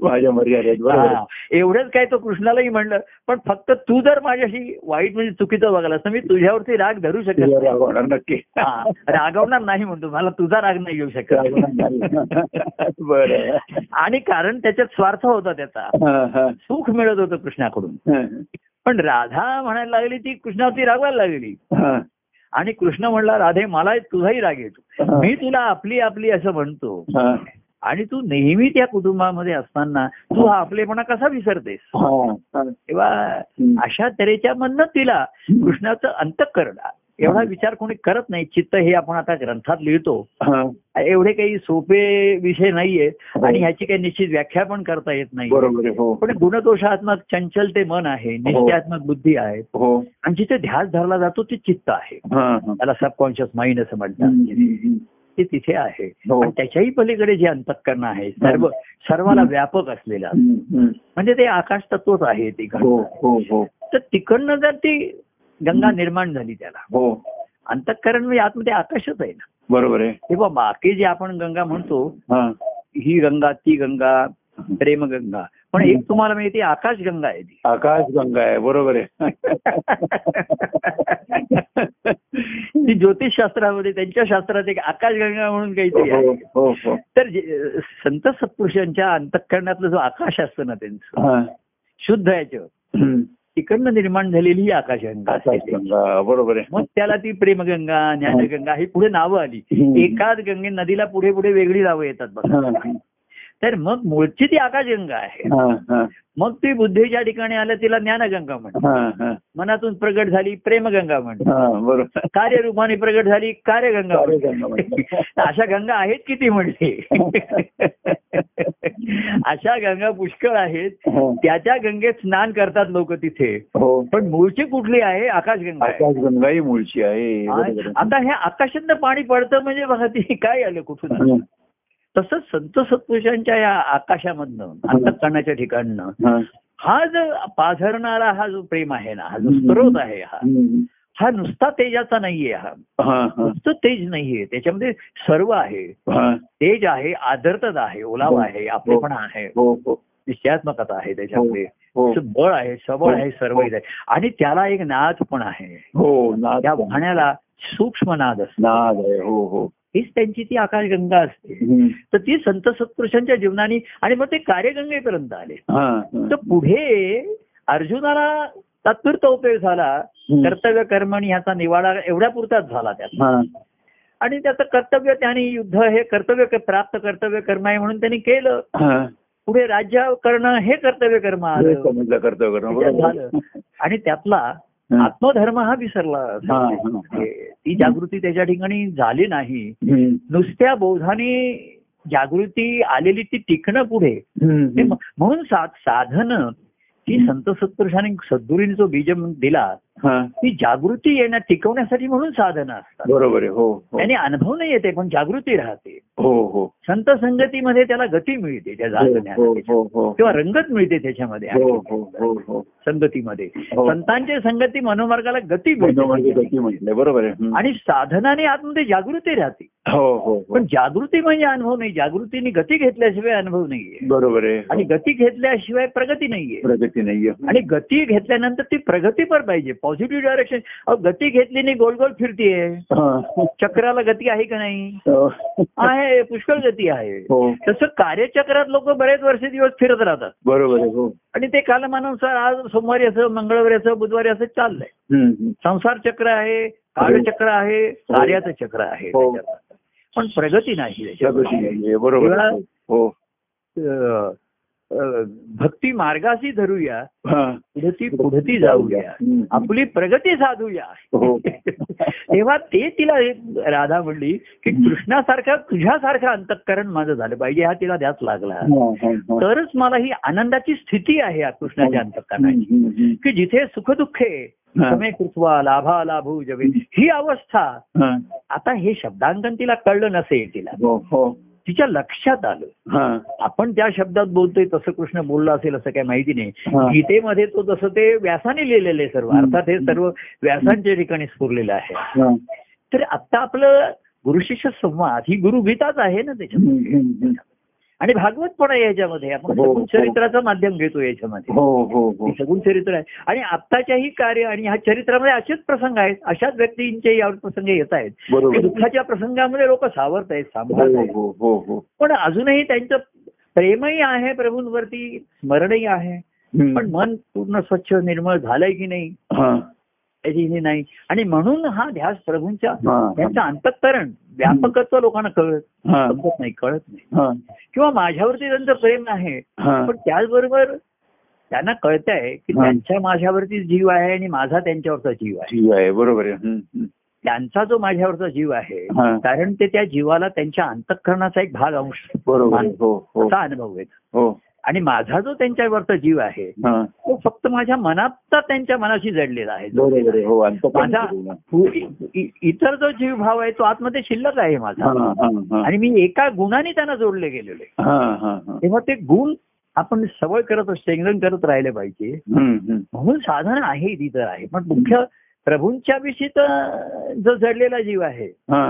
Speaker 1: माझ्या मर्यादा आहेत, बरोबर आहे.
Speaker 2: हा. एवढंच काय तो कृष्णालाही म्हणलं पण फक्त तू जर माझ्याशी वाईट म्हणजे चुकीचं वागलास तर मी तुझ्यावरती राग धरू शकत
Speaker 1: तुझ्या
Speaker 2: नाही.
Speaker 1: रागवणार नक्की
Speaker 2: हा. रागवणार नाही म्हणतो मला तुझा राग नाही येऊ
Speaker 1: रागवणार
Speaker 2: शकत
Speaker 1: नाही. बरं
Speaker 2: आणि कारण त्याच्यात स्वार्थ होता त्याचा
Speaker 1: हा, हा.
Speaker 2: सुख मिळत होतं कृष्णाकडून
Speaker 1: हा,
Speaker 2: पण राधा म्हणायला लागली ती कृष्णावरती रागवायला लागली
Speaker 1: हा.
Speaker 2: आणि कृष्ण म्हणला राधे मला तुझाही राग येतो मी तुला आपली आपली असं म्हणतो
Speaker 1: हा.
Speaker 2: आणि तू नेहमी त्या कुटुंबामध्ये असताना तू हा आपलेपणा कसा विसरतेस
Speaker 1: हा, हा.
Speaker 2: तेव्हा
Speaker 1: हम्म.
Speaker 2: अशा तऱ्हेच्या मधनं तिला कृष्णाचं अंतकरण एवढा विचार कोणी करत नाही चित्त हे आपण आता ग्रंथात लिहितो
Speaker 1: हा.
Speaker 2: एवढे काही सोपे विषय नाहीये
Speaker 1: हो.
Speaker 2: आणि ह्याची काही निश्चित व्याख्या पण करता येत नाही
Speaker 1: बरोबर हो. आहे, हो
Speaker 2: पण गुणदोषात्मक चंचल ते मन आहे निश्चयात्मक बुद्धी आहे
Speaker 1: हो
Speaker 2: आणि जिथे ध्यास धरला जातो ते चित्त आहे
Speaker 1: हा हा.
Speaker 2: त्याला सबकॉन्शियस माइंड असं म्हणतात
Speaker 1: हम्म, हम्म,
Speaker 2: ते तिथे आहे
Speaker 1: हो.
Speaker 2: आणि त्याच्याही पलीकडे जे अंतकरण आहे सर्व सर्वाला व्यापक असलेला
Speaker 1: हम्म, हम्म.
Speaker 2: म्हणजे ते आकाश तत्वच आहे ते घडतं.
Speaker 1: हो हो हो
Speaker 2: तर तिकडनं जर ती गंगा निर्माण झाली त्याला
Speaker 1: हो
Speaker 2: अंतःकरण म्हणजे आतमध्ये आकाशच आहे ना
Speaker 1: बरोबर आहे
Speaker 2: तेव्हा बाकी जे आपण गंगा म्हणतो
Speaker 1: हा
Speaker 2: ही गंगा ती गंगा प्रेमगंगा पण एक तुम्हाला माहिती आहे, आकाश गंगा आहे ती
Speaker 1: आकाश गंगा आहे बरोबर आहे
Speaker 2: ती ज्योतिषशास्त्रामध्ये त्यांच्या शास्त्रात एक आकाशगंगा म्हणून काहीतरी
Speaker 1: हो
Speaker 2: आहे
Speaker 1: हो हो
Speaker 2: तर जे- संत सत्पुरुषांच्या अंतःकरणातलं जो आकाश असतं ना त्यांचं
Speaker 1: हा.
Speaker 2: शुद्ध याचं
Speaker 1: हम्म.
Speaker 2: तिकडनं निर्माण झालेली ही आकाशगंगा असते
Speaker 1: आकाश
Speaker 2: ती.
Speaker 1: गंगा बरोबर आहे
Speaker 2: मग त्याला ती प्रेमगंगा ज्ञानगंगा ही पुढे नावं आली
Speaker 1: हम्म.
Speaker 2: एकाच गंगे नदीला पुढे पुढे वेगळी नावं येतात बघा
Speaker 1: हा,
Speaker 2: तर मग मूळची ती आकाशगंगा आहे
Speaker 1: हा, हा,
Speaker 2: मग ती बुद्धीच्या ठिकाणी आल्या तिला ज्ञानगंगा म्हणतात
Speaker 1: हा, हा,
Speaker 2: मनातून प्रगट झाली प्रेमगंगा म्हणतात
Speaker 1: हा, बरोबर
Speaker 2: कार्यरूपाने प्रगट झाली कार्यगंगा
Speaker 1: कार्यगंगा
Speaker 2: म्हणतात. अशा गंगा आहेत किती म्हणते अशा गंगा पुष्कळ आहेत
Speaker 1: हा.
Speaker 2: त्याच्या गंगेत स्नान करतात लोक तिथे
Speaker 1: हो
Speaker 2: पण मूळची कुठली आहे आकाशगंगा आहे.
Speaker 1: आकाश गंगा ही मूळची आहे बरोबर आहे.
Speaker 2: आता हे आकाशातनं पाणी पडतं म्हणजे बघा ती काय आलं कुठून आलं.
Speaker 1: हा,
Speaker 2: तसंच संत सत्पुरुषांच्या या आकाशामधनं अंतकरणाच्या ठिकाणनं
Speaker 1: हा.
Speaker 2: हा जो पाझरणारा हा जो प्रेम आहे ना हा जो स्त्रोत आहे हा
Speaker 1: हम्म.
Speaker 2: हा नुसता तेजाचा नाहीये हा
Speaker 1: हा, हा,
Speaker 2: नुसतं तेज नाहीये त्याच्यामध्ये सर्व आहे
Speaker 1: हा.
Speaker 2: तेज आहे आदरतता आहे ओलावा आहे आपलेपणा आहे
Speaker 1: हो हो
Speaker 2: निश्चयात्मकता आहे त्याच्यामध्ये
Speaker 1: हो
Speaker 2: असं बळ आहे सबळ आहे सर्व आहे आणि त्याला एक नाद पण आहे
Speaker 1: हो नाद
Speaker 2: त्या वाहण्याला सूक्ष्म नाद असतो
Speaker 1: नाद आहे हो हो
Speaker 2: हीच त्यांची ती आकाशगंगा असते
Speaker 1: हम्म.
Speaker 2: तर ती संत सत्पुरुषांच्या जीवनाने आणि मग ते कार्यगंगेपर्यंत आले
Speaker 1: हा,
Speaker 2: तर
Speaker 1: हा.
Speaker 2: पुढे अर्जुनाला तात्पुरता उपयोग झाला
Speaker 1: हम्म.
Speaker 2: कर्तव्य कर्म आणि ह्याचा निवाडा एवढ्या पुरताच झाला त्यात
Speaker 1: हा.
Speaker 2: आणि त्याचं कर्तव्य त्याने युद्ध हे कर्तव्य क- प्राप्त कर्तव्य कर्म आहे म्हणून त्यांनी केलं
Speaker 1: हा.
Speaker 2: पुढे राज्य करणं हे कर्तव्य कर्म
Speaker 1: हे
Speaker 2: आलं
Speaker 1: समजलं कर्तव्य करणं
Speaker 2: झालं.
Speaker 1: बरोबर
Speaker 2: आणि त्यातला
Speaker 1: हा.
Speaker 2: आत्मधर्म हा विसरला म्हणजे
Speaker 1: हा, हा, हा.
Speaker 2: ती जागृती त्याच्या ठिकाणी झाली नाही
Speaker 1: हम्म.
Speaker 2: नुसत्या बोधाने जागृती आलेली ती टिकणं पुढे
Speaker 1: हम्म.
Speaker 2: ते म- म्हणून सा साधन की संत सत्पुरुषाने सद्गुरूंनी जो बीज दिला
Speaker 1: हा.
Speaker 2: ती जागृती येणं टिकवण्यासाठी म्हणून साधनं असतात
Speaker 1: बरोबर आहे हो हो.
Speaker 2: त्याने अनुभव नाही येते पण जागृती राहते
Speaker 1: हो हो
Speaker 2: संत संगतीमध्ये त्याला गती मिळते त्या
Speaker 1: हो
Speaker 2: साधण्याला
Speaker 1: हो हो
Speaker 2: किंवा रंगत मिळते त्याच्यामध्ये
Speaker 1: हो हो हो हो
Speaker 2: संगतीमध्ये
Speaker 1: हो.
Speaker 2: संतांच्या संगती मनोमार्गाला गती
Speaker 1: म्हणजे
Speaker 2: मिळते
Speaker 1: गती म्हटलंय, बरोबर आहे हम्म.
Speaker 2: आणि साधनाने आतमध्ये जागृती राहते
Speaker 1: हो हो हो.
Speaker 2: पण जागृती म्हणजे अनुभव नाही जागृतीने गती घेतल्याशिवाय अनुभव नाहीये
Speaker 1: बरोबर आहे
Speaker 2: आणि
Speaker 1: हो.
Speaker 2: गती घेतल्याशिवाय प्रगती नाहीये
Speaker 1: प्रगती नाहीये
Speaker 2: आणि गती घेतल्यानंतर ती प्रगतीपर पाहिजे पॉझिटिव्ह डायरेक्शन अहो गती घेतली नाही गोल गोल फिरतीये
Speaker 1: हा.
Speaker 2: चक्राला गती आहे का नाही
Speaker 1: हो.
Speaker 2: आहे पुष्कळ गती आहे
Speaker 1: हो
Speaker 2: तसं कार्यचक्रात लोक बरेच वर्ष दिवस फिरत राहतात
Speaker 1: बरोबर आहे हो
Speaker 2: आणि ते कालमानानुसार आज सोमवारी असं मंगळवारी असं बुधवारी असं चाललंय
Speaker 1: हम्म, हम्म.
Speaker 2: संसार चक्र आहे कालचक्र आहे कार्याचं चक्र आहे
Speaker 1: हो.
Speaker 2: त्याच्यात. पण प्रगती नाही त्याच्यात.
Speaker 1: प्रगती नाहीये बरोबर आहे. हो
Speaker 2: अं, अं, भक्ती मार्गाशी धरूया
Speaker 1: हा.
Speaker 2: पुढे ती पुढे ती जाऊया
Speaker 1: हम्म.
Speaker 2: आपली प्रगती साधूया
Speaker 1: हो.
Speaker 2: तेव्हा ते तिला एक राधा म्हणली की
Speaker 1: हम्म.
Speaker 2: कृष्णासारखा तुझ्यासारखं अंतःकरण माझं झालं पाहिजे हा तिला ध्यास लागला
Speaker 1: हा, हा, हा.
Speaker 2: तरच मला ही आनंदाची स्थिती आहे या कृष्णाच्या अंतःकरणाची
Speaker 1: हो. हम्म, हम्म,
Speaker 2: की जिथे सुखदुःखे
Speaker 1: हा.
Speaker 2: समे कृत्वा लाभा लाभू जवे ही अवस्था
Speaker 1: हा.
Speaker 2: आता हे शब्दांकन तिला कळलं नसेल तिला
Speaker 1: हो हो
Speaker 2: तिच्या लक्षात आलं
Speaker 1: हा.
Speaker 2: आपण त्या शब्दात बोलतोय तसं कृष्ण बोलला असेल असं काही माहिती नाही
Speaker 1: हा.
Speaker 2: गीतेमध्ये तो जसं ते व्यासाने लिहिलेले सर्व
Speaker 1: हं.
Speaker 2: अर्थात हे सर्व व्यासांच्या ठिकाणी स्फुरलेलं आहे
Speaker 1: हा.
Speaker 2: तर आता आपलं गुरुशिष्य संवाद ही गुरुगीताच आहे ना त्याच्यामध्ये
Speaker 1: हम्म, हम्म, हम्म.
Speaker 2: आणि भागवत पण आहे याच्यामध्ये आपण
Speaker 1: हो,
Speaker 2: सगुण
Speaker 1: हो.
Speaker 2: चरित्राचं माध्यम घेतो याच्यामध्ये
Speaker 1: हो हो हो
Speaker 2: हे सगुण चरित्र आहे आणि आत्ताच्याही कार्य आणि ह्या चरित्रामध्ये असेच प्रसंग आहेत अशाच व्यक्तींचे यावर प्रसंग येत आहेत की
Speaker 1: बरोबर आहे.
Speaker 2: दुःखाच्या प्रसंगामध्ये लोक सावरत आहेत
Speaker 1: हो
Speaker 2: सांभाळत आहेत
Speaker 1: हो हो हो
Speaker 2: पण अजूनही त्यांचं प्रेमही आहे प्रभूंवरती स्मरणही आहे
Speaker 1: हम्म.
Speaker 2: पण मन पूर्ण स्वच्छ निर्मळ झालंय की नाही
Speaker 1: हा.
Speaker 2: त्याची हे नाही आणि म्हणून हा ध्यास प्रभूंच्या
Speaker 1: हा,
Speaker 2: त्यांचं अंतःकरण व्यापकत्व लोकांना कळत
Speaker 1: हा.
Speaker 2: समजत नाही कळत नाही
Speaker 1: हा.
Speaker 2: किंवा माझ्यावरती त्यांचं प्रेम आहे
Speaker 1: हा.
Speaker 2: पण त्याचबरोबर त्यांना कळतंय की
Speaker 1: हा.
Speaker 2: त्यांच्या माझ्यावरती जीव आहे आणि माझा त्यांच्यावरचा जीव आहे
Speaker 1: ठीक आहे बरोबर आहे हम्म, हम्म.
Speaker 2: त्यांचा जो माझ्यावरचा जीव आहे
Speaker 1: हा.
Speaker 2: कारण ते त्या जीवाला त्यांच्या अंतःकरणाचा एक भाग अंश
Speaker 1: बरोबर आहे. हो हो
Speaker 2: असा अनुभव आहे
Speaker 1: हो
Speaker 2: आणि माझा जो त्यांच्यावरचा जीव आहे
Speaker 1: हा.
Speaker 2: तो फक्त माझ्या मनातचा त्यांच्या मनाशी जडलेला आहे
Speaker 1: बरोबर आहे. हो अंतःकरण
Speaker 2: माझा
Speaker 1: करून.
Speaker 2: इ- इ- इतर जो जीव भाव आहे तो आतमध्ये शिल्लक आहे
Speaker 1: हा,
Speaker 2: माझा
Speaker 1: हा, हा.
Speaker 2: आणि मी एका गुणाने त्यांना जोडले गेलेले
Speaker 1: हा, हा, हा.
Speaker 2: तेव्हा ते गुण आपण सवय करत स्टेंगन करत राहिले पाहिजे
Speaker 1: हम्म, हम्म.
Speaker 2: म्हणून साधन आहे ती तर आहे पण मुख्य प्रभूंच्या विषयी तर जो जडलेला जीव आहे
Speaker 1: हा.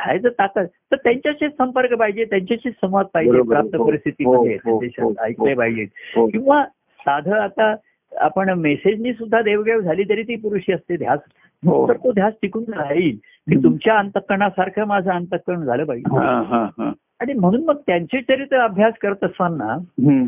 Speaker 2: आहे जर ताकद तर त्यांच्याशी संपर्क पाहिजे त्यांच्याशी संवाद पाहिजे
Speaker 1: बरोबर.
Speaker 2: प्राप्त
Speaker 1: हो,
Speaker 2: परिस्थितीमध्ये
Speaker 1: हो, हो,
Speaker 2: त्यांच्याशी
Speaker 1: हो, हो.
Speaker 2: ऐकले पाहिजे
Speaker 1: हो.
Speaker 2: किंवा साधं आता आपण मेसेजनी सुद्धा देवघेव झाली तरी ती पुरुषी असते ध्यास
Speaker 1: हो.
Speaker 2: तर तो ध्यास टिकून राहील की
Speaker 1: हम्म.
Speaker 2: तुमच्या अंतकरणासारखं माझं अंतकरण झालं पाहिजे
Speaker 1: हा, हा, हा.
Speaker 2: आणि म्हणून मग त्यांचे चरित्र अभ्यास करत असताना
Speaker 1: हम्म.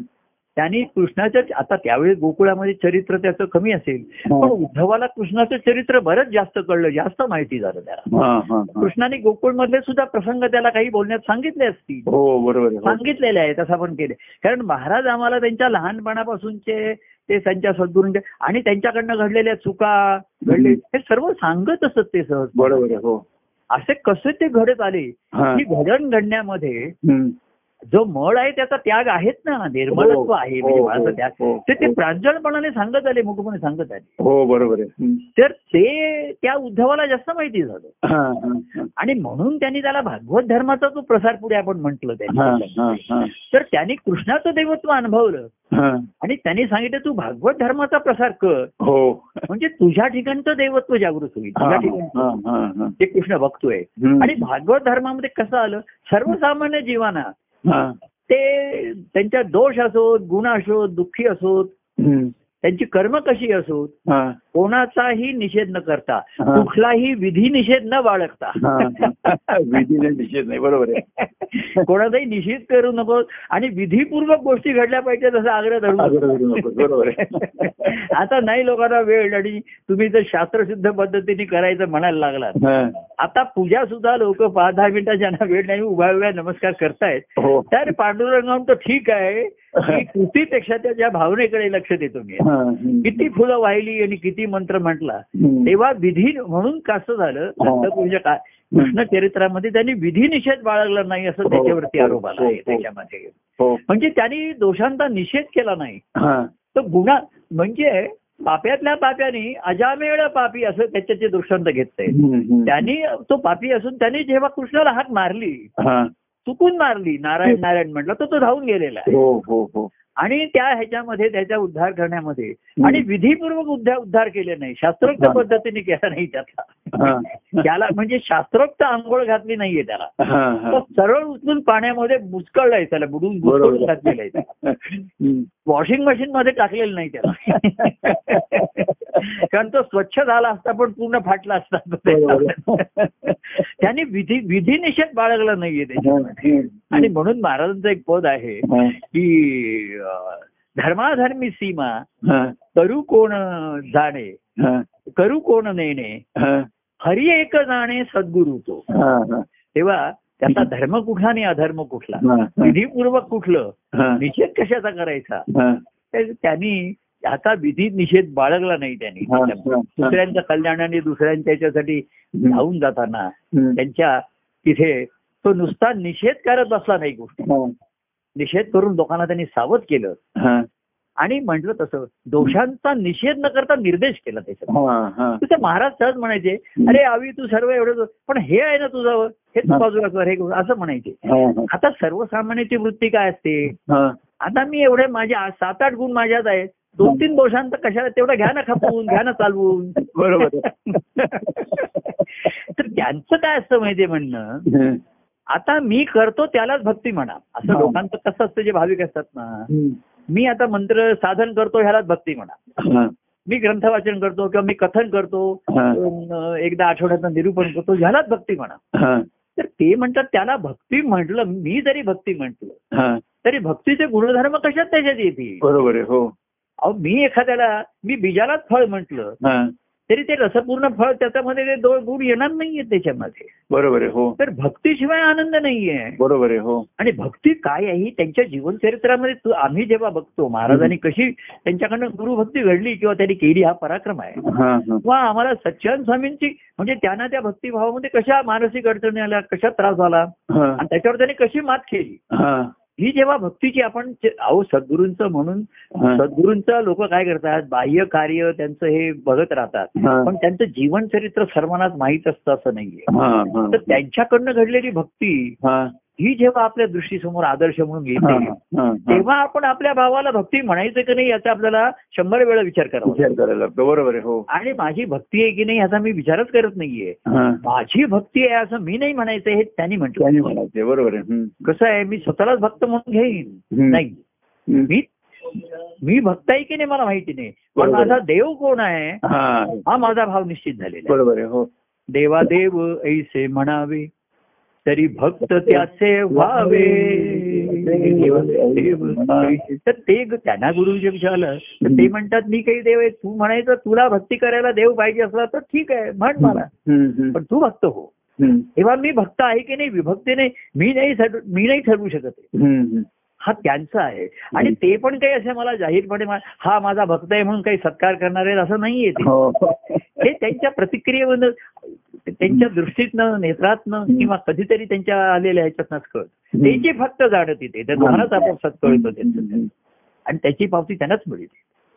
Speaker 2: त्यांनी कृष्णाच्या आता त्यावेळी गोकुळामध्ये चरित्र त्याचं कमी असेल
Speaker 1: हा.
Speaker 2: पण उद्धवाला कृष्णाचं चरित्र बरंच जास्त कळलं जास्त माहिती झालं त्याला
Speaker 1: हा, हा, हा.
Speaker 2: कृष्णाने गोकुळमधले सुद्धा प्रसंग त्याला काही बोलण्यात सांगितले असतील
Speaker 1: हो बरोबर आहे. हो.
Speaker 2: सांगितलेले आहे तसं आपण केले कारण महाराज आम्हाला त्यांच्या लहानपणापासूनचे ते त्यांच्या सद्गुरूंचे आणि त्यांच्याकडनं घडलेल्या चुका घडले हे सर्व सांगत असत ते सहज
Speaker 1: बरोबर आहे. हो
Speaker 2: असे कसे ते घडत आले
Speaker 1: हा.
Speaker 2: की घडण घडण्यामध्ये
Speaker 1: हम्म.
Speaker 2: जो मळ आहे त्याचा त्याग आहेत ना निर्मलत्व आहे म्हणजे
Speaker 1: हो,
Speaker 2: बाळाचा
Speaker 1: हो, हो,
Speaker 2: त्याग ते ते
Speaker 1: हो.
Speaker 2: प्रांजळपणाने सांगत आले मुखपणे सांगत आले
Speaker 1: हो बरोबर आहे. हम्म.
Speaker 2: तर ते त्या उद्धवाला जास्त माहिती झालं
Speaker 1: हा, हा, हा.
Speaker 2: आणि म्हणून त्यांनी त्याला भागवत धर्माचा जो प्रसार पुढे आपण म्हंटल
Speaker 1: हा,
Speaker 2: त्यांनी
Speaker 1: हा, हा.
Speaker 2: तर त्यांनी कृष्णाचं देवत्व अनुभवलं
Speaker 1: हा.
Speaker 2: आणि त्यांनी सांगितलं तू भागवत धर्माचा प्रसार कर
Speaker 1: हो
Speaker 2: म्हणजे तुझ्या ठिकाणचं दैवत्व जागृत होईल
Speaker 1: हा,
Speaker 2: तुझ्या ठिकाणचं
Speaker 1: हा, हा, हा.
Speaker 2: ते कृष्ण बघतोय
Speaker 1: हम्म.
Speaker 2: आणि भागवत धर्मामध्ये कसं आलं सर्वसामान्य जीवांना
Speaker 1: हा.
Speaker 2: ते त्यांच्या दोष असोत गुण असोत दुःखी असोत
Speaker 1: हम्म.
Speaker 2: त्यांची कर्म कशी असोत
Speaker 1: हा,
Speaker 2: कोणाचाही निषेध न करता
Speaker 1: हा.
Speaker 2: कुठलाही विधी निषेध न बाळगता
Speaker 1: हा. विधीने निषेध नाही बरोबर आहे
Speaker 2: कोणाचाही निषेध करू नको आणि विधीपूर्वक गोष्टी घडल्या पाहिजे तसं आग्रह धरू
Speaker 1: आग्रह
Speaker 2: नकोस.
Speaker 1: धरू नकोस, बरोबर आहे.
Speaker 2: आता नाही लोकांना वेळ आणि तुम्ही जर शास्त्रशुद्ध पद्धतीने करायचं म्हणायला लागला
Speaker 1: हा.
Speaker 2: आता पूजा सुद्धा लोक पाच दहा मिनिटं ज्यांना वेळ नाही उभ्या उभ्या नमस्कार करतायत
Speaker 1: हो
Speaker 2: तर पांडुरंगावून तर ठीक आहे की कृतीपेक्षा त्याच्या भावनेकडे लक्ष देतो मी
Speaker 1: हा, हम्म.
Speaker 2: किती फुलं वाहिली आणि किती मंत्र म्हटला
Speaker 1: हम्म. हो.
Speaker 2: तेव्हा विधी म्हणून कसं झालं दत्तपूजा का कृष्ण चरित्रामध्ये त्यांनी विधी निषेध बाळगला नाही असं
Speaker 1: हो,
Speaker 2: त्याच्यावरती
Speaker 1: हो,
Speaker 2: आरोप आला आहे
Speaker 1: हो, हो.
Speaker 2: त्याच्यामध्ये
Speaker 1: हो
Speaker 2: म्हणजे त्यांनी दोषांचा निषेध केला नाही
Speaker 1: हा
Speaker 2: तर गुन्हा म्हणजे पाप्यातल्या पाप्याने अजामेळ पापी असं त्याच्याचे दृष्टांत घेतलंय
Speaker 1: हम्म, हम्म.
Speaker 2: त्यांनी तो पापी असून त्यांनी जेव्हा कृष्णाला हात मारली
Speaker 1: हा
Speaker 2: चुकून मारली नारायण नारायण म्हटलं तर तो धावून गेलेला आहे
Speaker 1: हो हो हो
Speaker 2: आणि त्या ह्याच्यामध्ये त्याचा उद्धार करण्यामध्ये आणि विधीपूर्वक उद्धार उद्धार केले नाही शास्त्रोक्त
Speaker 1: हा.
Speaker 2: पद्धतीने केला नाही त्याचा
Speaker 1: हा.
Speaker 2: त्याला म्हणजे शास्त्रोक्त आंघोळ घातली नाहीये त्याला
Speaker 1: हा,
Speaker 2: तो
Speaker 1: हा.
Speaker 2: सरळ उचलून पाण्यामध्ये मुचकळलाय त्याला बुडून बुडून
Speaker 1: बरोबर
Speaker 2: घातलेला आहे
Speaker 1: हम्म.
Speaker 2: वॉशिंग मशीन मध्ये टाकलेलं नाही त्याला कारण तो स्वच्छ झाला असता पण पूर्ण फाटला असता तो
Speaker 1: बरोबर.
Speaker 2: त्याचा. त्याने विधी विधी निषेध बाळगला नाहीये त्याच्या आणि
Speaker 1: आणि
Speaker 2: म्हणून महाराजांचं एक पद आहे की अं, धर्माधर्मी सीमा करू कोण जाणे करू कोण नेणे हरी एक जाणे सद्गुरू तो तेव्हा त्याचा धर्म कुठला आणि अधर्म कुठला विधीपूर्वक कुठलं निषेध कशाचा करायचा तर त्यांनी आता विधी निषेध बाळगला नाही त्यांनी दुसऱ्यांच्या कल्याणाने दुसऱ्यांच्या याच्यासाठी धावून जाताना त्यांच्या तिथे तो नुसता निषेध करत बसला नाही गोष्ट निषेध करून लोकांना त्यांनी सावध केलं आणि म्हटलं तसं दोषांचा निषेध न करता निर्देश केला त्याच्यात तिथे महाराज सहज म्हणायचे अरे आवी तू सर्व एवढं जो- पण हे आहे ना तुझं हे तू बाजूला कर हे कर, असं म्हणायचे आता सर्वसामान्याची वृत्ती काय असते आता मी एवढे माझे आ- सात आठ गुण माझ्यात आहेत दोन तीन दोषांत कशाला तेवढं घ्या ना खपवून घ्या ना चालवून
Speaker 1: बरोबर
Speaker 2: तर त्यांचं काय असतं माहितीये म्हणणं आता मी करतो त्यालाच भक्ती म्हणा असं
Speaker 1: हा.
Speaker 2: लोकांचं कसं असतं जे भाविक असतात ना मी आता मंत्र साधन करतो ह्यालाच भक्ती म्हणा मी ग्रंथ वाचन करतो किंवा मी कथन करतो अं, एकदा आठवड्याचं निरूपण करतो ह्यालाच भक्ती म्हणा तर ते म्हणतात त्याला भक्ती म्हटलं मी जरी भक्ती म्हटलं तरी भक्तीचे गुणधर्म कशात त्याच्यात येतील
Speaker 1: बरोबर आहे हो
Speaker 2: अहो मी एखाद्याला मी बीजालाच फळ म्हटलं
Speaker 1: हा.
Speaker 2: तरी ते रसपूर्ण फळ त्याच्यामध्ये ते दोन गुण येणार नाहीये त्याच्यामध्ये
Speaker 1: बरोबर आहे हो
Speaker 2: तर भक्तीशिवाय आनंद नाहीये
Speaker 1: बरोबर आहे हो
Speaker 2: आणि भक्ती काय आहे ही त्यांच्या जीवनचरित्रामध्ये तू- आम्ही जेव्हा बघतो महाराजांनी कशी त्यांच्याकडनं गुरुभक्ती घडली किंवा त्यांनी केली हा पराक्रम आहे
Speaker 1: हा, हा.
Speaker 2: वा आम्हाला सच्चान स्वामींची म्हणजे त्यांना त्या भक्तिभावामध्ये कशा मानसिक अडचणी आल्या कशा त्रास झाला
Speaker 1: हा.
Speaker 2: आणि त्याच्यावर त्यांनी कशी मात केली
Speaker 1: हा.
Speaker 2: ही जेव्हा भक्तीची आपण जे- अहो सद्गुरूंचं म्हणून
Speaker 1: हा.
Speaker 2: सद्गुरूंचं लोक काय करतात बाह्य कार्य त्यांचं हे बघत राहतात
Speaker 1: हा.
Speaker 2: पण त्यांचं जीवन चरित्र सर्वांनाच माहीत असतं असं नाहीये
Speaker 1: हा, हा.
Speaker 2: तर त्यांच्याकडनं घडलेली भक्ती
Speaker 1: हा.
Speaker 2: ही जेव्हा आपल्या दृष्टीसमोर आदर्श म्हणून
Speaker 1: हा,
Speaker 2: येते
Speaker 1: हा, हा.
Speaker 2: तेव्हा आपण आपल्या भावाला भक्ती म्हणायचं की नाही याचा आपल्याला शंभर वेळा विचार करावा
Speaker 1: विचार करायला लागतो बरोबर आहे हो
Speaker 2: आणि माझी भक्ती आहे की नाही याचा मी विचारच करत नाहीये
Speaker 1: हा.
Speaker 2: माझी भक्ती आहे असं मी नाही म्हणायचं हे त्यांनी म्हटलं
Speaker 1: त्यांनी म्हणायचे बरोबर आहे हम्म.
Speaker 2: कसं आहे मी स्वतःलाच भक्त म्हणून घेईन
Speaker 1: हम्म.
Speaker 2: नाही
Speaker 1: हम्म.
Speaker 2: मी मी भक्त आहे की नाही मला माहिती नाही पण
Speaker 1: बरोबर.
Speaker 2: माझा देव कोण आहे
Speaker 1: हा.
Speaker 2: हा माझा भाव निश्चित झालेला आहे.
Speaker 1: बरोबर आहे हो
Speaker 2: देवा देव ऐसे म्हणावे तरी भक्त त्याचे व्हावे देवा देव ऐसे. तर ते ग- त्यांना गुरु जे विचारलं तर ते म्हणतात मी काही देव आहे तू म्हणायचं तुला भक्ती करायला देव पाहिजे असला तर ठीक आहे म्हण मला
Speaker 1: हम्म, हम्म.
Speaker 2: पण तू भक्त हो
Speaker 1: हम्म.
Speaker 2: तेव्हा मी भक्त आहे की नाही विभक्तीने मी नाही ठरवू- मी नाही ठरवू शकत आहे.
Speaker 1: हम्म, हम्म.
Speaker 2: हा त्यांचा आहे आणि ते पण काही असे मला जाहीरपणे मा- हा माझा भक्त आहे म्हणून काही सत्कार करणारे असं नाहीये ते
Speaker 1: हो
Speaker 2: हे त्यांच्या प्रतिक्रियेवर त्यांच्या दृष्टीतनं नेत्रातनं किंवा कधीतरी त्यांच्या आलेल्या ह्याच्यातनंच कळत ते जे फक्त जाणं तिथे त्या दोघांनाच आपण सत्कळतो त्यांचं आणि त्याची पावती त्यांनाच मिळते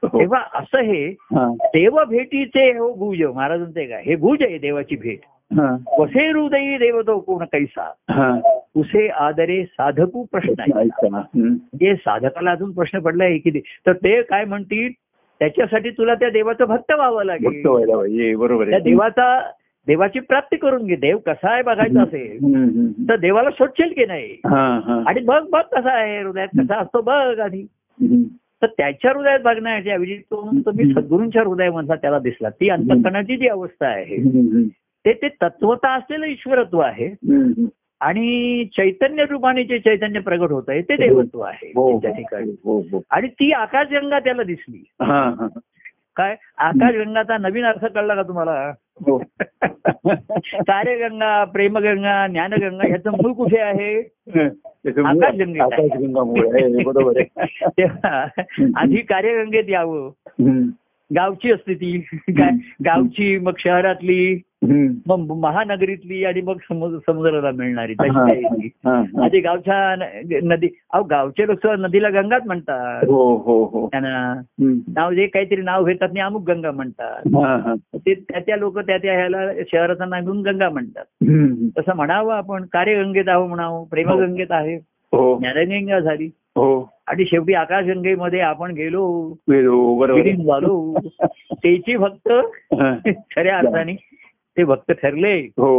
Speaker 1: हो.
Speaker 2: तेव्हा असं हे
Speaker 1: हा.
Speaker 2: देव भेटीचे हो भुज महाराजांचे काय हे भुज आहे देवाची भेट
Speaker 1: हा.
Speaker 2: कसे हृदयी देवतो कोण कैसा
Speaker 1: हा.
Speaker 2: उसे आदरे साधकू प्रश्न आहे
Speaker 1: ऐका ना. हम्म.
Speaker 2: जे साधकाला अजून प्रश्न पडलाय की ते- तर ते काय म्हणतील त्याच्यासाठी तुला त्या देवाचं भक्त व्हावं लागेल
Speaker 1: भक्त व्हायला पाहिजे बरोबर
Speaker 2: त्या
Speaker 1: आहे
Speaker 2: देवाचा देवाची प्राप्ती करून घे देव कसा आहे बघायचा असेल
Speaker 1: हम्म, हम्म.
Speaker 2: तर देवाला शोधशील की नाही
Speaker 1: हा, हा.
Speaker 2: आणि बघ बघ कसा आहे हृदयात कसा असतो बघ आधी
Speaker 1: हम्म.
Speaker 2: तर त्याच्या हृदयात बघण्याच्या ऐवजी तो म्हणतो मी सद्गुरूंच्या हृदयामधला त्याला दिसला ती अंतकणाची जी अवस्था आहे
Speaker 1: हम्म,
Speaker 2: ते ते तत्वता असलेलं ईश्वरत्व आहे
Speaker 1: हम्म.
Speaker 2: आणि चैतन्य रूपाने जे चैतन्य प्रगट होत आहे ते देवत्व आहे
Speaker 1: हो,
Speaker 2: त्या ठिकाणी
Speaker 1: हो, हो.
Speaker 2: आणि ती आकाशगंगा त्याला दिसली
Speaker 1: हा, हा.
Speaker 2: काय आकाशगंगाचा नवीन अर्थ कळला का तुम्हाला
Speaker 1: हो.
Speaker 2: कार्यगंगा प्रेमगंगा ज्ञानगंगा ह्याचं मूळ कुठे आहे
Speaker 1: त्याचं मूळ
Speaker 2: आकाशगंगा.
Speaker 1: आकाशगंगामुळे आहे, हे बरोबर आहे
Speaker 2: तेव्हा आधी कार्यगंगेत यावं
Speaker 1: हम्म,
Speaker 2: गावची असते ती गा- गावची मग शहरातली
Speaker 1: हम्म.
Speaker 2: मग महानगरीतली आणि मग समुद्र समुद्राला मिळणारी तशी
Speaker 1: हा,
Speaker 2: काही नाही.
Speaker 1: हा, हा.
Speaker 2: आधी गावच्या न- नदी अहो गावचे लोक नदीला गंगाच म्हणतात
Speaker 1: हो हो हो
Speaker 2: त्यांना
Speaker 1: हम्म.
Speaker 2: नाव जे काहीतरी नाव घेतात आणि अमुक गंगा म्हणतात
Speaker 1: हा, हा.
Speaker 2: ते त्या त्या लोक त्या त्या ह्याला शहराचं नाव घेऊन गंगा म्हणतात
Speaker 1: हम्म.
Speaker 2: तसं म्हणावं आपण कार्यगंगेत आहो म्हणावं प्रेमगंगेत आहे
Speaker 1: हो
Speaker 2: ज्ञानगंगा झाली
Speaker 1: हो
Speaker 2: आणि शेवटी आकाशगंगेमध्ये आपण गेलो
Speaker 1: वेद- हो, बरोबर
Speaker 2: विलीन झालो त्याची भक्त
Speaker 1: आहे.
Speaker 2: खऱ्या अर्थाने ते भक्त ठरले
Speaker 1: हो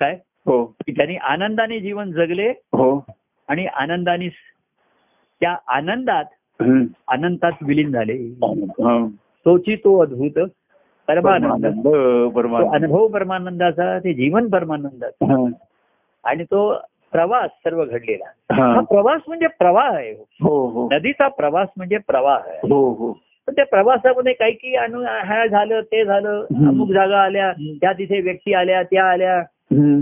Speaker 2: काय
Speaker 1: हो
Speaker 2: की त्यांनी आनंदाने जीवन जगले
Speaker 1: हो
Speaker 2: आणि आनंदाने त्या आनंदात
Speaker 1: हम्म.
Speaker 2: अनंतात विलीन झाले
Speaker 1: हा.
Speaker 2: तोची तो अद्भुत परमानंद
Speaker 1: परमानंद
Speaker 2: तो
Speaker 1: परमानंद
Speaker 2: अनुभव परमानंदाचा ते जीवन परमानंदाचा
Speaker 1: हा,
Speaker 2: आणि तो प्रवास सर्व घडलेला
Speaker 1: हा.
Speaker 2: हा प्रवास म्हणजे प्रवाह आहे हो.
Speaker 1: हो हो
Speaker 2: नदीचा प्रवास म्हणजे प्रवाह आहे
Speaker 1: हो हो
Speaker 2: पण त्या प्रवासामध्ये काही की अनु ह्या झालं ते झालं
Speaker 1: हम्म.
Speaker 2: अमुक जागा आल्या त्या तिथे व्यक्ती आल्या त्या आल्या
Speaker 1: हम्म.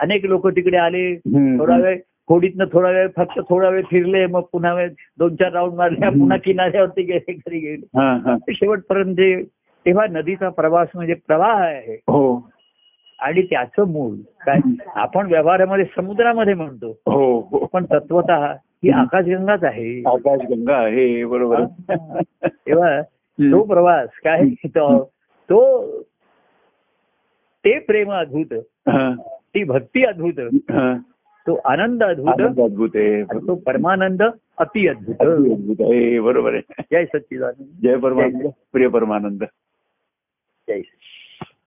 Speaker 2: अनेक लोक तिकडे आले
Speaker 1: हम्म.
Speaker 2: थोडा वेळ होडीतनं थोडा वेळ फक्त थोडा वेळ फिरले मग पुन्हा वेळ दोन चार राऊंड मारल्या
Speaker 1: हम्म.
Speaker 2: पुन्हा किनाऱ्यावरती गेले घरी गेले
Speaker 1: हा, हा.
Speaker 2: शेवटपर्यंत जे- तेव्हा नदीचा प्रवास म्हणजे प्रवाह आहे
Speaker 1: हो
Speaker 2: आणि त्याचं मूळ काय आपण व्यवहारामध्ये समुद्रामध्ये म्हणतो
Speaker 1: हो हो
Speaker 2: पण तत्वत ही आकाशगंगाच आहे
Speaker 1: आकाशगंगा आहे हे बरोबर आहे.
Speaker 2: तेव्हा तो प्रवास काय तो- तो ते प्रेम अद्भुत
Speaker 1: हा,
Speaker 2: ती भक्ती अद्भुत
Speaker 1: हा.
Speaker 2: तो आनंद
Speaker 1: आनंद
Speaker 2: अद्भुत
Speaker 1: अद्भुत आहे
Speaker 2: आणि तो परमानंद अति
Speaker 1: अगदी
Speaker 2: अद्भुत
Speaker 1: अद्भुत आहे हे बरोबर आहे
Speaker 2: जय सच्चिदानंद
Speaker 1: जय परमानंद प्रिय परमानंद
Speaker 2: जय सच्चिदानंद